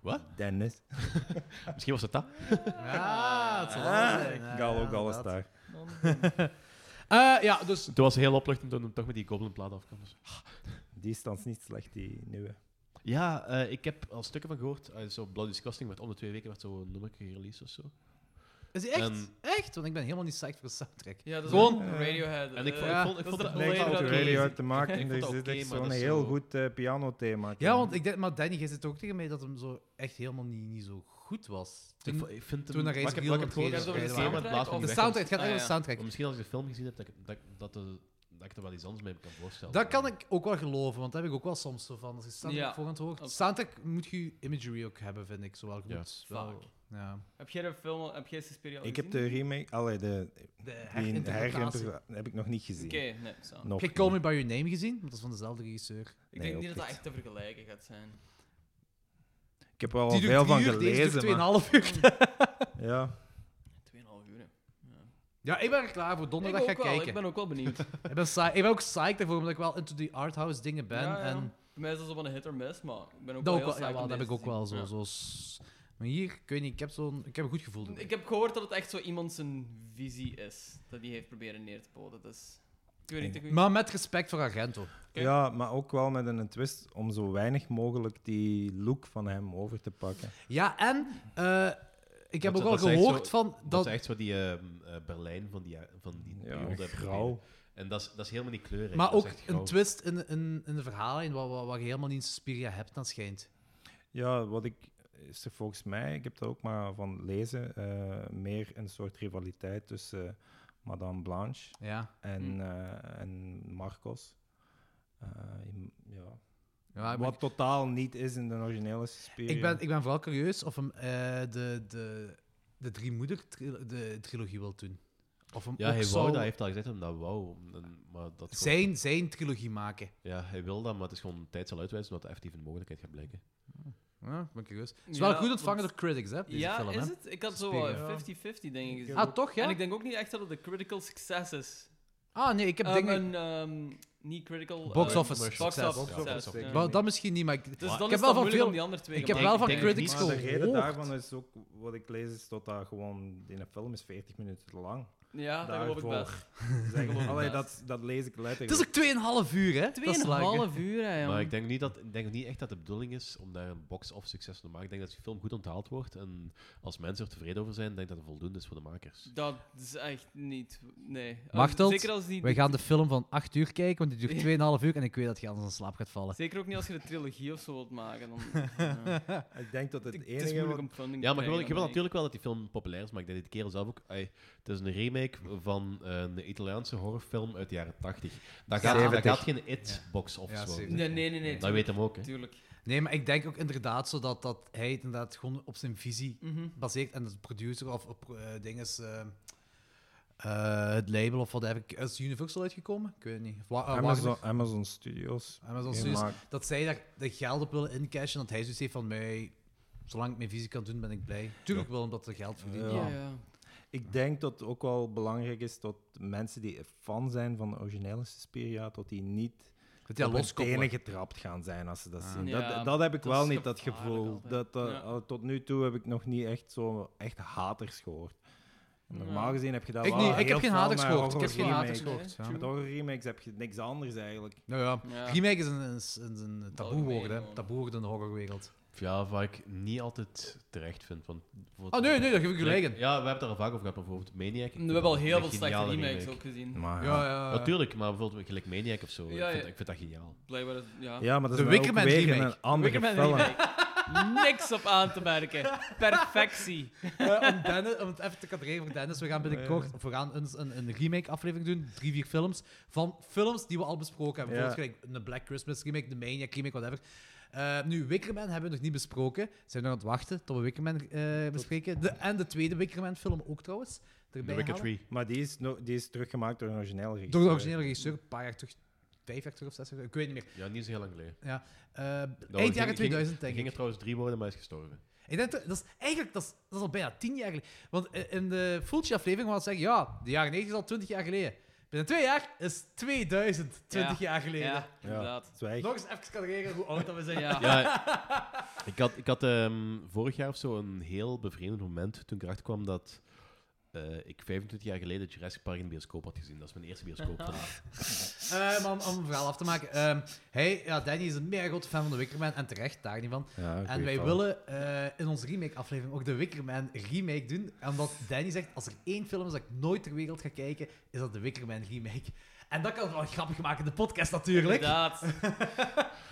Wat?
Dennis.
Misschien was het dat.
Ja, het zal wel
Ah,
zijn.
ik
Ja,
haal
ja,
ook alles
inderdaad.
daar.
Eh, ja, dus
Toen was het heel opluchtend toen hem toch met die Goblin plaat afkwam. Dus-
Die is thans niet slecht, die nieuwe.
Ja, eh, ik heb al stukken van gehoord. Eh, zo Bloody Disgusting werd om de twee weken werd zo een nummerke gereleased of zo.
is die echt?
En-
echt? Want ik ben helemaal niet psyched voor een soundtrack.
Ja, dat is
Gewoon-
ook Radiohead.
En ik vond-
eh,
ik vond-
dat
ik vond
is
dat-
de
Nee, ik
volledig
vond het
crazy.
radio uit te maken
Ik
en
vond
er
dat
zit
oké,
echt
maar
zo'n
dat is
heel
zo-
goed eh, pianothema.
Ja, want ik denk, maar Danny, jij zit ook tegen mij dat hem zo echt helemaal niet, niet zo goed was.
ik,
Toen,
vo- ik vind hem-
toen naar
maar
Race
ik heb-
Real
maar ik
met
heb gehoord dat
Race
er
Real
een keer
waren.
met het laatste
Of
de
niet
soundtrack, het gaat
Ah,
echt om de
ja.
soundtrack.
Maar Misschien als ik de film gezien heb, dat, ik- dat, ik- dat, de- dat ik er wel iets anders mee kan voorstellen.
Dat kan ik ook wel geloven, want dat heb ik ook wel soms zo van. Als je soundtrack
Ja,
voorhand hoort.
ook.
Soundtrack moet je imagery ook hebben, vind ik. Zowel
Ja.
goed, wel... Ja.
Heb jij de film, heb jij Suspiria al
Ik
gezien?
heb de remake, allee, de,
De
die
herinterpretatie.
herinterpretatie heb ik nog niet gezien.
Oké, nee, zo.
Nog
Heb je Call Me By Your Name gezien? Want dat is van dezelfde regisseur.
Ik
Nee,
denk
ook
niet dat dat
niet.
echt te vergelijken gaat zijn.
Ik heb er al
Die duurt
Oh, veel van
drie uur, deze duurt
gelezen. maar-
2,5 uur.
Ja,
2,5 uur. hè. Ja.
Ja, ik ben er klaar voor. Donderdag
Ik
ga
ook wel,
kijken.
Ik ben ook wel benieuwd.
Ik ben, psy- ik ben ook psyched daarvoor, omdat ik wel into the arthouse dingen ben.
Ja, ja.
En
Bij mij is dat zo van een hit or miss, maar ik ben ook wel
dat,
heel
ook wel- ja,
psyched
wel,
om
dat heb ik
deze
ook wel.
te
Zo,
zien.
zo s- Maar hier, ik weet niet, ik heb, zo'n, ik heb een goed gevoel.
Ja.
erbij.
Ik heb gehoord dat het echt zo iemand zijn visie is, dat hij heeft proberen neer te poten. Dus ik weet niet te goed.
Maar met respect voor Argento.
ja, maar ook wel met een twist om zo weinig mogelijk die look van hem over te pakken.
Ja, en eh, ik heb
Dat-
ook
dat
al
is echt
gehoord
zo-
van...
Dat
Dat,
is echt wat die ehm, eh, Berlijn van die, van die
Ja,
periode hebben
grauw.
gedaan. En dat is, dat is helemaal niet kleurrijk.
maar
dat
ook
is echt grauw.
een twist in, in, in de verhalen waar, waar, waar je helemaal niet in Suspiria hebt, dan schijnt.
Ja, wat ik is er volgens mij, ik heb dat ook maar van lezen, eh, meer een soort rivaliteit tussen eh, Madame Blanche
Ja.
en,
Hm.
eh, en Marcos. Eh, in- ja.
ja Ah, maar
Wat totaal niet is in de originele Suspiria.
ik, ben, ik ben vooral curieus of hem eh, de, de, de Drie Moeder tril- de trilogie wil doen. Of hem
Ja,
ook
hij wou
zou
dat, hij heeft al gezegd dat hij dat wou. En- Maar dat is gewoon-
zijn, zijn trilogie maken.
ja, hij wil dat, maar het is gewoon tijd zal uitwijzen dat het effectief een mogelijkheid gaat blijken.
Ja, ben ik curieus. Het is
Ja,
wel goed ontvangen
want-
door critics, hè? Deze
ja,
film,
is
hè?
het? Ik had zo
Suspiria.
eh, 50-50 dingen gezien.
Ah, toch, ja?
En ik denk ook niet echt dat het een critical success is.
Ah, nee, ik heb
Um, Een,
dingen...
ehm, niet critical...
Box
eh,
office
box
succes.
office
Box office
succes,
succes.
ja.
Wel, dat misschien niet, maar ik,
Dus
ik
dan
heb
is
wel
het
van
moeilijk om
veel...
die andere twee
Ik heb
gemaakt
wel van
te
denk het
critics
niet,
maar de reden
gehoord.
daarvan is ook, wat ik lees, is dat dat gewoon in een film is 40 minuten lang.
hebben. Ja, dat geloof ik
daarvoor.
best.
Zeg,
geloof ik
allee,
best.
dat, dat lees ik
Het is
letterlijk.
ook 2,5 uhr, hè? Dat is lang, hè.
Tweeënhalf uur, hè,
Maar
jong.
ik denk, niet dat, ik denk niet echt dat de bedoeling is om daar een box-office succes van te maken. Ik denk dat die film goed onthaald wordt. En als mensen er tevreden over zijn, denk ik dat het voldoende is voor de makers.
Dat is echt niet... Nee. Eh,
Machteld,
zeker als die...
Wij gaan de film van 8 uur kijken, want die
Ja.
duurt 2,5 uur en ik weet dat je anders in slaap gaat vallen.
Zeker ook niet als je de trilogie of zo wilt maken. Dan, ja.
Ik denk dat het
Het is
enige
moeilijk
wat
om funding
Ja, maar je
te
wil, je wil
krijgen,
natuurlijk wel dat die film populair is, maar ik denk dat die kerel zelf ook... ai, het is een remake van eh, een Italiaanse horrorfilm uit de jaren 80. Dat gaat, dat
70.
gaat geen It-box-office
Ja,
worden.
zeker.
Nee, nee, nee. nee
Dat weet hem ook, hè.
Tuurlijk.
Nee, maar ik denk ook inderdaad zo dat, dat hij het inderdaad gewoon op zijn visie
Mhm.
baseert. En de producer of op eh, dingen is... eh, eh, het label of wat heb ik... Is Universal uitgekomen? Ik weet het niet. Of Wa- eh,
Amazon, Amazon Studios
Warner- Amazon
heeft
Studios.
gemaakt.
dat zij daar de geld op willen incashen. Dat hij zoiets heeft van mij, zolang ik mijn visie kan doen, ben ik blij. Tuurlijk wel omdat ze geld verdienen.
Ja,
Ja.
ja.
Ik denk dat het ook wel belangrijk is dat mensen die fan zijn van de originele Suspiria, dat die niet
Dat hij
op hun
loskoppelen.
tenen getrapt gaan zijn als ze dat zien.
Ja,
dat, dat heb ik
dat
wel
is
niet, dat
gevaarlijk
gevoel.
altijd.
Dat, dat-
Ah. Ja.
al- tot nu toe heb ik nog niet echt zo echt haters gehoord. En Normaal
Ja.
gezien heb je dat
Ik
wel
niet, ik
heel
heb geen
veel
haters
met
gehoord. Ik heb geen
horror
haters
remakes.
gehoord. ja.
Met horror remakes heb je niks anders eigenlijk.
Nou ja,
Ja.
remake is een, is een, is een taboewoord,
Algemeen,
hè.
man.
Taboewoord in de horrorwereld.
Ja, wat ik niet altijd terecht vind. Want voor-
Ah,
Oh nee, nee, daar geef ik gelijk in.
Ja, we hebben het er al vaak over gehad, maar bijvoorbeeld Maniac. ik
We
vind
hebben
dat
al heel
een
veel slechte
geniale
remakes
remake.
ook gezien.
Maar,
Ja, ja.
Natuurlijk, maar bijvoorbeeld gelijk Maniac of zo.
Ja,
ik,
ja.
vind, ik vind dat geniaal.
Blijkbaar, is- ja.
Ja, maar dat
De
is wel ook
Wicker Man
weer
remake.
een andere
Wicker Man
film.
remake. Niks op aan te merken. Perfectie.
Eh, om, Dennis, om het even te kadreren voor Dennis, we gaan binnenkort of we gaan eens een, een remake-aflevering doen, drie, vier films, van films die we al besproken hebben.
Ja.
Bijvoorbeeld gelijk een Black Christmas remake, de Maniac remake, whatever. Eh, nu, Wickerman hebben we nog niet besproken. Zijn we nog aan het wachten tot we Wickerman eh, bespreken. De, en de tweede Wickerman-film ook trouwens.
The
Erbij
Wicked
halen.
Tree.
Maar die is, no- die is teruggemaakt door een originele regisseur.
Door de originele regisseur, een paar jaar terug, vijf jaar terug of zes jaar terug, ik weet niet meer.
Ja, niet zo heel lang geleden.
Eh,
Dat
eind
ging-
jaren
ging-
2000, denk
Ging
ik.
er trouwens drie worden, maar hij is gestorven.
Ik denk dat, dat is eigenlijk dat is, dat is al bijna tien jaar geleden. Want i- in de Fulci-aflevering was zeggen, ja, de jaren 90 is al twintig jaar geleden. Binnen twee jaar is 2000 twintig jaar geleden.
Ja,
Ja,
inderdaad.
zwijg.
Nog eens even kadreren hoe oud dat we zijn.
Ja.
Ja, ik had, ik had ehm, vorig jaar of zo een heel bevreemdend moment toen ik erachter kwam dat eh, ik 25 jaar geleden Jurassic Park in de bioscoop had gezien. Dat is mijn eerste bioscoopfilm.
Eh, maar om, om een verhaal af te maken. ehm, hij, ja, Danny is een mega grote fan van de Wickerman en terecht, daar niet van.
Ja,
En
goeie
wij
film.
willen eh, in onze remake-aflevering ook de Wickerman remake doen. Omdat Danny zegt, als er één film is dat ik nooit ter wereld ga kijken, is dat de Wickerman remake. En dat kan het wel grappig maken in de podcast natuurlijk.
Inderdaad.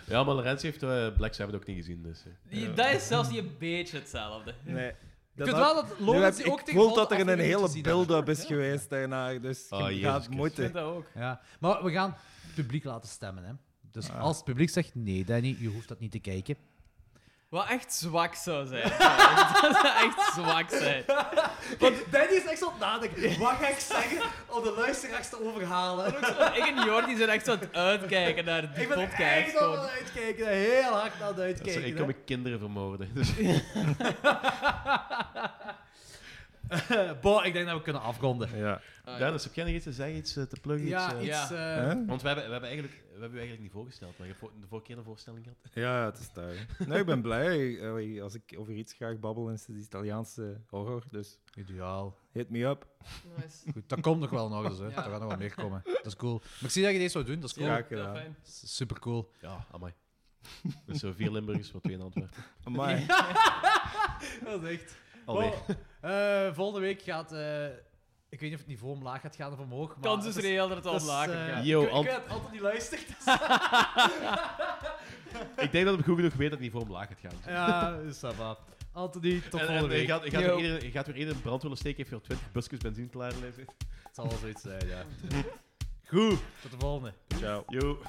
ja, maar Lorenz heeft eh, Black Sabbath ook niet gezien. Dus, eh.
Die- Dat is zelfs niet een beetje hetzelfde.
Nee.
vind wel dat
Nu
Lawrence
heb-
die ook
ik
tegen
voel
Holt
dat er een
aflevering te
hele
zien
build-up is geweest daarna, dus
Oh,
je
Jezus
gaat
Christus.
moeten.
vind dat ook.
Ja, maar we gaan het publiek laten stemmen. Hè. Dus als het publiek zegt nee, Danny, je hoeft dat niet te kijken.
Wat echt zwak zou zijn. trouwens. dat zou echt zwak zijn.
Want Danny is echt zo aan het nadenken. Wat ga ik zeggen om de luisteraars te overhalen?
Ik en Jordi zijn echt zo aan het uitkijken naar die
Ik ben
podcast.
echt aan
gewoon.
het uitkijken. Heel hard aan het
Dat zei,
uitkijken.
ik
hè.
kan mijn kinderen vermoorden. Dus,
Bo, ik denk dat we kunnen afronden.
Ja.
Ah,
ja, dus heb jij nog iets te zeggen, iets eh, te pluggen?
Ja,
iets, eh?
iets...
Ja.
eh,
Hè?
Want we hebben, we, hebben eigenlijk, we hebben u eigenlijk niet voorgesteld, maar je hebt voor- de vorige keer een voorstelling gehad.
Ja, het is daar. Nee, ik ben blij. Allee, Als ik over iets graag babbel, is het Italiaanse horror. Dus
Ideaal.
hit me up.
Nice.
Goed, dat komt nog wel nog eens. Hè.
Ja.
Er gaat nog wel meer komen. Dat is cool. Maar ik zie dat je dit zou doen. Dat is cool.
Ja.
Ja,
gedaan.
fijn.
Super cool.
Ja, amai. Dus zo vier Limburgers voor twee in Antwerpen.
Amai.
Dat is echt...
Alweer.
Wow. Eh, volgende week gaat... eh, ik weet niet of het niveau omlaag gaat gaan of omhoog. Maar
Kans is
het
reëel dat het al
dat is,
lager
eh,
gaat.
Yo,
ik, ik
Ant-
weet dat altijd niet luistert.
ik denk dat ik goed genoeg weet dat het niveau omlaag gaat gaan.
ja, is dat wat. Anthony, tot
En- en
volgende
je,
week.
gaat, je, gaat
Yo.
weer iedereen, je gaat weer iedereen in brand willen steken, heeft je al 20 busjes benzine klaar liggen.
Het zal wel zoiets zijn, ja.
Goed.
Tot de volgende.
Ciao.
Yo.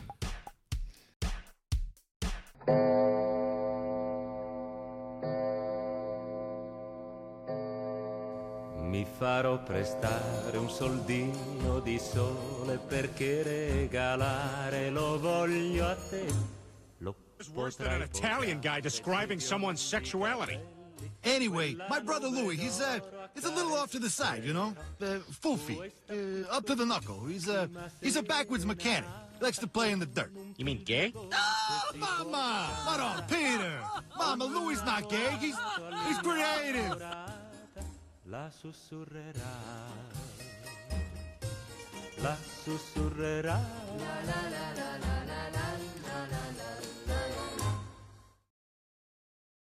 Mi farò prestare un soldino di sole perché regalare lo voglio a te. Lo
It's worse than an
potrai
Italian guy describing someone's sexuality.
Anyway, my brother Louis, he's uh, he's a little off to the side, you know, uh, foofy, uh, up to the knuckle. He's a he's a backwoods mechanic. Likes to play in the dirt.
You mean gay?
Oh, mama, mama, Peter, mama, Louis not gay. He's he's creative.
La sussurrerà. La sussurrerà. La la la la la la la la la.